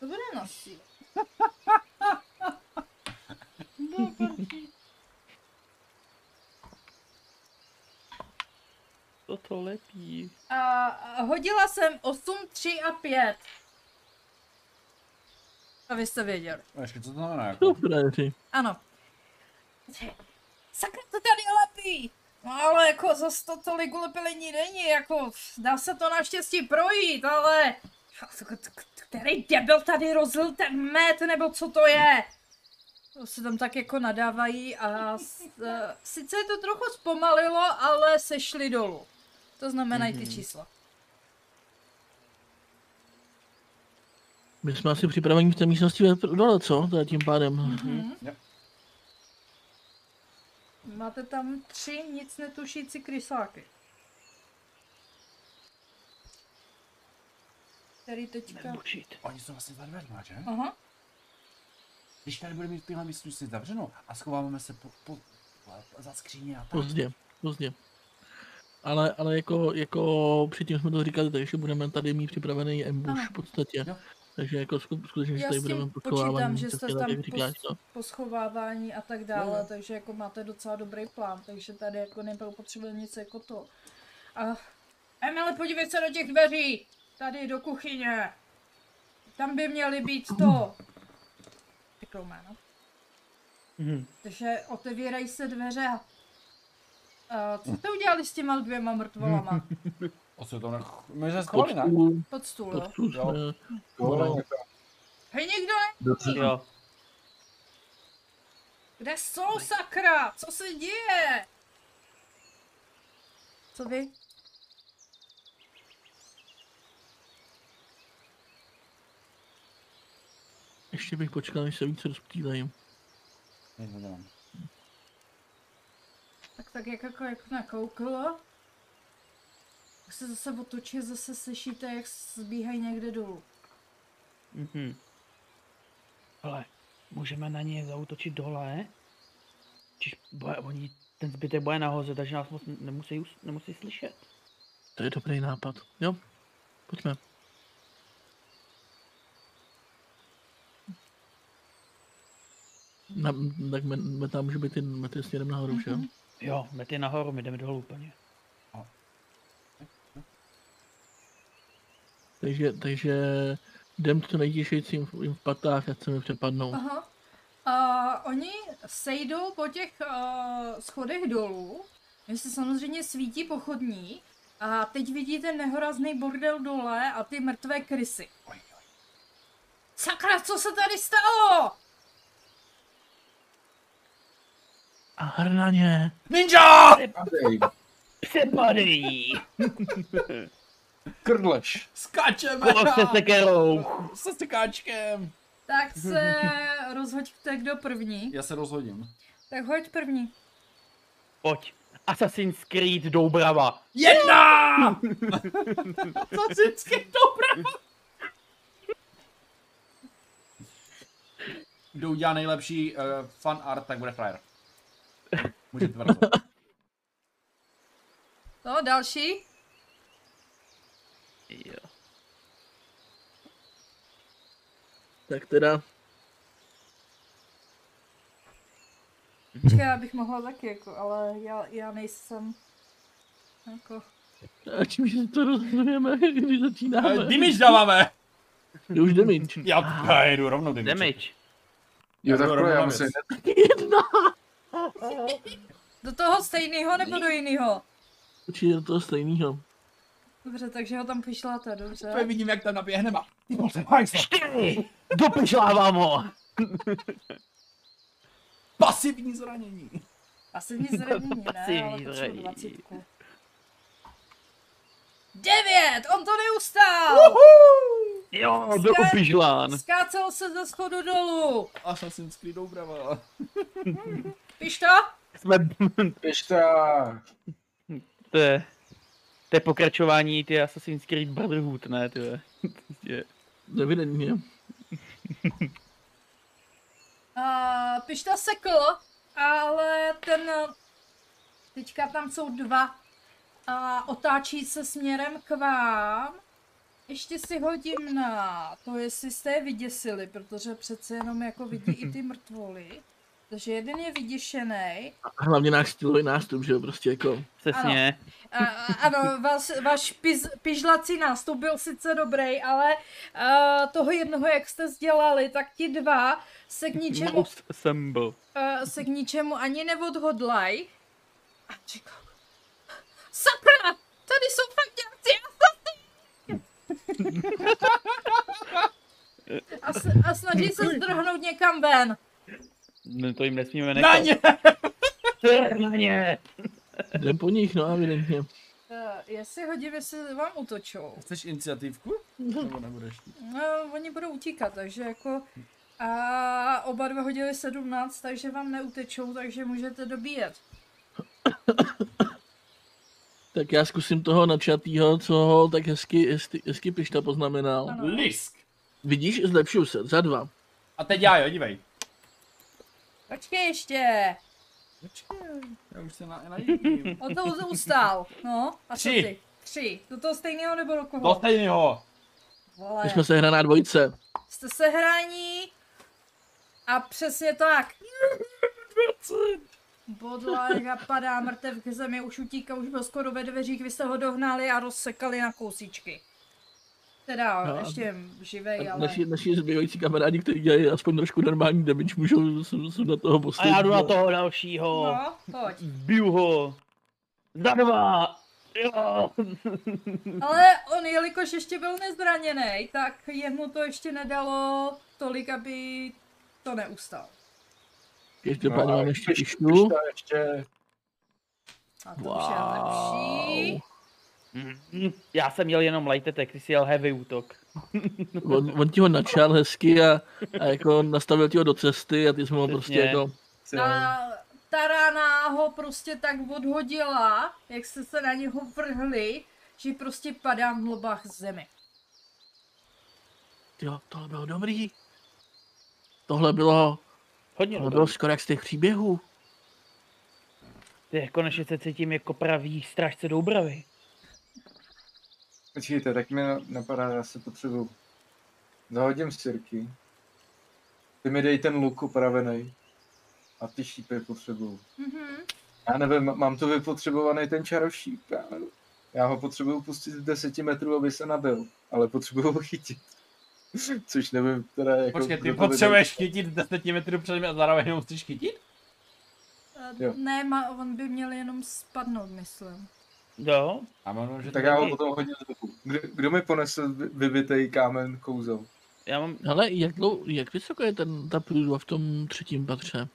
S1: To bude na sílu. No, parti.
S3: Toto lepí.
S1: A a hodila jsem 8, 3 a 5. Abyste věděli.
S2: A ještě co to znamená
S5: No,
S2: jako?
S5: Dobré,
S1: Ano. Sakra, to tady lepí! No ale jako zas to tolik lepilení není, jako dá se to naštěstí projít, ale... Který debil tady rozlil ten med, nebo co to je? To se tam tak jako nadávají a s, eh, sice to trochu zpomalilo, ale sešli dolů. To znamenají ty čísla.
S5: my jsme asi připraveni v té místnosti ve- dole, co? Teda tím pádem.
S1: Mhm.
S2: Yep.
S1: Máte tam tři nic netušící krysáky. Který teďka...
S3: Bušit.
S2: Oni jsou vlastně za dveřma, že?
S1: Aha.
S2: Když tady budeme mít tyhle místnosti zavřeno a schováváme se po, po, po, za skříně a tak.
S5: Pozdě, pozdě. Ale, ale jako, jako předtím jsme to říkali, takže budeme tady mít připravený ambush
S1: Ano.
S5: v podstatě.
S2: Jo.
S5: Takže jako sku- skutečně, že
S1: Já
S5: tady
S1: s
S5: budeme
S1: tím počítám,
S5: pochovávaní,
S1: že
S5: přesně
S1: jste
S5: tak,
S1: tam
S5: jak říkáš,
S1: pos-
S5: no.
S1: po schovávání a tak
S5: Jo,
S1: dále,
S5: jo.
S1: takže jako máte docela dobrý plán, takže tady jako nebylo potřeba nic jako to. A... Emily, podívej se do těch dveří! Tady do kuchyně! Tam by měly být to! Řekl jméno.
S3: Mhm.
S1: Takže otevírají se dveře a... a co jste udělali s těma dvěma mrtvolama?
S2: O co to ne... My jsme
S5: Pod
S2: schovali, ne?
S5: stůl,
S1: Pod stůl,
S5: pod
S1: jo?
S5: stůl jsme,
S2: Jo. No.
S5: Dobrá.
S1: Hej, nikdo
S4: Dobře.
S3: Jo.
S1: Kde jsou sakra? Co se děje? Co vy?
S5: ještě bych počkal, než se více rozptýlají.
S2: Nic nedělám.
S1: Tak tak jak jako jak nakouklo. Tak se zase otočí a zase slyšíte, jak zbíhají někde dolů.
S3: Mhm. Ale můžeme na ně zautočit dole. Čiž bude, oni, ten zbytek bude nahoře, takže nás moc nemusí, us- nemusí slyšet.
S5: To je dobrý nápad. Jo, pojďme. Na, tak me, me tam může být ty metry směrem nahoru, že jo?
S3: Jo, met je nahoru, my jdeme dolů úplně.
S5: Takže, takže jdem co nejtěžší jim v- jim v patách, ať se mi přepadnou.
S1: Aha. A oni sejdou po těch uh, schodech dolů, kde se samozřejmě svítí pochodní a teď vidíte nehorazný bordel dole a ty mrtvé krysy.
S2: Oj, oj.
S1: Sakra, co se tady stalo?
S5: A hrnaně!
S2: Ninja!
S4: Padej,
S3: Přepadej!
S4: Krdleš.
S2: Skáčeme!
S3: Kolok se sekerou!
S2: Se sekáčkem!
S1: Tak se a rozhoďte, kdo první.
S2: Já se rozhodím.
S1: Tak hoď první.
S3: Pojď. Assassin's Creed Doubrava.
S2: Jedna!
S1: To vždycky dobré.
S2: Kdo udělá nejlepší uh, fan art, tak bude frajer. Může tvrdo.
S1: No, další.
S3: Jo.
S5: Tak teda,
S1: Počkej, já bych mohla taky, jako, ale já, já nejsem... Jako...
S5: a čím si to rozhodujeme, když začínáme?
S2: Dimič Eh, dáváme!
S5: Je už damage.
S2: Já, já jedu rovnou Dimič.
S3: Damage.
S4: Jo,
S2: Já budu
S4: takhle,
S2: rovnou
S4: já
S2: na
S4: musím
S2: věc.
S5: Jedna!
S1: Do toho stejného nebo do jiného?
S5: Určitě do toho stejného.
S1: Dobře, takže ho tam pošlete, dobře.
S2: Tady vidím, jak tam naběhneme. Ty vole, hajzle.
S3: Čtyři! Dopišlávám ho!
S2: pasivní zranění.
S1: Asi nic zranění, ne? Ale
S3: Pasivní
S1: potřebuji
S3: zranění.
S1: 20. Devět! On to neustál!
S3: Jo,
S1: Skáč-
S3: byl upižlán.
S1: Skácel se ze schodu dolů!
S2: Assassin's Creed Doubrava.
S1: Víš to?
S3: Jsme...
S4: Pišta!
S3: To je... To je pokračování ty Assassin's Creed Brotherhood, ne? To je... je.
S5: Evidentně.
S1: Uh, Pišta sekl, ale ten... eh, Teďka tam jsou dva. A otáčí se směrem k vám. Ještě si hodím na to, jestli jste je vyděsili, protože přece jenom jako vidí i ty mrtvoly. Takže jeden je vyděšený.
S5: A hlavně náš stylový nástup, že jo, prostě jako.
S3: Přesně.
S1: A, a- ano, váš, váš piz, pižlací nástup byl sice dobrý, ale a, toho jednoho, jak jste sdělali, tak ti dva se k ničemu
S3: Most Assemble.
S1: Eh, se k ničemu ani neodhodlaj. A říkal, sakra, tady jsou fakt nějací asasíni. A, s- a snaží se zdrhnout někam ven.
S3: No to jim nesmíme nechat.
S2: Na ně!
S3: Trh Na ně!
S5: Jde po nich, no evidentně.
S1: Eh, Jestli hodím, jestli vám utočou.
S2: Chceš iniciativku? Nebo nebudeš?
S1: No, oni budou utíkat, takže jako... A oba dva hodili 17, takže vám neutečou, takže můžete dobíjet.
S5: Tak já zkusím toho načatýho, co ho tak hezky, hezky, hezky Pišta poznamenal.
S1: Ano.
S2: Lisk.
S5: Vidíš, zlepšuju se, za dva.
S2: A teď já, jo, dívej.
S1: Počkej ještě,
S2: Počkej, já už se na, najím.
S1: on to uz- ustál, no. A co
S2: Tři.
S1: ty? Tři. Do toho stejného nebo do koho?
S2: To stejnýho.
S1: Vole,
S5: My jsme se hra na dvojce.
S1: jste se hraní a přesně tak. Bodla, jak a padá mrtev k zemi, už utíká, už byl skoro ve dveřích, vy jste ho dohnali a rozsekali na kousíčky. Teda,
S5: No
S1: no,
S5: a-
S1: ještě živej,
S5: A
S1: ale...
S5: Naši, naši zbývající kamarádi, kteří dělají aspoň trošku normální damage, můžou jsou, jsou na toho
S3: A
S5: poslední.
S3: já jdu na toho dalšího.
S1: No, pojď.
S3: Biju ho. Za dva. Jo.
S1: Ale on, jelikož ještě byl nezraněný, tak jemu to ještě nedalo tolik, aby to neustal.
S5: Každopádně
S4: No, ale
S5: mám ještě
S4: Piš-
S5: Pištu.
S4: Pišta ještě.
S1: A to už je lepší.
S3: Mm, Já jsem měl jenom light attack, ty jsi jel heavy útok.
S5: On, on ti ho načal hezky a, a jako nastavil ti ho do cesty a ty jsi mu ho prostě
S3: Přesně.
S5: jako...
S2: No,
S1: A ta rána ho prostě tak odhodila, jak jste se na něho vrhli, že prostě padá v hlubách zemi.
S5: Jo, tohle bylo dobrý. Tohle bylo,
S3: Hodně
S5: tohle
S3: dobrý.
S5: bylo skoro jak z těch příběhů.
S3: Ty, konečně se cítím jako pravý strážce Doubravy.
S4: Počkejte, tak mi napadá, já se potřebuju. Zahodím sirky. Ty mi dej ten luk upravený. A ty šípy potřebuju.
S1: Mhm.
S4: Já nevím, ma- mám to vypotřebovaný ten čarošík. Já, nevím. já ho potřebuju pustit z 10 metrů, aby se nabil. Ale potřebuju ho chytit. Což nevím, teda jako...
S2: Počkej, ty
S4: kdo to vydal.
S2: potřebuješ chytit 10 metrů před mě a zároveň ho chceš chytit?
S1: Eh,
S4: Jo.
S1: Ne, ma, on by měl jenom spadnout, myslím.
S3: Jo,
S2: Já mám, že
S4: Tak
S2: to-
S4: já ho potom hodil do luku. Kdo, kdo mi ponese vy- vybitej kámen kouzel?
S3: já mám
S5: Ale jak, dlou, jak vysoko je ten, ta průdva v tom třetím patře?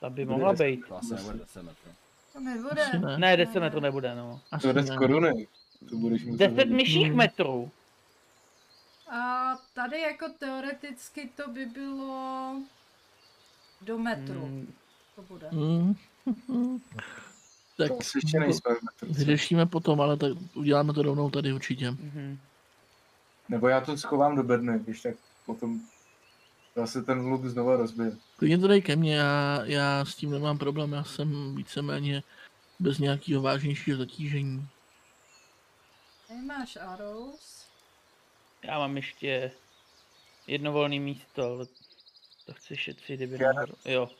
S3: Ta by mohla
S4: deset.
S3: být.
S2: To asi nebude 10 metrů.
S1: To nebude.
S5: Asi ne.
S3: Ne, 10 metrů nebude, no.
S5: Asi
S4: To jde z
S5: ne.
S4: koruny. To budeš muset
S3: 10
S4: hodit.
S3: myších
S5: Hmm.
S3: metrů.
S1: A tady jako teoreticky to by bylo do metru.
S3: Mm,
S1: To bude.
S5: Hmm. Tak
S4: To asi ještě nejsme v metrice.
S5: vyřešíme potom, ale tak uděláme to rovnou tady určitě.
S3: mhm.
S4: Nebo já to schovám do bedny, když tak potom zase ten hluk znova rozbije.
S5: Klidně to dej ke mně, já, já s tím nemám problém, já jsem víceméně bez nějakého vážnějšího zatížení.
S1: Tady máš arrows.
S3: Já mám ještě jedno volné místo, ale to chci šetřit, kdyby
S4: Já-
S3: náhodou. Jo,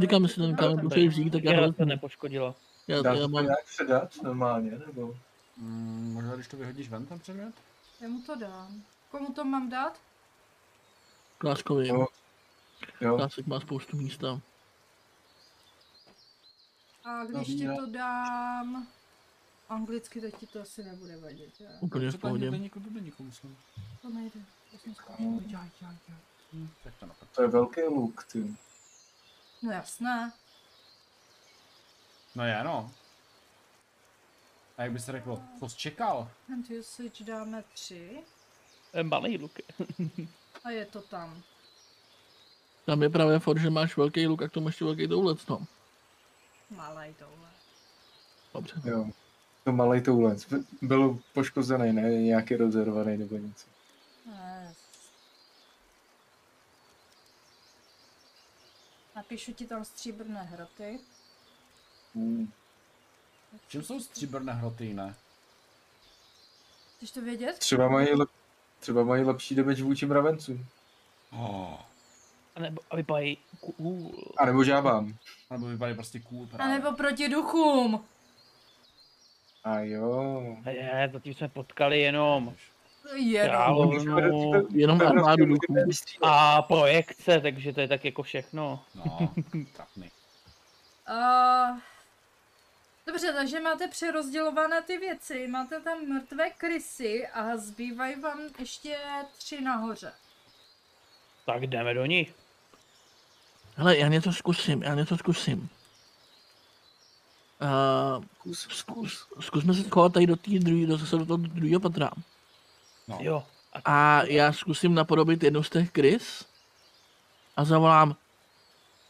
S5: Říkám, jestli tam kámen potřebuje vzít, tak já,
S3: já
S5: ho-
S3: to nepoškodilo.
S5: já,
S4: Dá
S5: já
S4: to
S5: mám,
S4: nějak předat normálně, nebo?
S2: Mm, možná když to vyhodíš ven ten předmět?
S1: Já mu to dám. Komu to mám dát?
S5: Kláskovi,
S4: Jo. Jo,
S5: Klásek má spoustu místa.
S1: A když ti
S5: No.
S1: to dám anglicky, tak ti to asi nebude vadit. Já.
S5: Úplně v pohodě.
S2: deníku, do deníku musím.
S1: To nejde. To jsem
S4: No.
S1: zkoušela. Mm. Jaj, jaj, jaj.
S2: Hm, tak to napadlo.
S4: to je velký luk, ty.
S1: No jasné.
S2: No je, no. A jak by se řeklo, co jsi čekal?
S1: Hand usage dáme tři.
S3: Eh, Malej luk.
S1: A je to tam.
S5: Tam je právě fort, že máš velký luk a k tomu ještě velký toulec, no.
S1: Malej tohle.
S5: Dobře.
S4: Jo. To malej toulec. Byl poškozený, ne? Nějaký rozervaný nebo něco.
S1: Ne. Napíšu ti tam stříbrné hroty.
S4: Hmm.
S2: V čem jsou stříbrné hroty jiné?
S1: Chceš to vědět?
S4: Třeba mají, lep... Třeba mají lepší damage vůči mravencům.
S2: Oh.
S3: A nebo aby pají cool.
S4: A nebo žábám.
S2: A nebo vypadají prostě cool
S1: A
S2: právě.
S1: nebo proti duchům.
S4: A jo.
S3: A je, zatím jsme potkali jenom
S1: Jenom.
S3: královnu
S5: Jenom
S4: Pevnosti
S5: armádu
S4: můžeme
S5: duchů.
S4: vystřídat.
S3: a projekce, takže to je tak jako všechno.
S2: No, trapný.
S1: Uh, dobře, takže máte přerozdělované ty věci. Máte tam mrtvé krysy a zbývají vám ještě tři nahoře.
S3: Tak jdeme do nich.
S5: Hele, já něco zkusím, já něco zkusím. Uh,
S4: Kus,
S5: zkus, zkusme se schovat tady do té druhé, do, zase do toho druhého patra.
S2: No.
S3: Jo. A
S5: A já zkusím napodobit jednu z těch krys a zavolám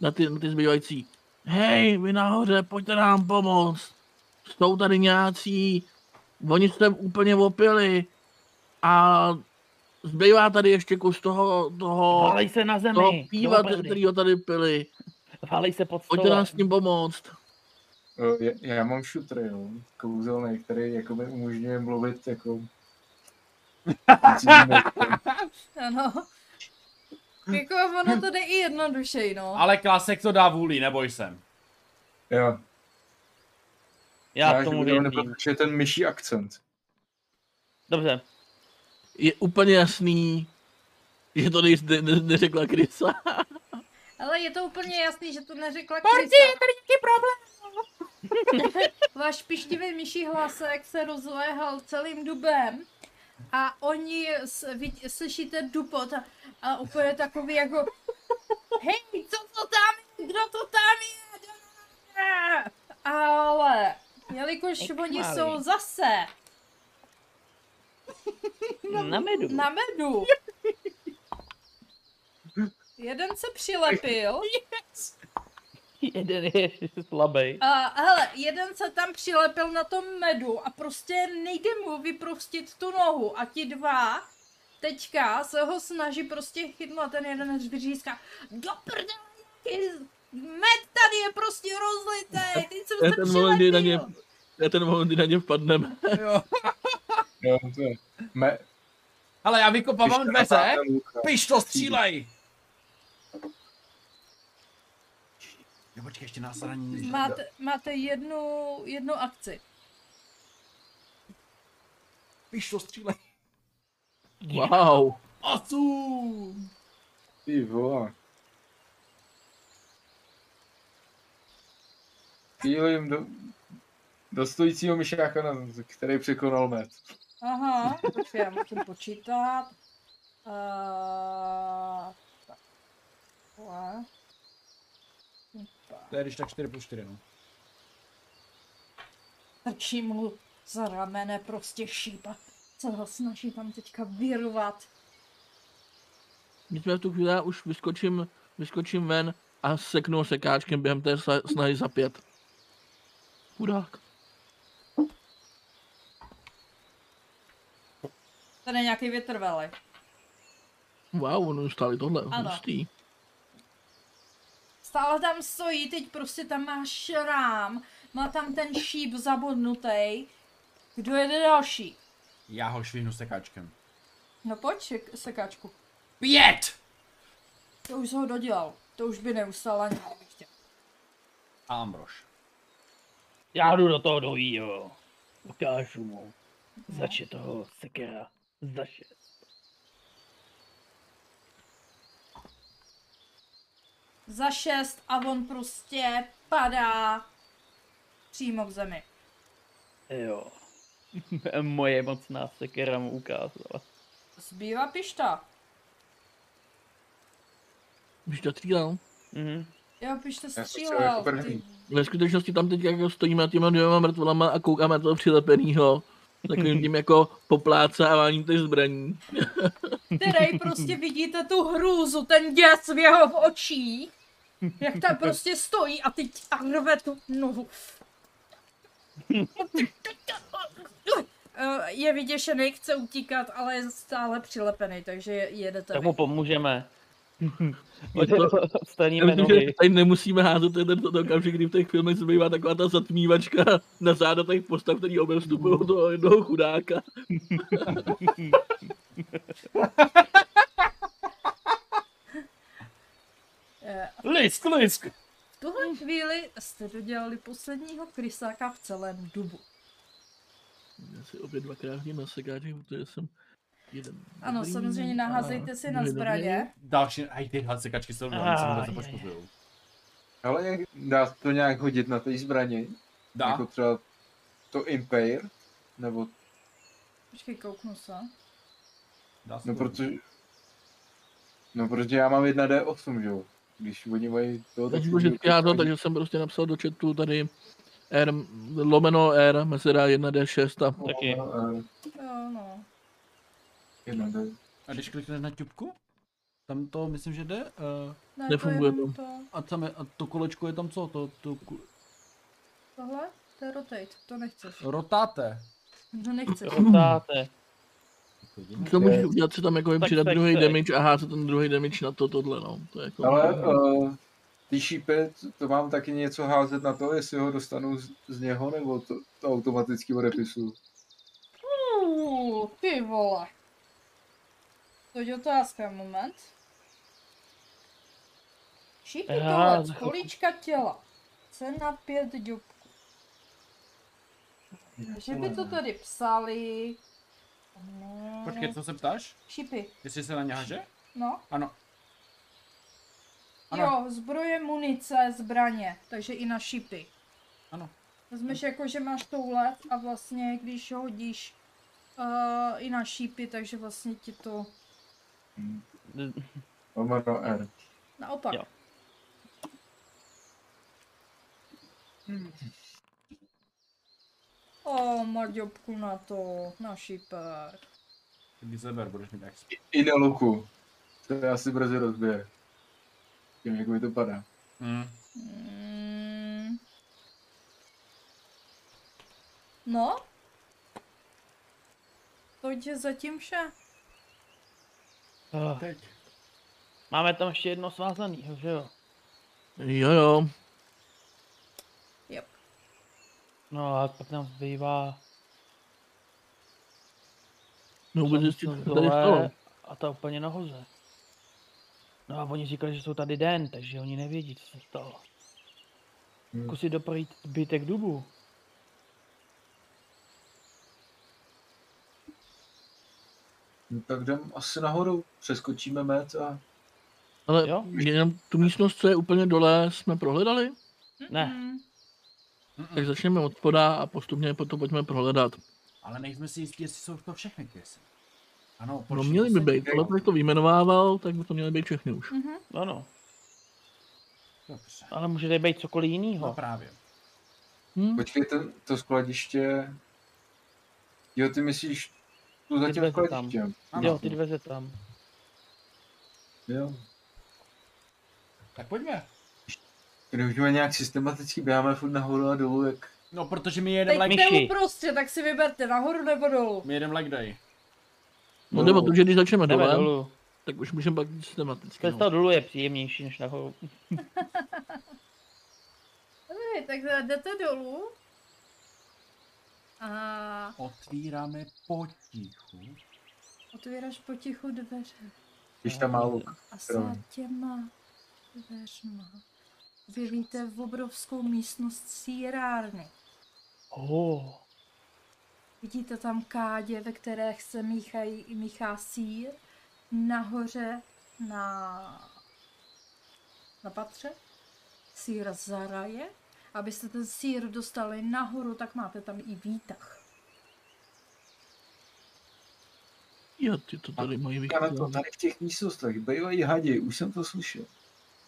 S5: na ty, na ty zbývající. Hej, vy nahoře, pojďte nám pomoct. Jsou tady nějací, oni jste úplně opili a zbývá tady ještě kus toho, toho,
S3: Valej se na
S5: toho
S3: zemi.
S5: piva,
S3: do bedny.
S5: který ho tady pili.
S3: Valej se pod
S5: Pojďte
S3: stole.
S5: nám s tím pomoct.
S4: Jo, Eh, Já, já mám šutr, jo, kouzelný, který jako mi umožňuje mluvit jako... cizím jazykem.
S1: Ano. Jako ono to jde i jednodušej, no.
S2: Ale klasek to dá vůli, neboj se.
S4: jo,
S3: Já tomu
S4: že
S3: věřím.
S4: protože je ten myší akcent.
S3: Dobře.
S5: Je úplně jasný, že to ne, ne, ne, neřekla Krysa.
S1: Ale je to úplně jasný, že to neřekla Krysa. Morty, je tady problém. Váš pištivý myší hlasek se rozléhal celým dubem a oni s, vid, slyšíte dupot a, a úplně takový jako hej, co to tam je, kdo to tam je, kdo to tam je? Ale, jelikož
S3: Jak
S1: oni
S3: malý.
S1: jsou zase
S3: Na medu.
S1: na medu. Jeden se přilepil.
S3: Jeden je slabý.
S1: A hele, jeden se tam přilepil na tom medu a prostě nejde mu vyprostit tu nohu a ti dva teďka se ho snaží prostě chytnout a ten jeden hřbíř říká do prdele, jaký med tady je prostě rozlitý, ty
S5: To
S1: jsem
S5: je
S1: se
S5: ten moment, kdy na ně,
S1: přilepil.
S5: to je ten moment, kdy na ně vpadneme.
S2: Jo.
S4: Jo, to je. Me,
S2: Ale já vykopávám
S4: když
S2: dveře,
S4: natáhne Luka.
S2: piš to, střílej! Jo, počkej, ještě nás raní nic ne-
S1: Máte, máte jednu, jednu akci.
S2: Piš to, střílej!
S5: Wow.
S2: Osm!
S4: Ty vole. Chýlím do, do stojícího myšáka, na- který překonal met.
S1: Aha, počkej, já musím počítat. Uh, tak. Takhle.
S2: To je když tak 4 plus 4, no.
S1: Trčí mu z ramene prostě šípa. se ho snaží tam teďka vyrovat.
S5: Nicméně v tu chvíli já už vyskočím, vyskočím ven a seknu ho sekáčkem během té sa- snahy za pět. Chudák.
S1: Tady je nějaký vytrvalý.
S5: Wow, on stále tohle,
S1: Ano.
S5: hustý.
S1: Stále tam stojí, teď prostě tam má šrám. Má tam ten šíp zabodnutý. Kdo jede další?
S2: Já ho švihnu sekáčkem.
S1: No pojď, šek- sekáčku.
S2: Pět!
S1: To už jsi ho dodělal. To už by neustal ani kdybych chtěl.
S2: A Ambrož.
S3: Já jdu do toho dojího. Ukážu mu. Zače toho sekera. Zače.
S1: Za šest a on prostě padá přímo k zemi.
S3: Jo. Moje mocná sekera mu ukázala.
S1: Zbývá pišta.
S5: Když to střílel.
S3: Mhm.
S1: Jo, pišta
S4: jsem
S1: střílel.
S4: chtěl jako
S1: ty-
S4: první.
S5: Ve skutečnosti tam teď jako stojíme nad těma dvěma mrtvolama a koukáme na toho přilepenýho. Takovým tím jako poplácáváním těch zbraní.
S1: který prostě vidíte tu hrůzu, ten děs v jeho očích, jak tam prostě stojí a teď a rve tu nohu. Eh, Je vyděšený, chce utíkat, ale je stále přilepený, takže jedete
S3: Tak
S1: vy.
S3: mu pomůžeme.
S5: Je to- Já
S3: Odstaníme
S5: myslím, že
S3: nohy.
S5: tady nemusíme házet ten to okamžik, kdy v těch filmech zbývá taková ta zatmívačka na záda těch postav, který obě vstupují do jednoho chudáka.
S1: Eh,
S3: Lisk, lisk.
S1: V tuhle chvíli jste dodělali posledního krysáka v celém dubu.
S5: Já si obě dvakrát hodím na sekáči, protože jsem jeden.
S1: Ano,
S5: dobrý
S1: samozřejmě
S5: a
S1: naházejte si na
S5: druhý dobrý.
S1: zbraně.
S2: Další, hej, tyhle sekačky jsou dobré, oni se
S3: Ah,
S2: vůbec
S3: je,
S2: nepoškozují.
S4: Ale jak, dá to nějak hodit na té zbraně?
S2: Dá.
S4: Jako třeba to Impair? Nebo,
S1: Počkej, kouknu se.
S2: dá se
S4: no
S2: to
S4: protože... No protože já mám 1D8, že jo? Když oni mají to,
S5: Takže můžu jako, já to, takže jsem prostě napsal do chatu tady R, lomeno R, mezera 1D6 a
S3: Taky.
S1: Jo, no.
S2: A když klikneš na tubku, tam to myslím, že jde. eh,
S1: Ne,
S5: Nefunguje
S1: to.
S5: to.
S1: jenom to.
S2: A, tam je, a to kolečko je tam co? To, to ku-
S1: Tohle? To je rotate, to nechceš.
S5: No.
S2: rotáte.
S1: To nechceš.
S3: Rotáte.
S5: to můžeš udělat si tam jako jim
S3: Tak
S5: přidat
S3: tak
S5: druhý
S3: tak.
S5: damage a házet ten druhý damage na to, tohle no. To je jako...
S4: Ale
S3: eh,
S4: uh, ty šípy, to- to mám taky něco házet na to, jestli ho dostanu z, z něho, nebo to, to automaticky odepisu.
S1: Uh, ty vole. To je otázka, moment. Šípy
S3: Já
S1: tohle, z
S3: nechápu.
S1: kolíčka těla. Cena pět dňobků. Že by to tady psali. No.
S2: Počkej, co se ptáš?
S1: Šípy,
S2: Jestli se na ně háže?
S1: no.
S2: Ano. Ano.
S1: Jo, zbroje, munice, zbraně, takže i na šípy.
S2: Ano.
S1: Vezmeš jako, že máš touhle a vlastně, když ho hodíš uh, i na šípy, takže vlastně ti to
S4: Lomeno R.
S1: naopak.
S3: Jo.
S1: Hm. O, Marďobku na to, na šípek.
S2: Když zeber, budeš mít exp.
S4: I na luku. To je asi brzy rozbije. Tím, jak mi to padá.
S2: Mm.
S1: Mm. No? To je zatím vše.
S3: Ah,
S2: Teď.
S3: Máme tam ještě jedno svázanýho, že jo?
S5: Jo jo,
S1: Yep.
S3: No a pak nám zbývá
S5: no vůbec zjistit, co se tady stalo.
S3: dole a ta úplně nahoře. No a oni říkali, že jsou tady den, takže oni nevědí, co se stalo.
S4: Hmm.
S3: Zkusit doprojít zbytek dubu.
S4: No, tak jdem asi nahoru. Přeskočíme met a...
S5: Ale
S3: Jo.
S5: jenom tu místnost, co je úplně dole, jsme prohledali?
S3: Ne,
S1: Mm.
S5: Tak začneme od spoda a postupně potom pojďme prohledat. No,
S2: Ale nejsme si jistí, jestli jsou to všechny kvěsy. Ano,
S5: No
S2: počkej,
S5: měli by
S2: se-
S5: být, ale tak to vyjmenovával, tak by to měly být všechny už.
S3: no no.
S2: Dobře.
S3: Ale může tady být cokoliv
S2: No
S3: jinýho.
S2: právě.
S5: Hm?
S4: Počkej, ten, to skladiště... Jo, ty myslíš To zatím
S3: Jdeme
S4: v
S3: tam.
S4: kolečkem.
S2: Ano.
S3: Jo, ty dveře tam.
S4: Jo.
S2: Tak pojďme.
S4: Když už nějak systematicky běháme furt nahoru a dolů, jak
S2: No, protože my jedeme
S1: Teď
S2: like,
S3: myši.
S1: jdou prostě, tak si vyberte nahoru nebo dolů.
S2: my jedem like day.
S5: No, nebo to, že když začneme
S3: Jdeme
S5: dole,
S3: dolů.
S5: tak už můžeme pak jít systematicky.
S3: Cesta
S5: No.
S3: dolů je příjemnější než nahoru.
S1: Dobrý, tak jdete dolů. A
S2: Otvíráme potichu.
S1: otvíráš potichu dveře.
S4: když tam má luk.
S1: A s
S4: Promiň.
S1: těma dveřma vyvíte v obrovskou místnost sírárny.
S3: Oh.
S1: Vidíte tam kádě, ve kterých se míchají, míchá sír. Nahoře na, na patře sír zaraje. Abyste ten sír dostali nahoru, tak máte tam i výtah.
S5: Jo, ty to tady mají
S4: Říkáme to,
S5: vycházet.
S4: tady v těch místnostech bývají hadi, už jsem to slyšel.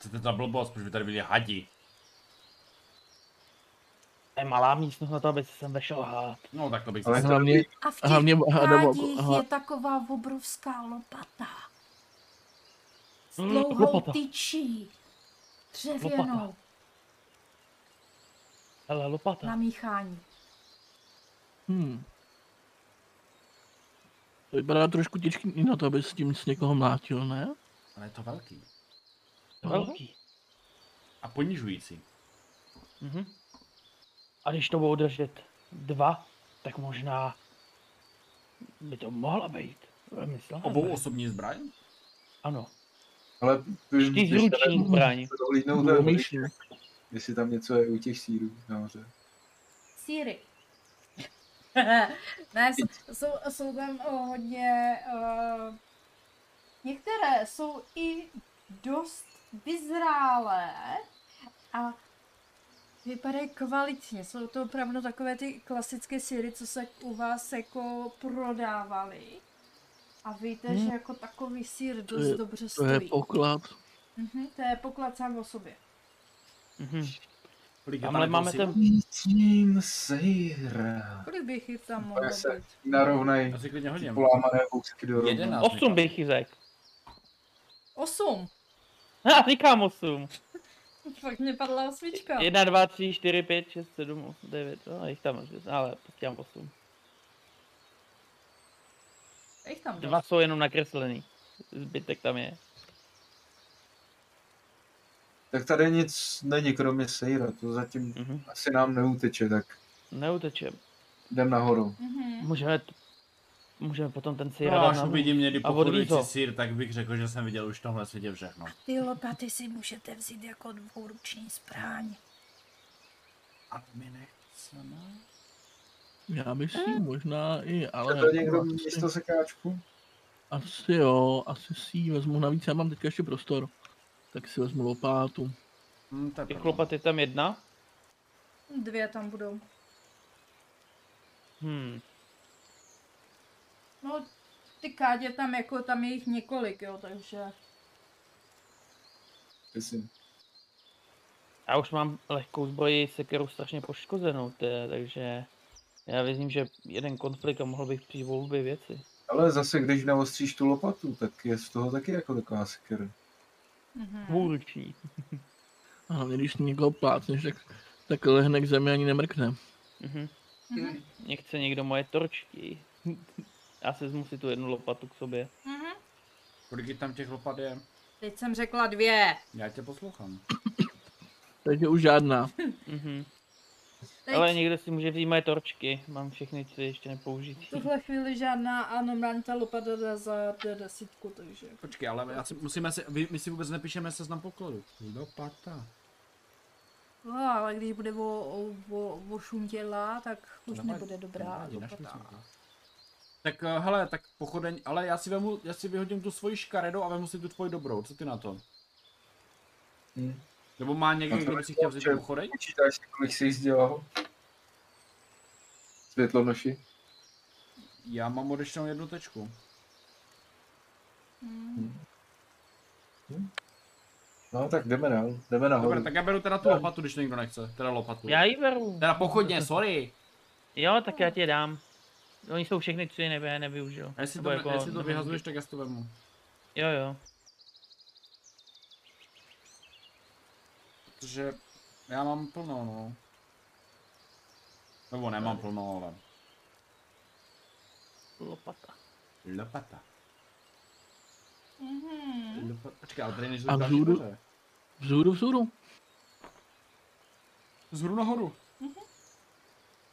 S2: Co to je za blbost, proč by tady byli hadi?
S3: To je malá místnost na to, aby se sem vešel hád.
S2: No, tak to bych
S4: Ale
S2: zase-
S5: Hlavně,
S1: A v
S5: A
S1: těch
S5: hlavně- aha, nebo-
S1: kádích
S5: aha.
S1: je taková obrovská lopata. S
S3: Mm,
S1: dlouhou
S3: lopata.
S1: tyčí. Dřevěnou
S3: Hele,
S1: na
S3: lopata.
S1: míchání.
S5: hmm. To vypadá trošku těžký na to, aby s tím s někoho mlátil, ne?
S2: Ale je to velký.
S3: Velký.
S2: A ponižující.
S3: Mhm. A když to budou držet dva, tak možná by to mohla být. Myslím,
S2: Obou osobní zbraň?
S3: Ano.
S4: Ale když
S3: Ty
S4: když se
S3: zruční zbraň.
S4: prohlídnou
S5: No,
S4: ten
S5: no,
S4: hory, jestli tam něco je u těch sírů nahoře.
S1: Síry. ne, jsou- jsou, jsou tam o, hodně... Uh, některé jsou i dost vyzrálé a vypadají kvalitně. Jsou to opravdu takové ty klasické síry, co se u vás jako prodávaly. A víte,
S3: Hmm.
S1: že jako takový sír
S5: To
S1: dost
S5: je-
S1: dobře
S5: to je
S1: stojí.
S5: poklad.
S1: Mhm, to je poklad sám o sobě.
S3: Mhm.
S2: Kolik je
S3: Tamhle
S2: tam
S3: máme
S2: jako
S3: ten...
S2: síl?
S4: Tím sejra.
S1: Kolik bych jich tam mohlo
S4: Úplně se
S1: být?
S4: narovnej
S2: Já si klidně hodím.
S4: polámané kousky do rovna.
S2: Jedenáct. mi
S3: Osm
S2: padlo.
S3: bych jí řekl.
S1: Osm.
S3: Ha, říkám osm.
S1: Fakt mě padla osmička.
S3: Jedna, dva, tři, čtyři, pět, šest, sedm, osm, devět. No, jich tam je, ale prostě mám osm.
S1: Jich tam
S3: Dva jsou jenom nakreslený. Zbytek tam je.
S4: Tak tady nic není kromě sejra, to zatím
S3: Mhm.
S4: asi nám neuteče, tak
S3: Neutečem.
S4: jdem nahoru.
S1: Mhm.
S3: Můžeme, t- můžeme potom ten si
S2: No, až uvidím někdy
S3: A odlízl.
S2: pochodující sír, tak bych řekl, že jsem viděl už v tomhle světě všechno.
S1: Ty lopaty si můžete vzít jako dvouruční zbraň.
S2: A my nechceme?
S5: Já bych si ji možná i, ale... prostě
S4: Ale to někdo
S5: asi-
S4: místo sekáčku?
S5: Asi jo, asi si ji vezmu, navíc já mám teďka ještě prostor. Tak si vezmu lopátu.
S2: Hm, to je
S3: Těch
S2: pravda.
S3: lopat je tam jedna.
S1: Dvě tam budou.
S3: Hmm.
S1: No, ty kádě tam jako, tam je jich několik, jo, takže...
S4: Jestli.
S3: Já už mám lehkou zbroji sekeru strašně poškozenou, tě, takže já věřím, že jeden konflikt a mohl bych přijít o obě věci.
S4: Ale zase, když naostříš tu lopatu, tak je z toho taky jako taková sekera.
S1: Mhm.
S3: Dvouruční.
S5: A hlavně, když někoho plácneš, tak, tak lehne k zemi ani nemrkne.
S3: Mhm.
S1: Mhm.
S3: Nechce někdo moje torčky. Já se zmu si tu jednu lopatu k sobě.
S1: Mhm.
S2: Kolik je tam těch lopad je?
S1: Teď jsem řekla dvě.
S2: Já tě poslouchám.
S5: Takže už žádná.
S3: Mhm.
S1: Teď
S3: Ale někdo si může vzít moje torčky. Mám všechny tři ještě nepoužitý.
S1: v tuhle chvíli žádná a normálně ta lopata jde za jde desítku, takže...
S2: Počkej, ale já si, musíme si, vy- my si vůbec nepíšeme seznam pokladu. Lopata.
S1: No, ale když bude o, o, o, o šuntěla, tak už
S2: Nevadí,
S1: nebude dobrá
S2: nevadí, našli jsme
S1: lopata.
S2: to. Tak eh, hele, tak pochodeň, ale já si, vemu, já si vyhodím tu svoji škaredou a vemu si tu tvoji dobrou, co ty na to?
S4: Hm.
S2: Nebo má někdo,
S4: No to
S2: kdo by
S4: bych
S2: si chtěl
S4: chtěl,
S2: vzít
S4: že-
S2: pochodeň?
S4: Počítáš si, kolik jsi jich dělal? Světlonoši?
S2: Já mám odečtenou jednu tečku.
S1: Mhm.
S4: No tak jdeme dál, jdeme nahoru.
S2: Dobře, tak já beru teda tu lopatu, když někdo nechce, teda lopatu.
S3: Já ji beru.
S2: Teda pochodně, sorry.
S3: Jo, tak já ti je dám. Oni jsou všechny tři, nebo já nevyužil.
S2: A jestli
S3: Nebo
S2: to, jako, jestli to
S3: nevyužil.
S2: vyhazuješ, tak já si to vemu.
S3: Jo, jo.
S2: Protože já mám plno, no. Nebo nemám plno, ale...
S3: Lopata.
S2: Lopata.
S1: Mhm.
S2: Lopata. Počkej, ale tady než
S5: A
S2: dáš
S5: vzhůru?
S2: dveře.
S5: Vzhůru, vzhůru.
S2: Vzhůru nahoru.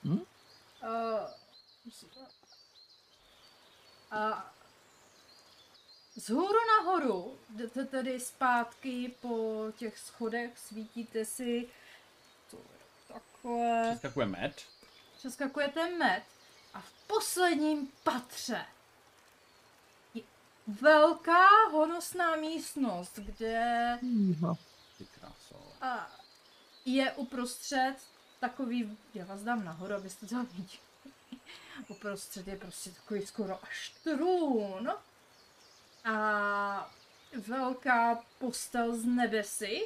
S1: Eh, A z hůru nahoru jdete tedy zpátky po těch schodech, svítíte si to je takhle,
S2: Přeskakuje med.
S1: přeskakujete med a v posledním patře je velká honosná místnost, kde
S5: Jíha.
S2: Ty kráso.
S1: a je uprostřed takový, já vás dám nahoru, abyste to viděli. Uprostřed je prostě takový skoro až trůn. A velká postel z nebesy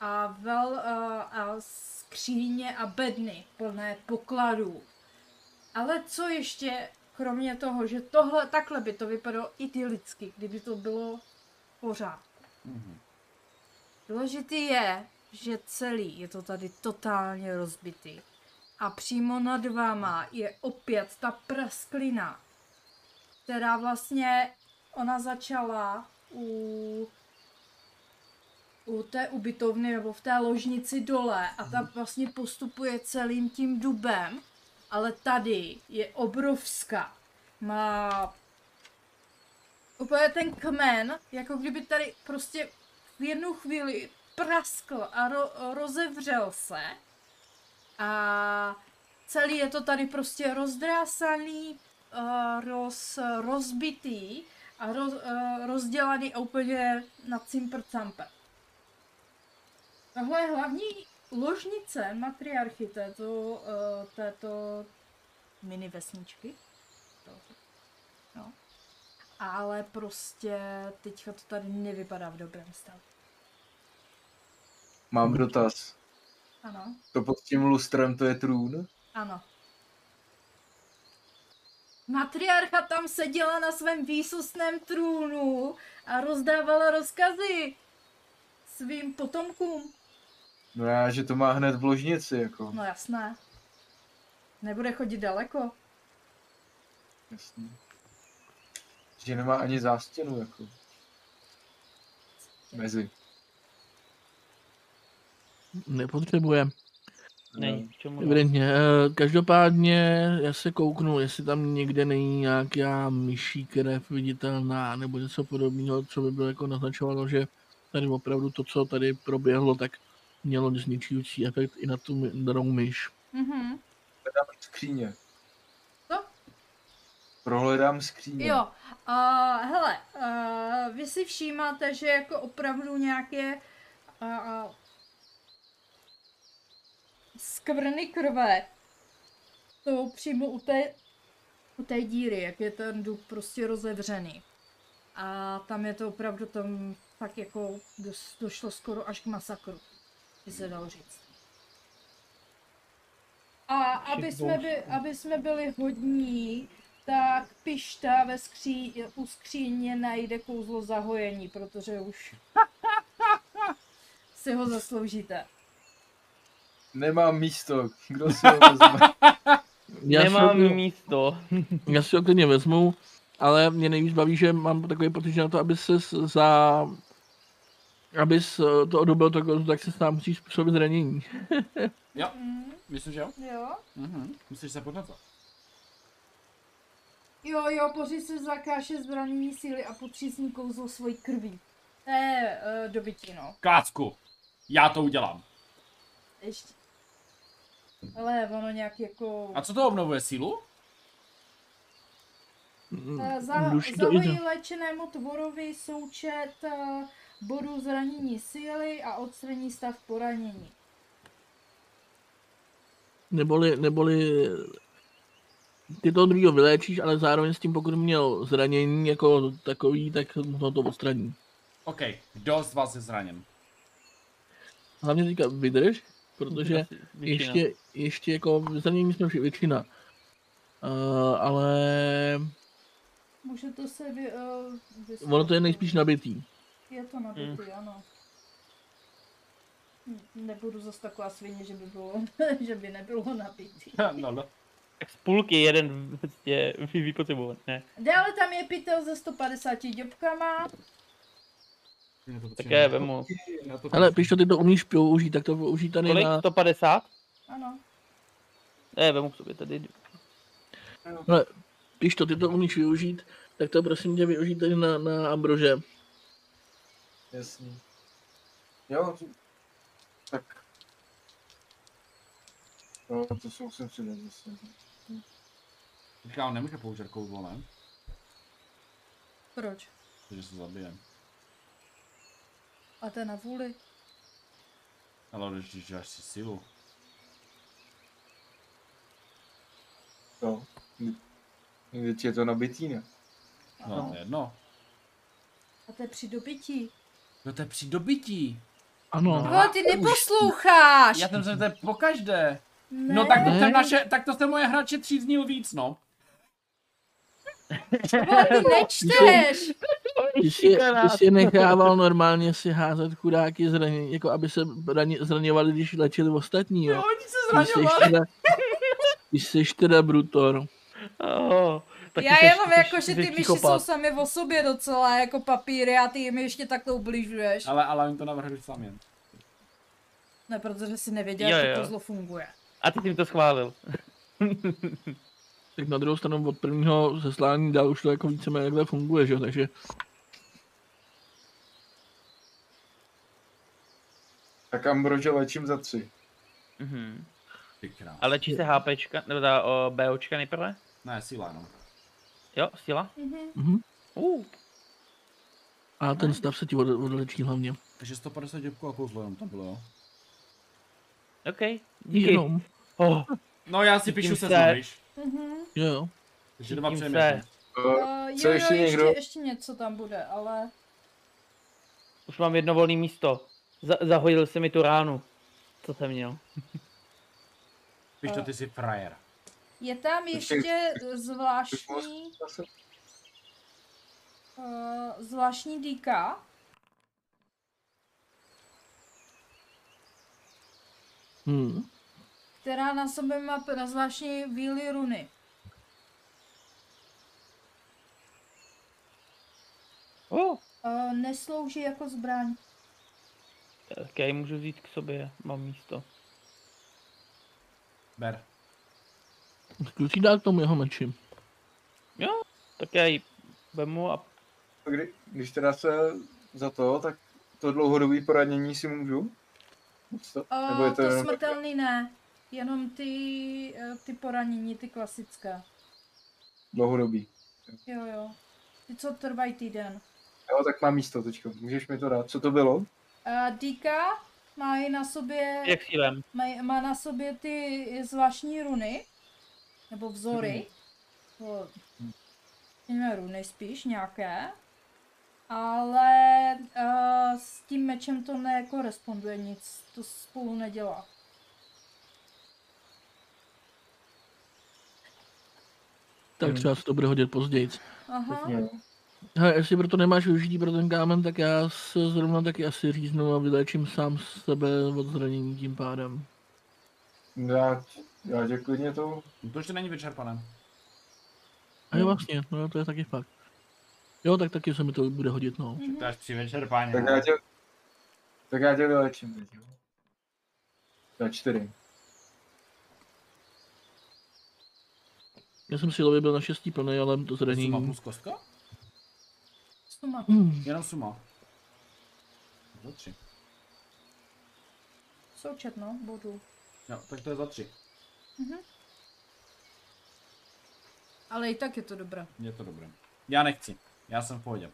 S1: a, vel, a, a skříně a bedny plné pokladů. Ale co ještě, kromě toho, že tohle takhle by to vypadalo idylicky, kdyby to bylo pořád.
S2: Mhm.
S1: Důležitý je, že celý je to tady totálně rozbitý. A přímo nad váma je opět ta prasklina, která vlastně ona začala u, u té ubytovny nebo v té ložnici dole a ta vlastně postupuje celým tím dubem, ale tady je obrovská. Má úplně ten kmen, jako kdyby tady prostě v jednu chvíli praskl a ro- rozevřel se. A celý je to tady prostě rozdrásaný, uh, roz, rozbitý a roz, uh, rozdělaný a úplně na cimpr-campr. Tohle je hlavní ložnice matriarchy této, uh, této mini vesničky. No. Ale prostě teďka to tady nevypadá v dobrém stavu.
S4: Mám dotaz.
S1: Ano,
S4: To pod tím lustrem to je trůn?
S1: ano. Matriarcha tam seděla na svém výsostném trůnu a rozdávala rozkazy svým potomkům.
S4: No já, že to má hned v ložnici, jako.
S1: No jasné. Nebude chodit daleko.
S4: Jasný. Že nemá ani zástěnu, jako. Mezi.
S5: Nepotřebuje.
S2: No.
S3: Není k čemu.
S5: Evidentně. eh, Každopádně já se kouknu, jestli tam někde není nějaká myší krev viditelná nebo něco podobného, co by bylo jako naznačovalo, že tady opravdu to, co tady proběhlo, tak mělo zničující efekt i na tu my- danou myš.
S1: Mhm.
S4: Prohledám skříně.
S1: Co?
S4: Prohledám skříně.
S1: Jo, a hele, a vy si všímáte, že jako opravdu nějaké a, a, skvrny krve jsou přímo u té, u té díry, jak je ten dub prostě rozevřený. A tam je to opravdu tam fakt jako dos- došlo skoro až k masakru, by se dalo říct. A aby jsme, by, aby jsme byli hodní, tak pišta ve skří, u skříně najde kouzlo zahojení, protože už si ho zasloužíte.
S4: Nemám místo. Kdo si ho vezme?
S5: Já si ho
S3: Nemám
S5: klidně-
S3: místo.
S5: Já si ho klidně vezmu, ale mě nejvíc baví, že mám takový pocit, že na to, aby se s- za... Aby to odobil to kouzlo, tak se sám musí způsobit zranění.
S1: Eh, Mm,
S2: Myslím, že jo?
S1: jo.
S2: Mhm. Musíš se podnat.
S1: Jo, jo, pořiď se zakáže zbranění síly a potřísní kouzlo svojí krví. To je uh, dobytí, no.
S2: Kácku. Já to udělám.
S1: Ještě. Ale ono nějak jako...
S2: A co to obnovuje sílu?
S5: Mm,
S1: Eh, Za,
S5: duši to jde.
S1: zahojí léčenému tvorovi součet eh, bodů zranění síly a odstraní stav poranění.
S5: Neboli, neboli ty toho druhého vyléčíš, ale zároveň s tím, pokud měl zranění jako takový, tak mu to, to odstraní.
S2: OK, kdo z vás je zraněn?
S5: Hlavně teďka vydrž, protože
S3: Asi většina.
S5: ještě, ještě jako zranění jsme vši- většina. Eh, ale
S1: Může to se vy, uh,
S5: ono to je nejspíš nabitý.
S1: Je to nabitý,
S2: Mm.
S1: ano. N- Nebudu zase taková svině, že by, bylo, že by nebylo nabitý.
S2: No, no.
S3: Tak z půlky jeden prostě vy- vypotřebovat, ne?
S1: Dále tam je pytel ze 150 děbkama.
S2: Já to potřebuji.
S3: Také vemu.
S2: Já to
S5: Ale píš to, ty to umíš použít, tak to použij tady
S3: Kolik?
S5: na...
S3: 150?
S1: Ano.
S3: Ne, vemu k sobě tady.
S5: Píš to, ty to umíš využít, tak to prosím tě využij tady na, na Ambrože.
S4: Jasný. Jo, to- tak. No, to jsou jsem si nemyslel.
S2: Říkám, nemůže použít kouzlo, ne?
S1: Proč?
S2: Takže se zabijem.
S1: A to je na vůli.
S2: Ale když když dáš si sílu.
S4: No. Teď je to nabitý, ne?
S2: No, to je jedno.
S1: A to je při dobití.
S2: No to je při dobití.
S5: Ano.
S1: No, ty neposloucháš!
S2: Já jsem se to je pokaždé.
S1: Ne.
S2: No tak to
S5: Ne.
S2: jsem naše, tak to jsem moje hráče tříznil víc, no.
S1: Vole, ty nečteš!
S5: Ty si, ty si nechával normálně si házet chudáky zraně, jako aby se raně, zraňovali, když léčili ostatní, jo.
S2: oni se
S5: Ty jsi teda, ty jsi teda brutor.
S3: Oh, taky
S1: Já
S3: seš-
S1: jenom
S3: seš-
S1: jako, že
S3: seš
S1: ty myši jsou
S3: psychopat.
S1: sami o sobě docela jako papíry a ty jim ještě takto ubližuješ.
S2: Ale, ale oni to navrhli sami jen.
S1: Ne, protože si nevěděl,
S3: Jo,
S1: jak
S3: jo.
S1: to kouzlo funguje.
S3: A ty jim to schválil.
S5: Tak na druhou stranu od prvního zeslání dál už to jako víceméně takhle funguje, že jo, takže
S4: Tak Ambrože léčím za tři.
S3: Mhm.
S2: Ty krás.
S3: Ale či se HPčka, nebo ta o, BOčka nejprve?
S2: Ne, síla, no.
S3: Jo, síla?
S5: mhm.
S3: Uh,
S5: A ten stav se ti od, odlečí hlavně.
S2: Takže 150 děpků a kouzlo jenom tam bylo, jo.
S3: OK, díky.
S5: Jenom.
S3: Oh,
S2: No já si
S3: Tím
S2: píšu
S3: se-
S2: se znáš.
S5: Jo, jo.
S2: Takže dva
S3: Tím se-
S2: přejmeš.
S4: Eh,
S1: Uh, jo,
S4: Co
S1: jo,
S4: ještě
S1: ještě, ještě,
S4: někdo?
S1: ještě něco tam bude, ale...
S3: už mám jedno volné místo. Za- zahodil se mi tu ránu, co jsem měl.
S2: Píš to, ty jsi frajer.
S1: Je tam ještě zvláštní,
S4: zase-
S1: uh, zvláštní dýka.
S5: Hm.
S1: která na sobě má p- na zvláštní víly runy.
S3: Oh,
S1: Uh, neslouží jako zbraň.
S3: tak já ji můžu vzít k sobě, mám místo.
S2: Ber.
S5: Zkusí dát tomu jeho meči.
S3: Jo, tak já ji vemu a
S4: Kdy, když teda se za to, tak to dlouhodobé poranění si můžu? Podstat? Nebo je
S1: Uh, to,
S4: to,
S1: to
S4: jenom...
S1: smrtelný ne. Jenom ty, eh, ty poranění, ty klasické.
S4: dlouhodobý?
S1: Jo, jo. Ty, co trvají týden.
S4: Jo, tak má místo teďko. Můžeš mi to dát. Co to bylo?
S1: Uh, dýka má, i na sobě,
S3: jak sílem.
S1: má, má na sobě ty zvláštní runy. Nebo vzory. To, nevím, runy spíš nějaké. Ale uh, s tím mečem to nekoresponduje nic. To spolu nedělá.
S5: Tak třeba se to bude hodit později.
S1: Aha.
S4: Jo.
S5: Hele, jestli proto nemáš využití pro ten kámen, tak já se zrovna taky asi říznu a vylečím sám sebe od zranění tím pádem.
S4: Já, já tě klidně to...
S2: No to ještě není vyčerpané.
S5: A jo vlastně, no jo, to je taky fakt. Jo, tak taky se mi to bude hodit, no.
S1: Mhm.
S2: To až při vyčerpání. no.
S4: Tak já tě... Tak já tě vylečím teď, jo. Za čtyři.
S5: Já jsem silově byl na šestí plný, ale to
S2: Suma
S5: zranění.
S2: plus kostka?
S1: Suma.
S5: Hmm.
S2: Jenom suma. Za tři.
S1: Součet, no, bodů.
S2: Jo, tak to je za tři.
S1: Ale i tak je to dobré.
S2: Je to dobré. Já nechci. Já jsem v pohodě.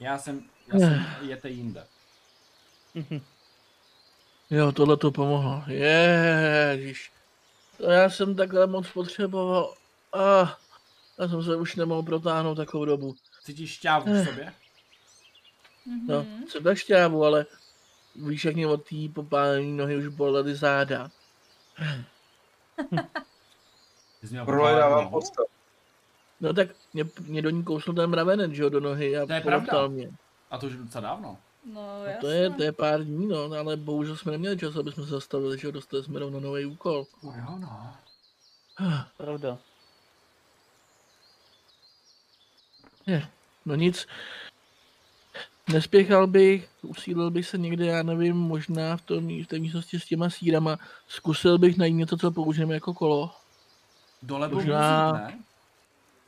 S2: Já jsem, já jsem, jete jinde.
S5: Jo, tohle to pomohlo. Ježíš. To já jsem takhle moc potřeboval. Ah, já jsem se už nemohl protáhnout takovou dobu.
S2: Cítíš šťávu v sobě?
S1: Mhm.
S5: No,
S1: Hmm.
S5: třeba šťávu, ale víš, jak mě od té popálené nohy už bolely záda.
S2: Ty jsi měl
S4: Prohledávám
S2: požádat, no.
S4: podstav.
S5: No tak mě, mě do ní kousl ten mravenec, že jo, do nohy a
S2: To je
S5: poloptal
S2: pravda.
S5: mě.
S2: A to už je docela dávno.
S1: No,
S5: No
S1: jasně.
S5: to, je, to je pár dní, no, no, ale bohužel jsme neměli čas, aby jsme se zastavili, že jo, dostali jsme rovno nový úkol.
S2: No jo, no.
S3: Pravda.
S5: No nic, nespěchal bych, usídlil bych se někde, já nevím, možná v, tom, v té místnosti s těma sírama, zkusil bych najít něco, co použijeme jako kolo.
S2: Dole byl
S5: Možná-
S2: Možná... ne?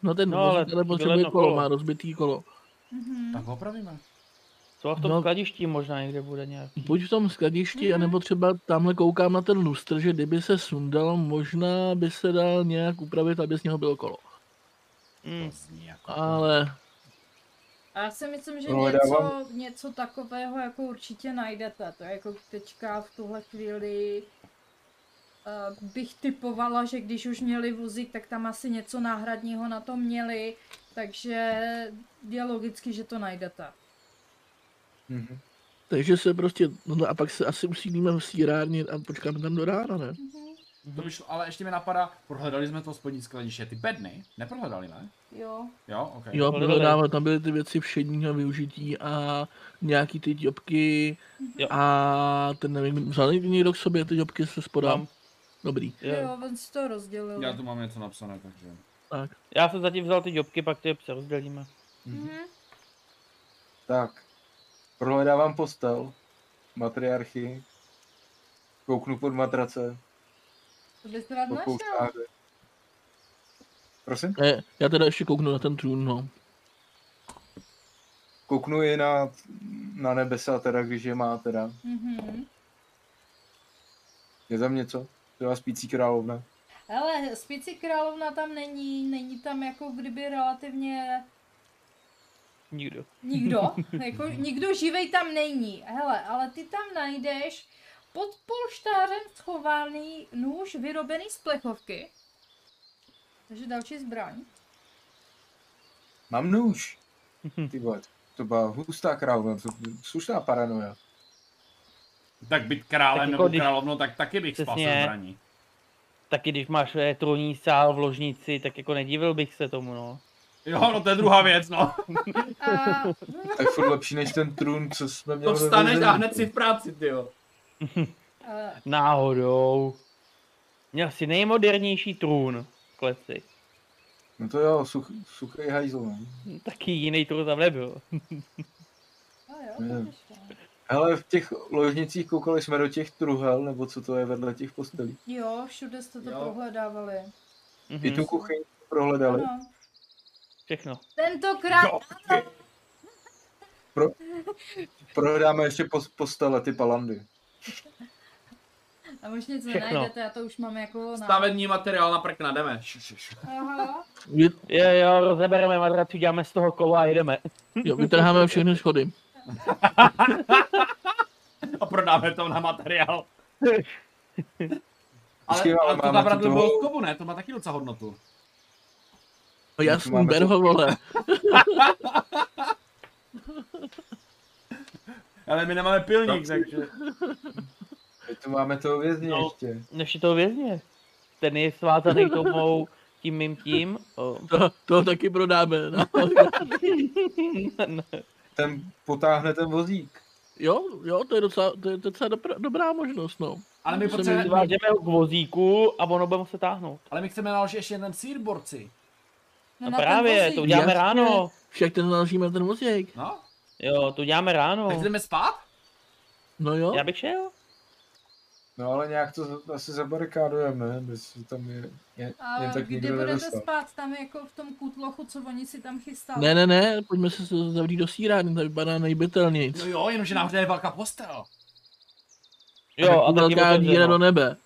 S5: No ten
S3: No,
S5: no,
S3: ale
S5: ale
S3: bylo
S5: potřebuje
S3: jedno
S5: kolo, kolo,
S3: kolo.
S5: má rozbitý kolo.
S1: Mhm.
S2: Tak ho opravíme.
S3: Co v tom
S5: No.
S3: skladišti možná někde bude nějak.
S5: Buď v tom skladišti,
S1: Mhm.
S5: mm-hmm. anebo třeba tamhle koukám na ten lustr, že kdyby se sundal, možná by se dal nějak upravit, aby z něho bylo kolo.
S3: Mm.
S2: To zní jako...
S5: Ale
S1: A já si myslím, že
S4: Prohledávám.
S1: něco, něco takového jako určitě najdete. To je jako teďka v tuhle chvíli eh, bych typovala, že když už měli vozík, tak tam asi něco náhradního na to měli, takže je logicky, že to najdete.
S4: Mhm.
S5: takže se prostě, no a pak se asi usídlíme v sírárně a počkáme tam do rána, ne?
S2: To by šlo, ale ještě mi napadá, prohledali jsme to spodní skladiště. Ty bedny? Neprohledali, ne?
S1: Jo.
S2: Jo, ok.
S5: Jo,
S3: Hledali.
S5: prohledávám, tam byly ty věci všedního využití a nějaký ty jobky
S3: Jo.
S5: a ten nevím, vzal někdo k sobě ty jobky se spodám.
S3: Mám.
S5: Dobrý,
S1: Jo,
S3: Jo.
S1: jo on si to rozdělil.
S2: Já tu mám něco napsané, takže...
S5: tak.
S3: Já jsem zatím vzal ty jobky, pak ty je přerozdělíme.
S1: Mhm.
S4: Tak. Prohledávám postel, matriarchy, kouknu pod matrace,
S1: To bys rád
S4: po
S1: našel.
S4: kousách. Prosím?
S5: Ne, já teda ještě kouknu na ten trůn, no.
S4: Kouknu i na, na nebesa, teda, když je má, teda.
S1: Mhm.
S4: Je tam něco? Byla spící královna.
S1: Ale spící královna tam není, není tam jako kdyby relativně
S3: Nikdo.
S1: Nikdo, jako nikdo živej tam není. Hele, ale ty tam najdeš pod polštářem schovaný nůž vyrobený z plechovky. Takže další zbraň.
S4: Mám nůž! Ty vole, to byla hustá královna, to slušná paranoja.
S2: Tak být králem
S3: Tak jako
S2: nebo
S3: když-
S2: královnou, tak taky bych
S3: Přesně.
S2: spal se zbraní.
S3: Taky když máš eh, trůní sál v ložnici, tak jako nedivil bych se tomu, no.
S2: Jo, no to je druhá věc, no.
S1: A
S4: To je furt lepší než ten trůn, co jsme měli.
S2: To
S4: ve
S2: vstaneš a
S4: vězení.
S2: hned si v práci, ty jo.
S1: eh,
S3: Náhodou. Měl si nejmodernější trůn v kleci.
S4: No to jo, such, suchý hajzl. no.
S3: Taky jiný trůn tam nebyl.
S1: no jo,
S4: Hmm.
S1: vidíš to.
S4: Hele, v těch ložnicích koukali jsme do těch truhel, nebo co to je vedle těch postelí.
S1: jo, všude jste to
S2: Jo.
S1: prohledávali.
S4: I tu
S3: Mhm.
S4: kuchyň jsme prohledali.
S1: No.
S3: Všechno.
S1: Tentokrát
S4: Jo, ty. Pro, prohledáme ještě pos, postele, ty palandy.
S1: a už nic
S3: Všechno.
S1: nenajdete, já to už mám jako na...
S2: Stavební materiál na prkna, jdeme. Š, š, š.
S1: Aha,
S5: Vy,
S3: Jo, jo, rozebereme matraci, děláme z toho kolo a jedeme.
S5: jo, vytrháme všechny schody.
S2: A prodáme to na materiál. Ale,
S4: Počkej, ale
S2: ale to
S4: máme
S2: nabrat
S4: tuto-
S2: bylo kovu, ne? To má taky docela hodnotu.
S5: No jasný,
S4: máme
S5: ber
S4: to-
S5: ho, vole.
S2: Ale my nemáme pilník,
S4: Tak.
S2: takže...
S4: My tu máme toho vězně
S3: No.
S4: no. ještě.
S3: Než je to vězně. Ten je svázaný tou mou tím mým tím. O,
S5: To, to taky prodáme. No.
S4: Ten potáhne ten vozík.
S5: Jo, jo, to je docela, to je docela dobra, dobrá možnost, no.
S2: Ale my
S5: To se mi
S2: potřebujeme...
S3: Zvážeme ho k vozíku a ono bude muset táhnout.
S2: Ale my chceme naložit ještě jeden sír, borci.
S1: no
S3: A
S1: na
S3: právě,
S1: ten
S3: to
S1: vozík.
S3: uděláme
S5: Jasně.
S3: ráno.
S5: Však ten naložíme ten vozík.
S2: No?
S3: Jo, to uděláme
S2: Tak
S3: ráno.
S2: jdeme spát?
S5: No jo,
S3: Já bych šel.
S4: No ale nějak to za- asi zabarikádujeme, ne? Bez, že tam je, je
S1: A
S4: jen tak
S1: kde
S4: nikdo
S1: budete
S4: nedostal.
S1: spát? Tam jako v tom kutlochu, co oni si tam chystali.
S5: ne, ne, ne, pojďme se z- zavřít do sírárny, to vypadá nejbytelněji.
S2: No jo, jenomže nám je velká postel.
S3: Jo, a taky
S5: velká
S3: otevřeno.
S5: díra do nebe.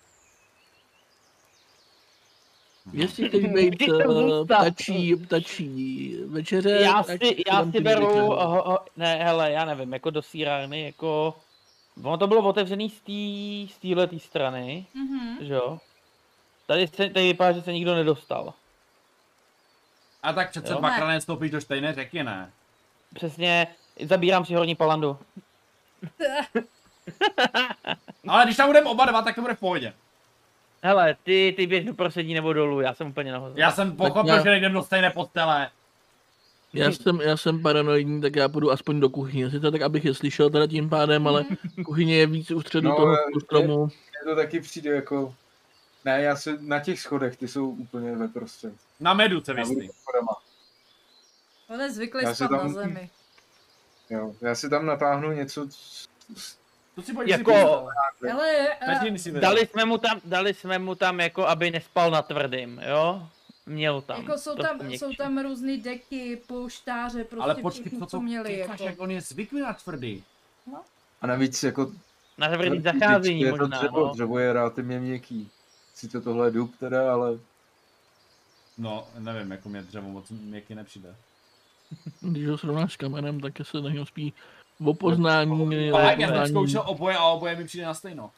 S5: Jestli chceš být
S3: Když tam
S5: eh,
S3: zůstal.
S5: ptačí, ptačí večeře,
S3: Já
S5: tak
S3: si, já
S5: tam
S3: si
S5: ty
S3: beru, eh,
S5: večeře.
S3: ho, ho, ne, hele, já nevím, jako do sírárny, jako... Ono to bylo otevřený z té z téhletý strany,
S1: Mhm.
S3: že jo? Tady, se, tady vypadá, že se nikdo nedostal.
S2: A tak přece
S3: Jo.
S2: dvakrát nestoupíš do stejné řeky, ne?
S3: Přesně, zabírám si horní palandu.
S2: Ale když tam budeme oba dva, tak to bude v pohodě.
S3: Hele, ty, ty běž do prostředí nebo dolů, já jsem úplně nahoře.
S2: Já jsem pochopil,
S5: já-
S2: že nejdem do stejné postele.
S5: Já jsem, já jsem paranoidní, tak já půjdu aspoň do kuchyně. Sice tak, abych je slyšel teda tím pádem, ale kuchyně je víc u
S4: No,
S5: středu no, toho
S3: eh,
S4: ale-
S5: stromu.
S4: Mně to taky přijde jako... Ne, já se na těch schodech, ty jsou úplně ve prostě.
S2: Na medu, se
S4: Já budu
S2: myslí.
S4: pod schodama.
S1: On je zvyklý
S4: Já si
S1: spát
S4: tam-
S1: na zemi.
S4: Jo, já si tam natáhnu něco, c-
S2: To si pojď
S3: Jako-
S2: si půjde.
S1: Ale a,
S2: Každý si
S3: Dali jsme mu tam, dali jsme mu tam jako, aby nespal na tvrdým, jo? Měl tam.
S1: jako jsou
S3: trochu
S1: tam,
S3: měkčí.
S1: jsou tam různé deky, pouštáře, prostě
S2: Ale počkej,
S1: všichni,
S2: co
S1: co
S2: to
S1: měli.
S2: kýkáš,
S1: Jako.
S2: jak on je zvyklý na tvrdý.
S4: a navíc jako...
S3: Na tvrdý
S4: tvrdý
S3: zacházení
S4: je to
S3: možná,
S4: dřevo,
S3: no.
S4: dřevo je relativně měkký. Sice tohle je dub teda, ale
S2: No, nevím, jako mě dřevo moc měkky nepřijde.
S5: Když ho srovnáš s kamenem, tak se na něm spí o
S3: Jako
S5: poznání.
S2: Ale
S5: Ale
S2: já jsem
S5: poznání.
S2: zkoušel oboje a oboje mi přijde na stejno.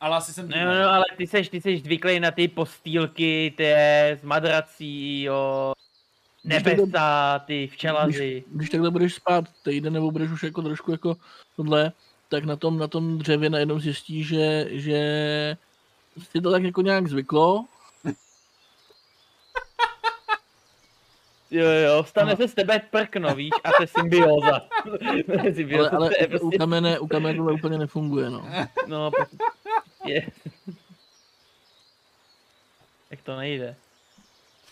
S2: Ale asi jsem
S3: No, no, ale ty seš, ty seš zvyklý na ty postýlky, ty z madrací, jo.
S5: Když to bude-
S3: Nebesa, ty včelaři.
S5: Když takhle budeš spát týden nebo budeš už jako trošku jako tohle, tak na tom, na tom dřevě najednou zjistíš, že, že si to tak jako nějak zvyklo.
S3: Jo, jo, stane se z tebe prkno, víš, a to je symbioza.
S5: Ale,
S3: symbioza
S5: ale
S3: to je
S5: u
S3: prostě,
S5: kamene, u kamene tohle úplně nefunguje, no.
S3: no, prostě- je. Tak to nejde.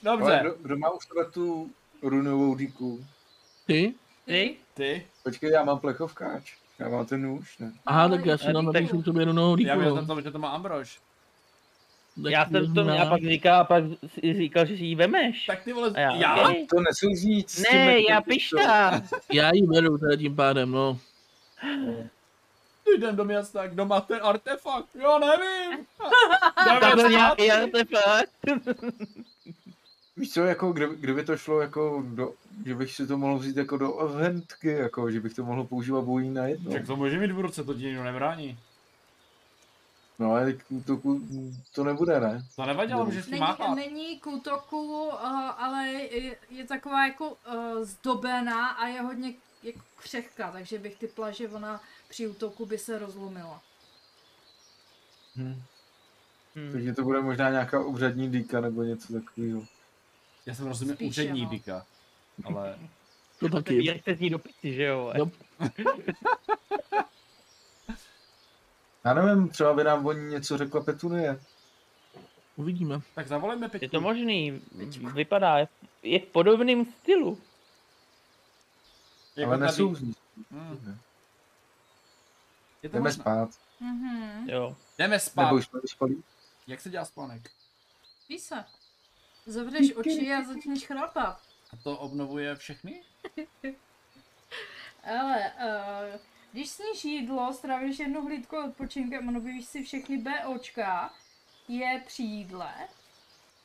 S2: Dobře,
S4: ale kdo, kdo má už teda tu runovou díku?
S5: Ty?
S3: Ty?
S2: ty?
S4: Počkej, já mám plechovkáč. Já mám ten nůž, ne?
S5: Aha, tak já si
S3: Ne,
S5: tam
S3: tak-
S5: napíšu k tobě jednu novou
S2: Já
S5: dýku,
S2: bych
S5: no.
S2: tam to, že to má Ambrož.
S5: Tak
S3: já jsem to
S5: znám.
S3: měl a pak říkal, a pak si říkal, že si ji vemeš.
S2: Tak ty vole,
S3: A
S2: já?
S3: OK.
S4: To nesouzní s tím, jako-
S3: Ne,
S4: jak-
S3: já pišta.
S5: Já ji beru teda tím pádem, no.
S2: Ty jdem do města, kdo má ten artefakt? Jo, nevím.
S3: Tam byl
S2: Jdeme
S3: nějaký
S2: zpátky.
S3: artefakt.
S4: Víš co, jako kdyby, kdyby to šlo jako do, že bych si to mohl vzít jako do eventky, jako že bych to mohl používat obojí na jedno.
S2: Tak to může mít v ruce, to ti nikdo nebrání.
S4: No ale k útoku to nebude, ne?
S2: To nevadilo, můžeš tím
S1: Není,
S2: máchat.
S1: není k útoku, uh, ale je, je taková jako uh, zdobená a je hodně jako křehká, takže bych typla, že ona při útoku by se rozlomila.
S4: Hm.
S3: Hm.
S4: Takže to bude možná nějaká obřadní dýka nebo něco takového.
S2: Já jsem rozuměl
S1: Spíš
S2: úřední
S1: ano.
S2: dýka. Ale
S5: To taky.
S3: Jirek se zní do pici, že jo?
S5: No.
S4: Já nevím, třeba by nám o ní něco řekla Petunie.
S5: Uvidíme.
S2: tak zavolejme
S3: Je
S2: Peťku.
S3: to možný, vypadá, je- je v podobném stylu.
S2: Jako
S4: ale
S2: tady.
S4: nesouzní.
S2: Hm,
S4: Hmm.
S2: Je to
S4: Jdeme
S2: možná.
S4: spát.
S1: Mhm.
S3: Jo.
S2: Jdeme
S4: Nebo
S2: spát.
S4: už jsme spali.
S2: Jak se dělá spánek?
S1: Ví se. Zavřeš oči a začneš chrapat.
S2: A to obnovuje všechny?
S1: Ale uh, když sníš jídlo, strávíš jednu hlídku odpočinkem a objevíš si všechny BOčka, je při jídle.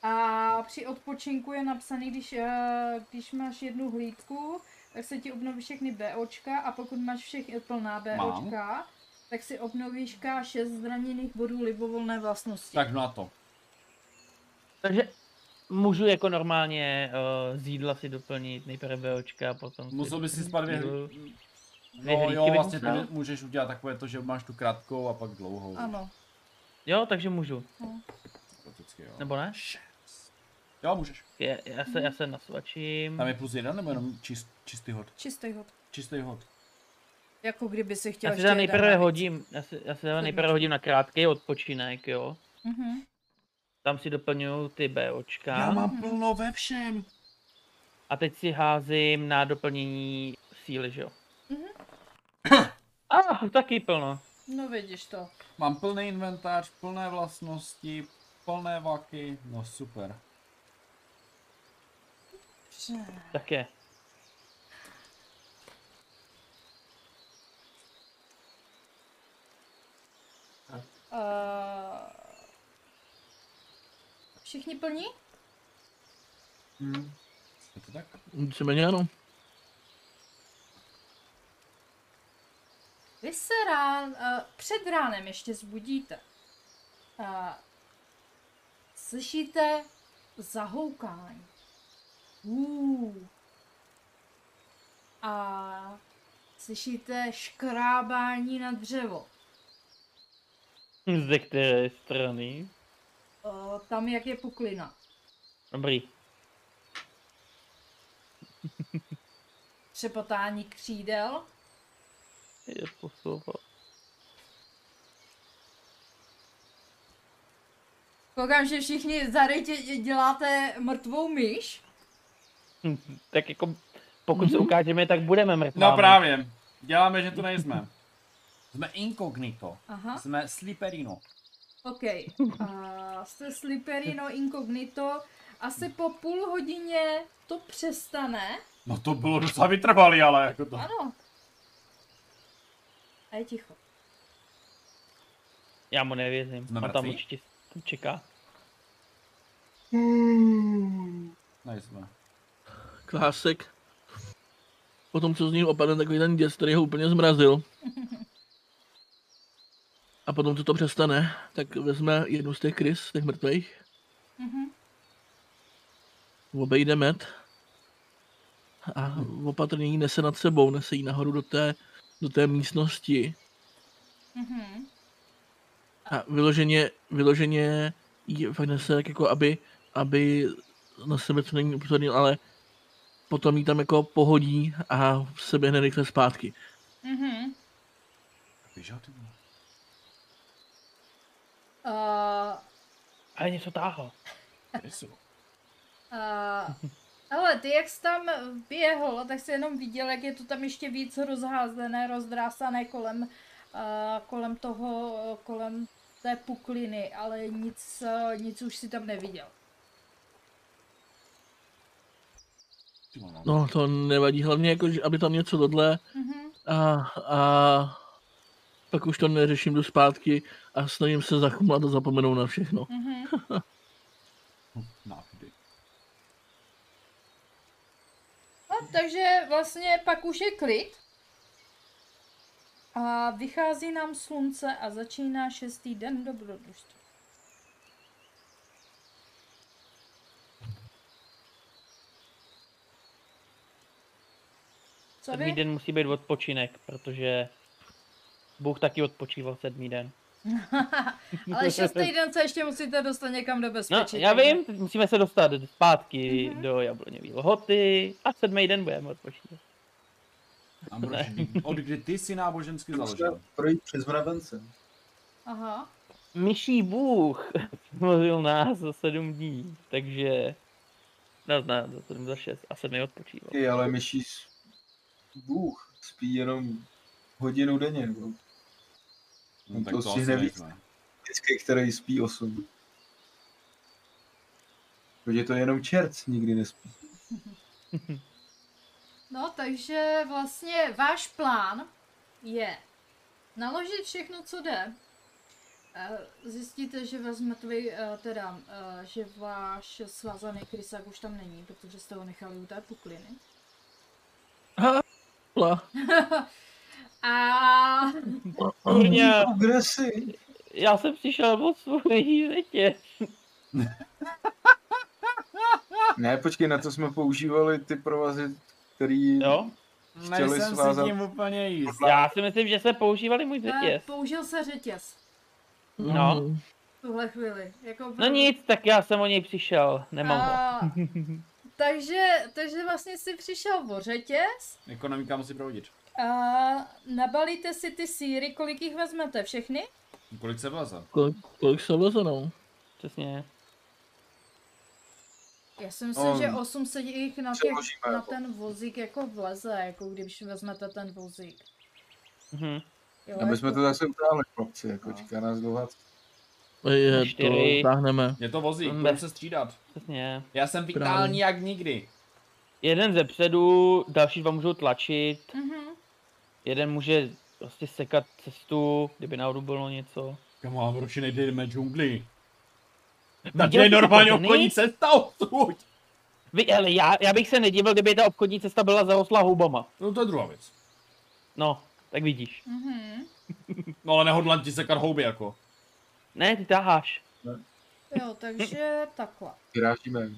S1: A při odpočinku je napsaný, když, uh, když máš jednu hlídku, tak se ti obnoví všechny BOčka a pokud máš všechny plná BOčka, Mám. tak si obnovíš K6 zraněných bodů libovolné vlastnosti.
S2: Tak no a to.
S3: Takže můžu jako normálně uh, z jídla si doplnit nejprve BOčka a potom... si-
S2: Musel bys si spát dvě
S3: Jo.
S2: hry.
S3: Dvě
S2: No
S3: hlídky
S2: jo,
S3: bych
S2: vlastně to
S3: musel.
S2: ne- můžeš udělat takové to, že máš tu krátkou a pak dlouhou.
S1: Ano.
S3: Jo, takže můžu,
S2: Prakticky, jo.
S3: nebo ne?
S2: Jo, můžeš.
S3: Je, já, se, já se nasvačím.
S2: Tam je plus jeden nebo jenom čist, čistý hod?
S1: Čistý hod.
S2: Čistý hod.
S1: Jako kdyby si chtěl
S3: Já si teda nejprve
S1: navíc.
S3: hodím, já si, já si teda nejprve hodím na krátký odpočinek, jo.
S1: Mhm.
S3: Tam si doplňuju ty BOčka.
S2: Já mám plno ve všem.
S3: A teď si házím na doplnění síly, že jo?
S1: Mhm.
S3: A taky plno.
S1: No vidíš to.
S2: Mám plný inventář, plné vlastnosti, plné vaky. No super.
S1: Že...
S3: Tak je.
S1: Uh, všichni plní?
S4: Hmm.
S2: Je to tak?
S5: Víceméně ano.
S1: Vy se rán, uh, před ránem ještě zbudíte. Uh, slyšíte zahoukání. Hů. A slyšíte škrábání na dřevo.
S3: Ze které strany?
S1: O, Eh, tam, jak je puklina.
S3: Dobrý.
S1: Třepotání křídel.
S3: Je poslova.
S1: Koukám, že všichni zarejtě děláte mrtvou myš.
S3: Tak jako, pokud se ukážeme, tak budeme mrtvámi.
S2: No právě. Děláme, že tu nejsme. Jsme inkognito.
S1: Aha,
S2: Jsme sleeperino.
S1: ok. A jste sliperino incognito. Asi po půl hodině to přestane.
S2: No to bylo docela vytrvalý, ale jako to.
S1: Ano. A je ticho.
S3: Já mu nevěřím.
S2: Jsme
S3: On tam
S2: mrtví?
S3: určitě čeká.
S2: Nejsme.
S5: Klásek. Potom, co z něj opadne takový ten děs, který ho úplně zmrazil. A potom, co to přestane, tak vezme jednu z těch krys, těch mrtvých.
S1: Mhm.
S5: Obejde med. A opatrně ji nese nad sebou, nese ji nahoru do té, do té místnosti.
S1: Mhm.
S5: A vyloženě, vyloženě ji fakt nese tak jako, aby, aby na sebe co není upozornil, ale potom ji tam jako pohodí a se běhne rychle zpátky.
S1: Mhm.
S2: Víš, jo, ty vole.
S1: Uh,
S3: Ale něco táhlo.
S2: Nejsou.
S1: A, ale ty jak jsi tam běhl, tak jsi jenom viděl, jak je to tam ještě víc rozházené, rozdrásané kolem, a, kolem toho, kolem té pukliny, ale nic, eh, nic už si tam neviděl.
S2: Ty vole, no.
S5: No to nevadí, hlavně jako, že aby tam něco tohle
S1: Mhm.
S5: a, a pak už to neřeším, jdu zpátky a snažím se zachumlat a zapomenout na všechno.
S1: Mhm.
S2: Nápady.
S1: No, takže vlastně pak už je klid. A vychází nám slunce a začíná šestý den dobrodružství. Co
S3: Sedmý
S1: vy?
S3: den musí být odpočinek, protože Bůh taky odpočíval sedmý den.
S1: Ale šestý den se ještě musíte dostat někam do
S3: No,
S1: bezpečí.
S3: já
S1: takže-
S3: vím, teď musíme se dostat zpátky
S1: Mhm.
S3: mm-hmm. do Jabloněvý lhoty a sedmý den budeme odpočívat.
S2: Ambrož, od kdy ty jsi nábožensky založil?
S4: projít přes mravence.
S1: Aha.
S3: Myší Bůh mluvil nás za sedm dní, takže... No, ne, za sedm, za šest a sedmý odpočíval.
S4: Ty, ale myší s- Bůh spí jenom hodinu denně. Nebo
S2: No, tak
S4: To
S2: to
S4: si
S2: asi
S4: nevíc.
S2: nejsme.
S4: vždycky, který spí 8. Protože to je jenom čert nikdy nespí.
S1: No, takže vlastně váš plán je naložit všechno, co jde. Eh, Zjistíte, že vás mrtvý, eh, teda, eh, že váš svázaný krysak už tam není, protože jste ho nechali u té pukliny.
S5: Pla.
S1: A
S2: No.
S3: Kurňa,
S4: Kde jsi?
S3: já jsem přišel po svojí řetě.
S4: Ne, počkej, na to jsme používali ty provazy, který...
S3: Jo?
S4: Chtěli
S2: Nejsem si
S4: svázat-
S2: tím úplně jist.
S3: Já si myslím, že se používali můj
S1: eh,
S3: řetěz.
S1: použil se řetěz
S3: No.
S5: Mm.
S1: v tuhle chvíli. Jako
S3: No nic, tak já jsem o něj přišel, nemohl.
S1: A, takže, takže vlastně jsi přišel o řetěz
S2: Ekonomika musí provodit.
S1: a nabalíte si ty síry, kolik jich vezmete? Všechny?
S2: Kolik se vleze?
S5: Kolik, kolik se vleze, no?
S3: Přesně.
S1: Já si myslím,
S4: On
S1: že 800 jich na, těch,
S4: Um, přeložíme,
S1: na
S4: jako.
S1: ten vozík jako vleze, jako když vezmete ten vozík.
S3: Mhm.
S1: Jo,
S4: A my jsme
S1: jako-
S4: to zase utáhli, chlapci, jako čeká nás dlouhá cesta.
S5: Je,
S3: Čtyři.
S5: to táhneme.
S2: Je to vozík,
S3: Ne.
S2: budeme se střídat.
S3: Přesně.
S2: Já jsem vitální jak nikdy.
S3: Jeden ze předu, další dva můžou tlačit,
S1: Mhm.
S3: jeden může prostě sekat cestu, kdyby náhodou bylo něco.
S2: Kamo, proč nejdeme džungli?
S3: Viděl
S2: Tady je
S3: jsi ty
S2: normálně
S3: kořeny?
S2: obchodní cesta odtud.
S3: Vy, ale já, já bych se nedivil, kdyby ta obchodní cesta byla zarostlá houbama.
S2: No to je druhá věc.
S3: No, tak vidíš.
S1: Mhm.
S2: No ale nehodlám ti sekat houby jako.
S3: Ne, ty táháš.
S1: Jo, takže takhle.
S4: Vyrážíme.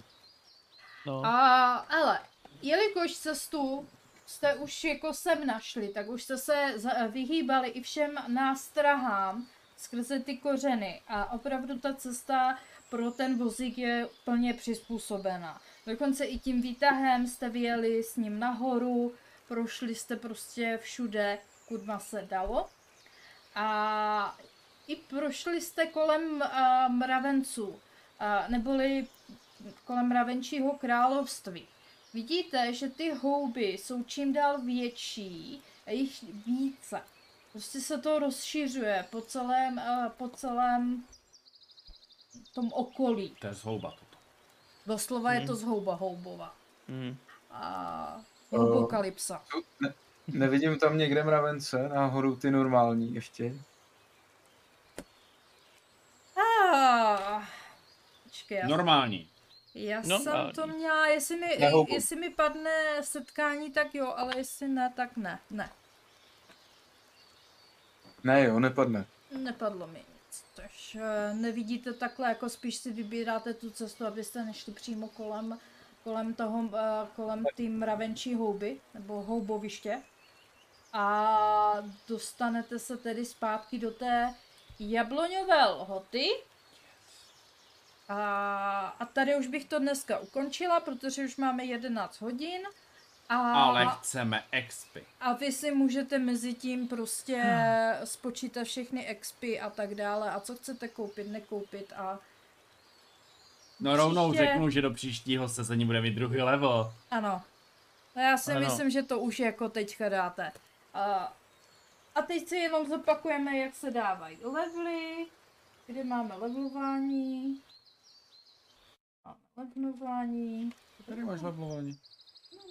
S3: No.
S1: A, ale, jelikož cestu jste už jako sem našli, tak už jste se za- vyhýbali i všem nástrahám skrze ty kořeny a opravdu ta cesta pro ten vozík je plně přizpůsobená. Dokonce i tím výtahem jste vyjeli s ním nahoru, prošli jste prostě všude, kudma se dalo. A i prošli jste kolem a, mravenců, a, neboli kolem mravenčího království. Vidíte, že ty houby jsou čím dál větší a jich více. Prostě se to rozšiřuje po celém, eh, po celém tom okolí.
S2: To je zhouba toto.
S1: Doslova je to
S3: Hmm.
S1: zhouba houbova.
S3: Mm.
S1: A
S4: Eh.
S1: houbokalypsa.
S4: Nevidím tam někde mravence, náhodou ty normální ještě.
S1: Ah, počkej, já,
S2: Normální.
S1: já jsem
S3: normální.
S1: to měla, jestli mi,
S4: no, Na houbu.
S1: jestli mi padne setkání, tak jo, ale jestli ne, tak ne, ne.
S4: Ne jo, nepadne.
S1: Nepadlo mi nic. Takže nevidíte takhle, jako spíš si vybíráte tu cestu, abyste nešli přímo kolem, kolem toho, eh, kolem té mravenčí houby, nebo houboviště. A dostanete se tedy zpátky do té jabloňové lhoty. A, a tady už bych to dneska ukončila, protože už máme 11 hodin. A,
S2: Ale chceme expy.
S1: a vy si můžete mezi tím prostě spočítat všechny expy a tak dále a co chcete koupit, nekoupit a
S2: No rovnou
S1: Příště.
S2: řeknu, že do příštího sezení bude mít druhý level.
S1: ano. No já si ano.
S3: Ano.
S1: myslím, že to už jako teďka dáte. A, a teď si jenom zopakujeme, jak se dávají levely, kde máme levelování. Máme levelování.
S2: Tady máš levelování.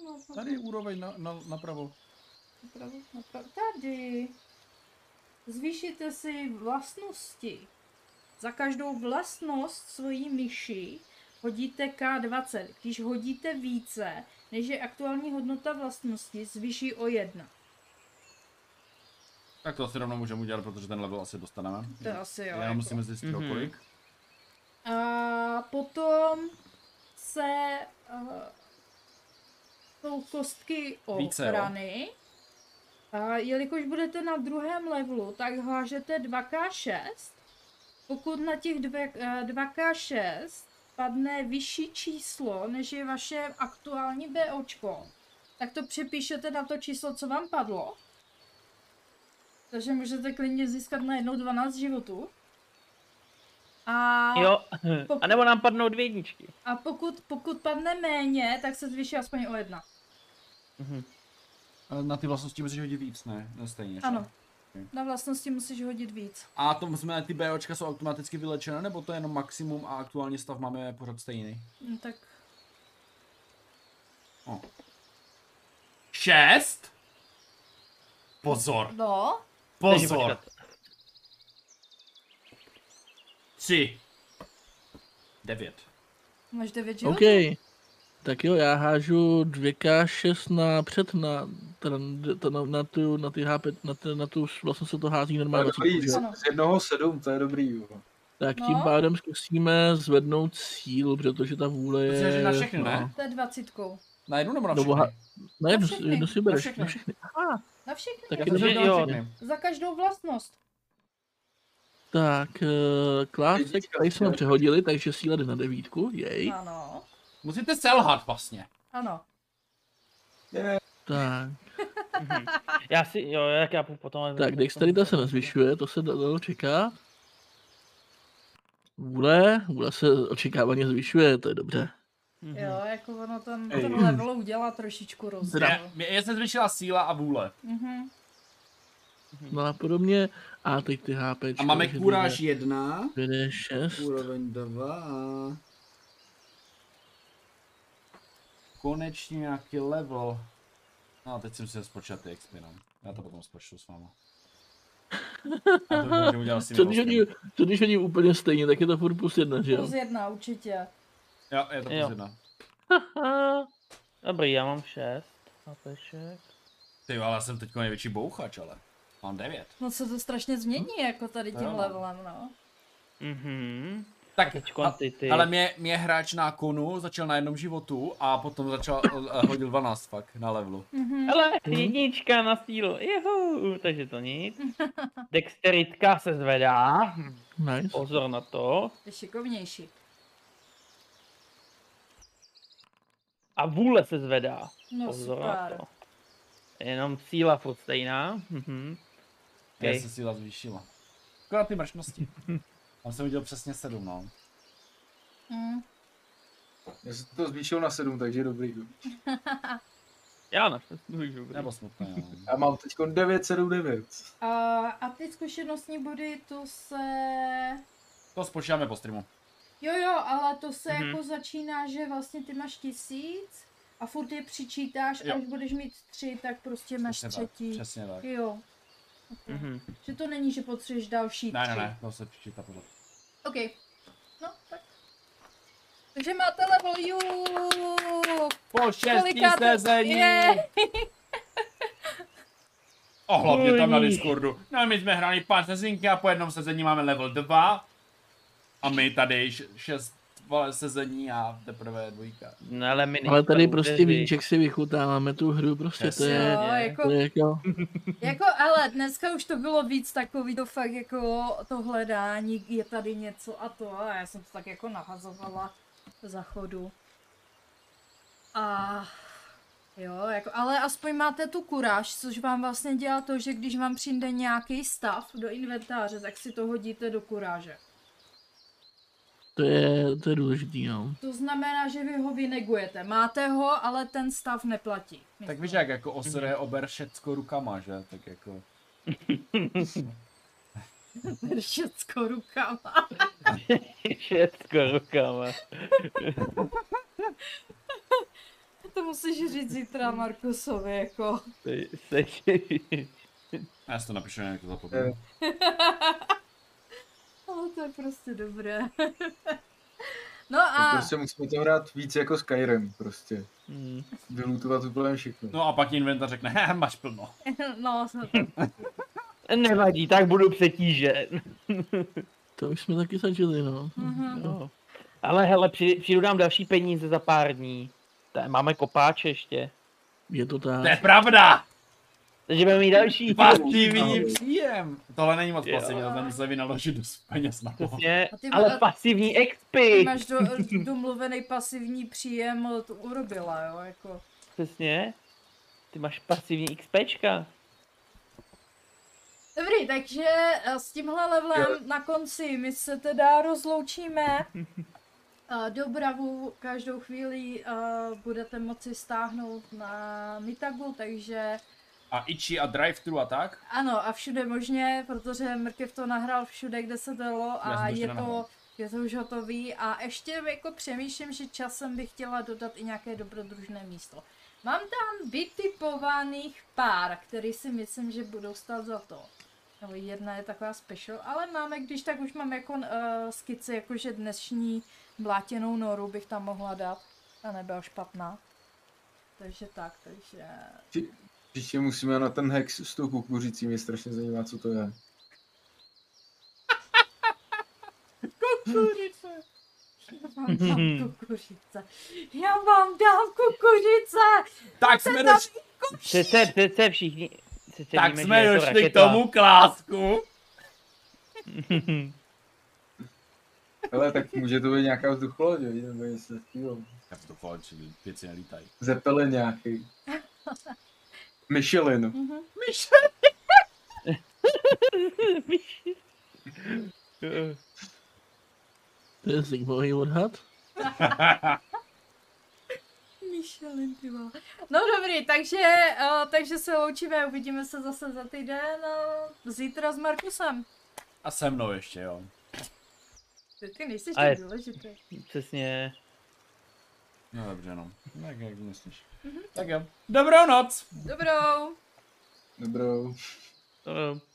S1: No, no, no,
S2: Tady je úroveň na, na, napravo.
S1: napravo, napravo. Tady. Zvýšíte si vlastnosti. Za každou vlastnost svojí myši hodíte K20. Když hodíte více, než je aktuální hodnota vlastnosti, zvýší o jedna.
S2: Tak to asi rovnou můžeme udělat, protože ten level asi dostaneme.
S1: To asi jo.
S2: Já
S1: jako.
S2: musíme zjistit, o
S3: Mhm.
S2: kolik.
S1: A potom se uh, jsou kostky
S2: Více, jo.
S1: obrany. A jelikož budete na druhém levelu, tak hážete 2k6. Pokud na těch dve- eh, 2k6 padne vyšší číslo, než je vaše aktuální BOčko, tak to přepíšete na to číslo, co vám padlo. Takže můžete klidně získat najednou 12 životů. A...
S3: Jo,
S1: pokud-
S3: a nebo nám padnou dvě jedničky.
S1: A pokud, pokud padne méně, tak se zvýší aspoň o jedna.
S3: Mhm.
S2: Ale Na ty vlastnosti musíš hodit víc, ne? ne stejně. že?
S1: Ano. Na vlastnosti musíš hodit víc.
S2: A to jsme, ty BOčka jsou automaticky vylečené, nebo to je jenom maximum a aktuální stav máme pořád stejný?
S1: Hm, Tak
S2: Šest? Pozor,
S1: no,
S3: Takže
S2: pozor.
S3: počkat.
S2: Tři. Devět.
S1: máš devět životů.
S5: OK. Tak jo, já hážu 2k6 na před na, teda, na- to- na, na, tu, na ty HP, na, ty, na tu, vlastně se to hází
S4: Ale
S5: normálně.
S4: dobrý,
S5: že
S4: z,
S5: jo?
S1: Ano.
S4: z jednoho sedm, to je dobrý. Jo.
S5: Tak
S1: No.
S5: tím pádem zkusíme zvednout síl, protože ta vůle je...
S2: Protože na všechny,
S5: no.
S2: ne?
S1: To je dvacítkou.
S2: Na jednu nebo na
S5: No
S2: všechny?
S5: boha- Ne,
S1: Na
S5: do,
S1: všechny.
S5: do si
S2: Na
S5: bereš,
S2: všechny.
S5: na všechny.
S1: Na všechny.
S5: Tak
S2: Já
S5: je
S2: jsem
S5: to,
S3: Takže
S2: jako že na
S3: jo.
S2: všechny.
S1: Za každou vlastnost.
S5: tak, eh, klásek,
S4: Jednička,
S5: tady jsme
S4: jo.
S5: přehodili, takže síla jde na devítku, jej.
S2: No.
S1: Ano,
S2: Musíte selhat vlastně.
S1: ano.
S4: Je,
S5: Tak,
S3: Mhm. Já si, jo, jak já půjdu potom...
S5: tak dexterita se nezvyšuje, to se dalo čeká. Vůle, vůle se očekávaně zvyšuje, to je dobře.
S3: Mhm.
S1: Jo, jako ono ten,
S4: Ej.
S1: ten level udělá trošičku rozdíl.
S5: Teda-
S2: Je, je se zvyšila síla a vůle.
S1: Mhm.
S5: No a podobně. A teď ty HP.
S2: A máme kuráž jedna,
S5: 5, 6.
S2: úroveň dva. Konečně nějaký level. No a teď si musím spočítat ty XP no. Já to potom spočtu s váma. A to můžu udělat s tím
S5: Co když,
S2: hostem.
S5: oni, co když oni úplně stejně, tak je to furt plus jedna, že jo?
S1: Plus jedna určitě.
S2: Jo, je to plus
S3: Jo.
S2: jedna.
S3: Aha. Dobrý, já mám šest. Papeček.
S2: Ty jo, ale já jsem teď největší bouchač, ale. Mám devět.
S1: No se to strašně změní, jako tady tím
S2: Jo, no.
S1: levelem, no.
S3: Mhm.
S2: Tak,
S3: Teďkon
S2: a-
S3: ty, ty.
S2: ale mě, mě hráč na konu začal na jednom životu a potom začal, eh, hodil 12 fakt na levelu.
S3: Hele,
S2: Mhm.
S3: jednička na sílu, juhu, takže to nic. Dexteritka se zvedá,
S5: Nice.
S3: pozor na to.
S1: Je šikovnější.
S3: A vůle se zvedá,
S1: No
S3: pozor na
S1: super.
S3: to. Jenom síla furt stejná. mhm.
S2: Okay.
S3: Okej.
S2: Já se síla zvýšila. Akorát ty mračnosti. Tam jsem viděl přesně 7, no.
S1: Mm.
S4: Já jsem to zvýšil na 7, takže dobrý.
S3: Já naštěstí můžu.
S2: Nebo smutné, no.
S4: Já mám teď 979.
S1: A, a ty zkušenostní body, to se...
S2: To spočítáme po streamu.
S1: Jo, jo, ale to se
S3: Mhm.
S1: mm-hmm. jako začíná, že vlastně ty máš tisíc a furt je přičítáš,
S2: Jo.
S1: až budeš mít tři, tak prostě máš
S2: Přesně tak,
S1: třetí.
S2: Přesně tak.
S1: Jo.
S3: Mhm.
S1: Že to není, že potřebuješ další
S2: Ne,
S1: tři.
S2: ne, ne, to se přičítá pořád.
S1: OK. No, tak. Takže máte level, ju.
S2: Po šestý
S1: Koliká to
S2: sezení!
S1: je?
S2: A Oh, hlavně tam na
S3: Oj.
S2: Discordu. No my jsme hráli pár sezinky a po jednom sezení máme level 2. A my tady š- šest vole, sezení a teprve dvojka.
S3: No ale my
S5: Ale
S3: nejsme
S5: tady prostě
S3: luteři.
S5: víš, jak si vychutáváme tu hru, prostě to
S2: Jasně.
S5: je,
S1: Jo,
S3: je.
S1: jako,
S5: to je jako,
S1: jako, ale dneska už to bylo víc takový, to fakt jako to hledání, je tady něco a to, a já jsem to tak jako nahazovala za chodu. A jo, jako, ale aspoň máte tu kuráž, což vám vlastně dělá to, že když vám přijde nějaký stav do inventáře, tak si to hodíte do kuráže.
S5: to je, to je důležitý, no.
S1: To znamená, že vy ho vynegujete. Máte ho, ale ten stav neplatí.
S2: Tak víš, jak jako osere
S1: Mhm.
S2: ober všecko rukama, že? Tak jako...
S1: Všecko rukama.
S3: Všecko rukama.
S1: To musíš říct zítra Markusovi, jako.
S3: Ty jsi-
S2: No, Já si to napíšu, jak to zapomenu.
S3: Eh.
S1: Ale to je prostě dobré. No
S4: Tak
S1: a
S4: Prostě musíme to hrát víc jako Skyrim, prostě.
S3: Hmm.
S4: Vylutovat úplně všechno.
S2: No a pak inventář řekne, "He, máš plno.
S1: no,
S3: Nevadí, tak budu přetížen.
S5: To už jsme taky zažili, no.
S1: mhm.
S3: No. Ale hele, při, přijdu nám další peníze za pár dní. Ta- Máme kopáče ještě.
S5: Je to
S2: To je
S5: tak.
S2: pravda!
S3: Takže budeme mít další.
S2: Pasivní příjem! Tohle není moc
S3: Jo.
S2: pasivní, to tam se vynaložit do peněz na to.
S3: Přesně,
S1: A ty
S3: ale
S1: ma-
S3: pasivní
S1: Ty
S3: expy.
S1: máš do, domluvený pasivní příjem, eh, to urobila, jo, jako.
S3: Přesně. Ty máš pasivní XPčka.
S1: Dobrý, takže eh, s tímhle levelem na konci my se teda rozloučíme. Eh, Dobravu každou chvíli eh, budete moci stáhnout na Mitagu, takže
S2: A Ichi a drive-thru a tak?
S1: ano a všude možně, protože Mrkev to nahrál všude, kde se dalo
S2: Já jsem
S1: a
S2: to ještě
S1: je
S2: nenahrál.
S1: to, je to už hotový a ještě jako přemýšlím, že časem bych chtěla dodat i nějaké dobrodružné místo. Mám tam vytipovaných pár, který si myslím, že budou stát za to. Nebo jedna je taková special, ale máme, když tak už mám jako uh, skici, jakože dnešní blátěnou noru bych tam mohla dát. Ta nebyla špatná. Takže tak, takže...
S4: Příště musíme na ten hex s tou kukuřicí, mě strašně zajímá, co to je.
S1: Kukuřice! Já vám dám kukuřice. Já vám dám kukuřice!
S2: Tak jsme, doš-
S3: Přece, přece všichni. Přece
S2: tak
S3: víme,
S2: jsme
S3: že je to
S2: došli k
S3: raketa.
S2: tomu klásku.
S4: Ale tak může to být nějaká vzducholoď, jo, nebo něco takového.
S2: Já to že věci nelítají.
S4: Zepele nějaký. Michelin.
S5: To je Zigmový odhad.
S1: Michelin, ty vole. No dobrý, takže, uh, takže se loučíme, uvidíme se zase za týden uh, zítra s Markusem.
S2: A se mnou ještě, jo.
S1: Ty, ty nejsi
S3: Ale-
S1: tak důležitý.
S3: Přesně.
S2: No dobře, no. Tak jak myslíš. Tak jo. Dobrou noc!
S1: Dobrou.
S4: Dobrou.
S2: No,
S3: To-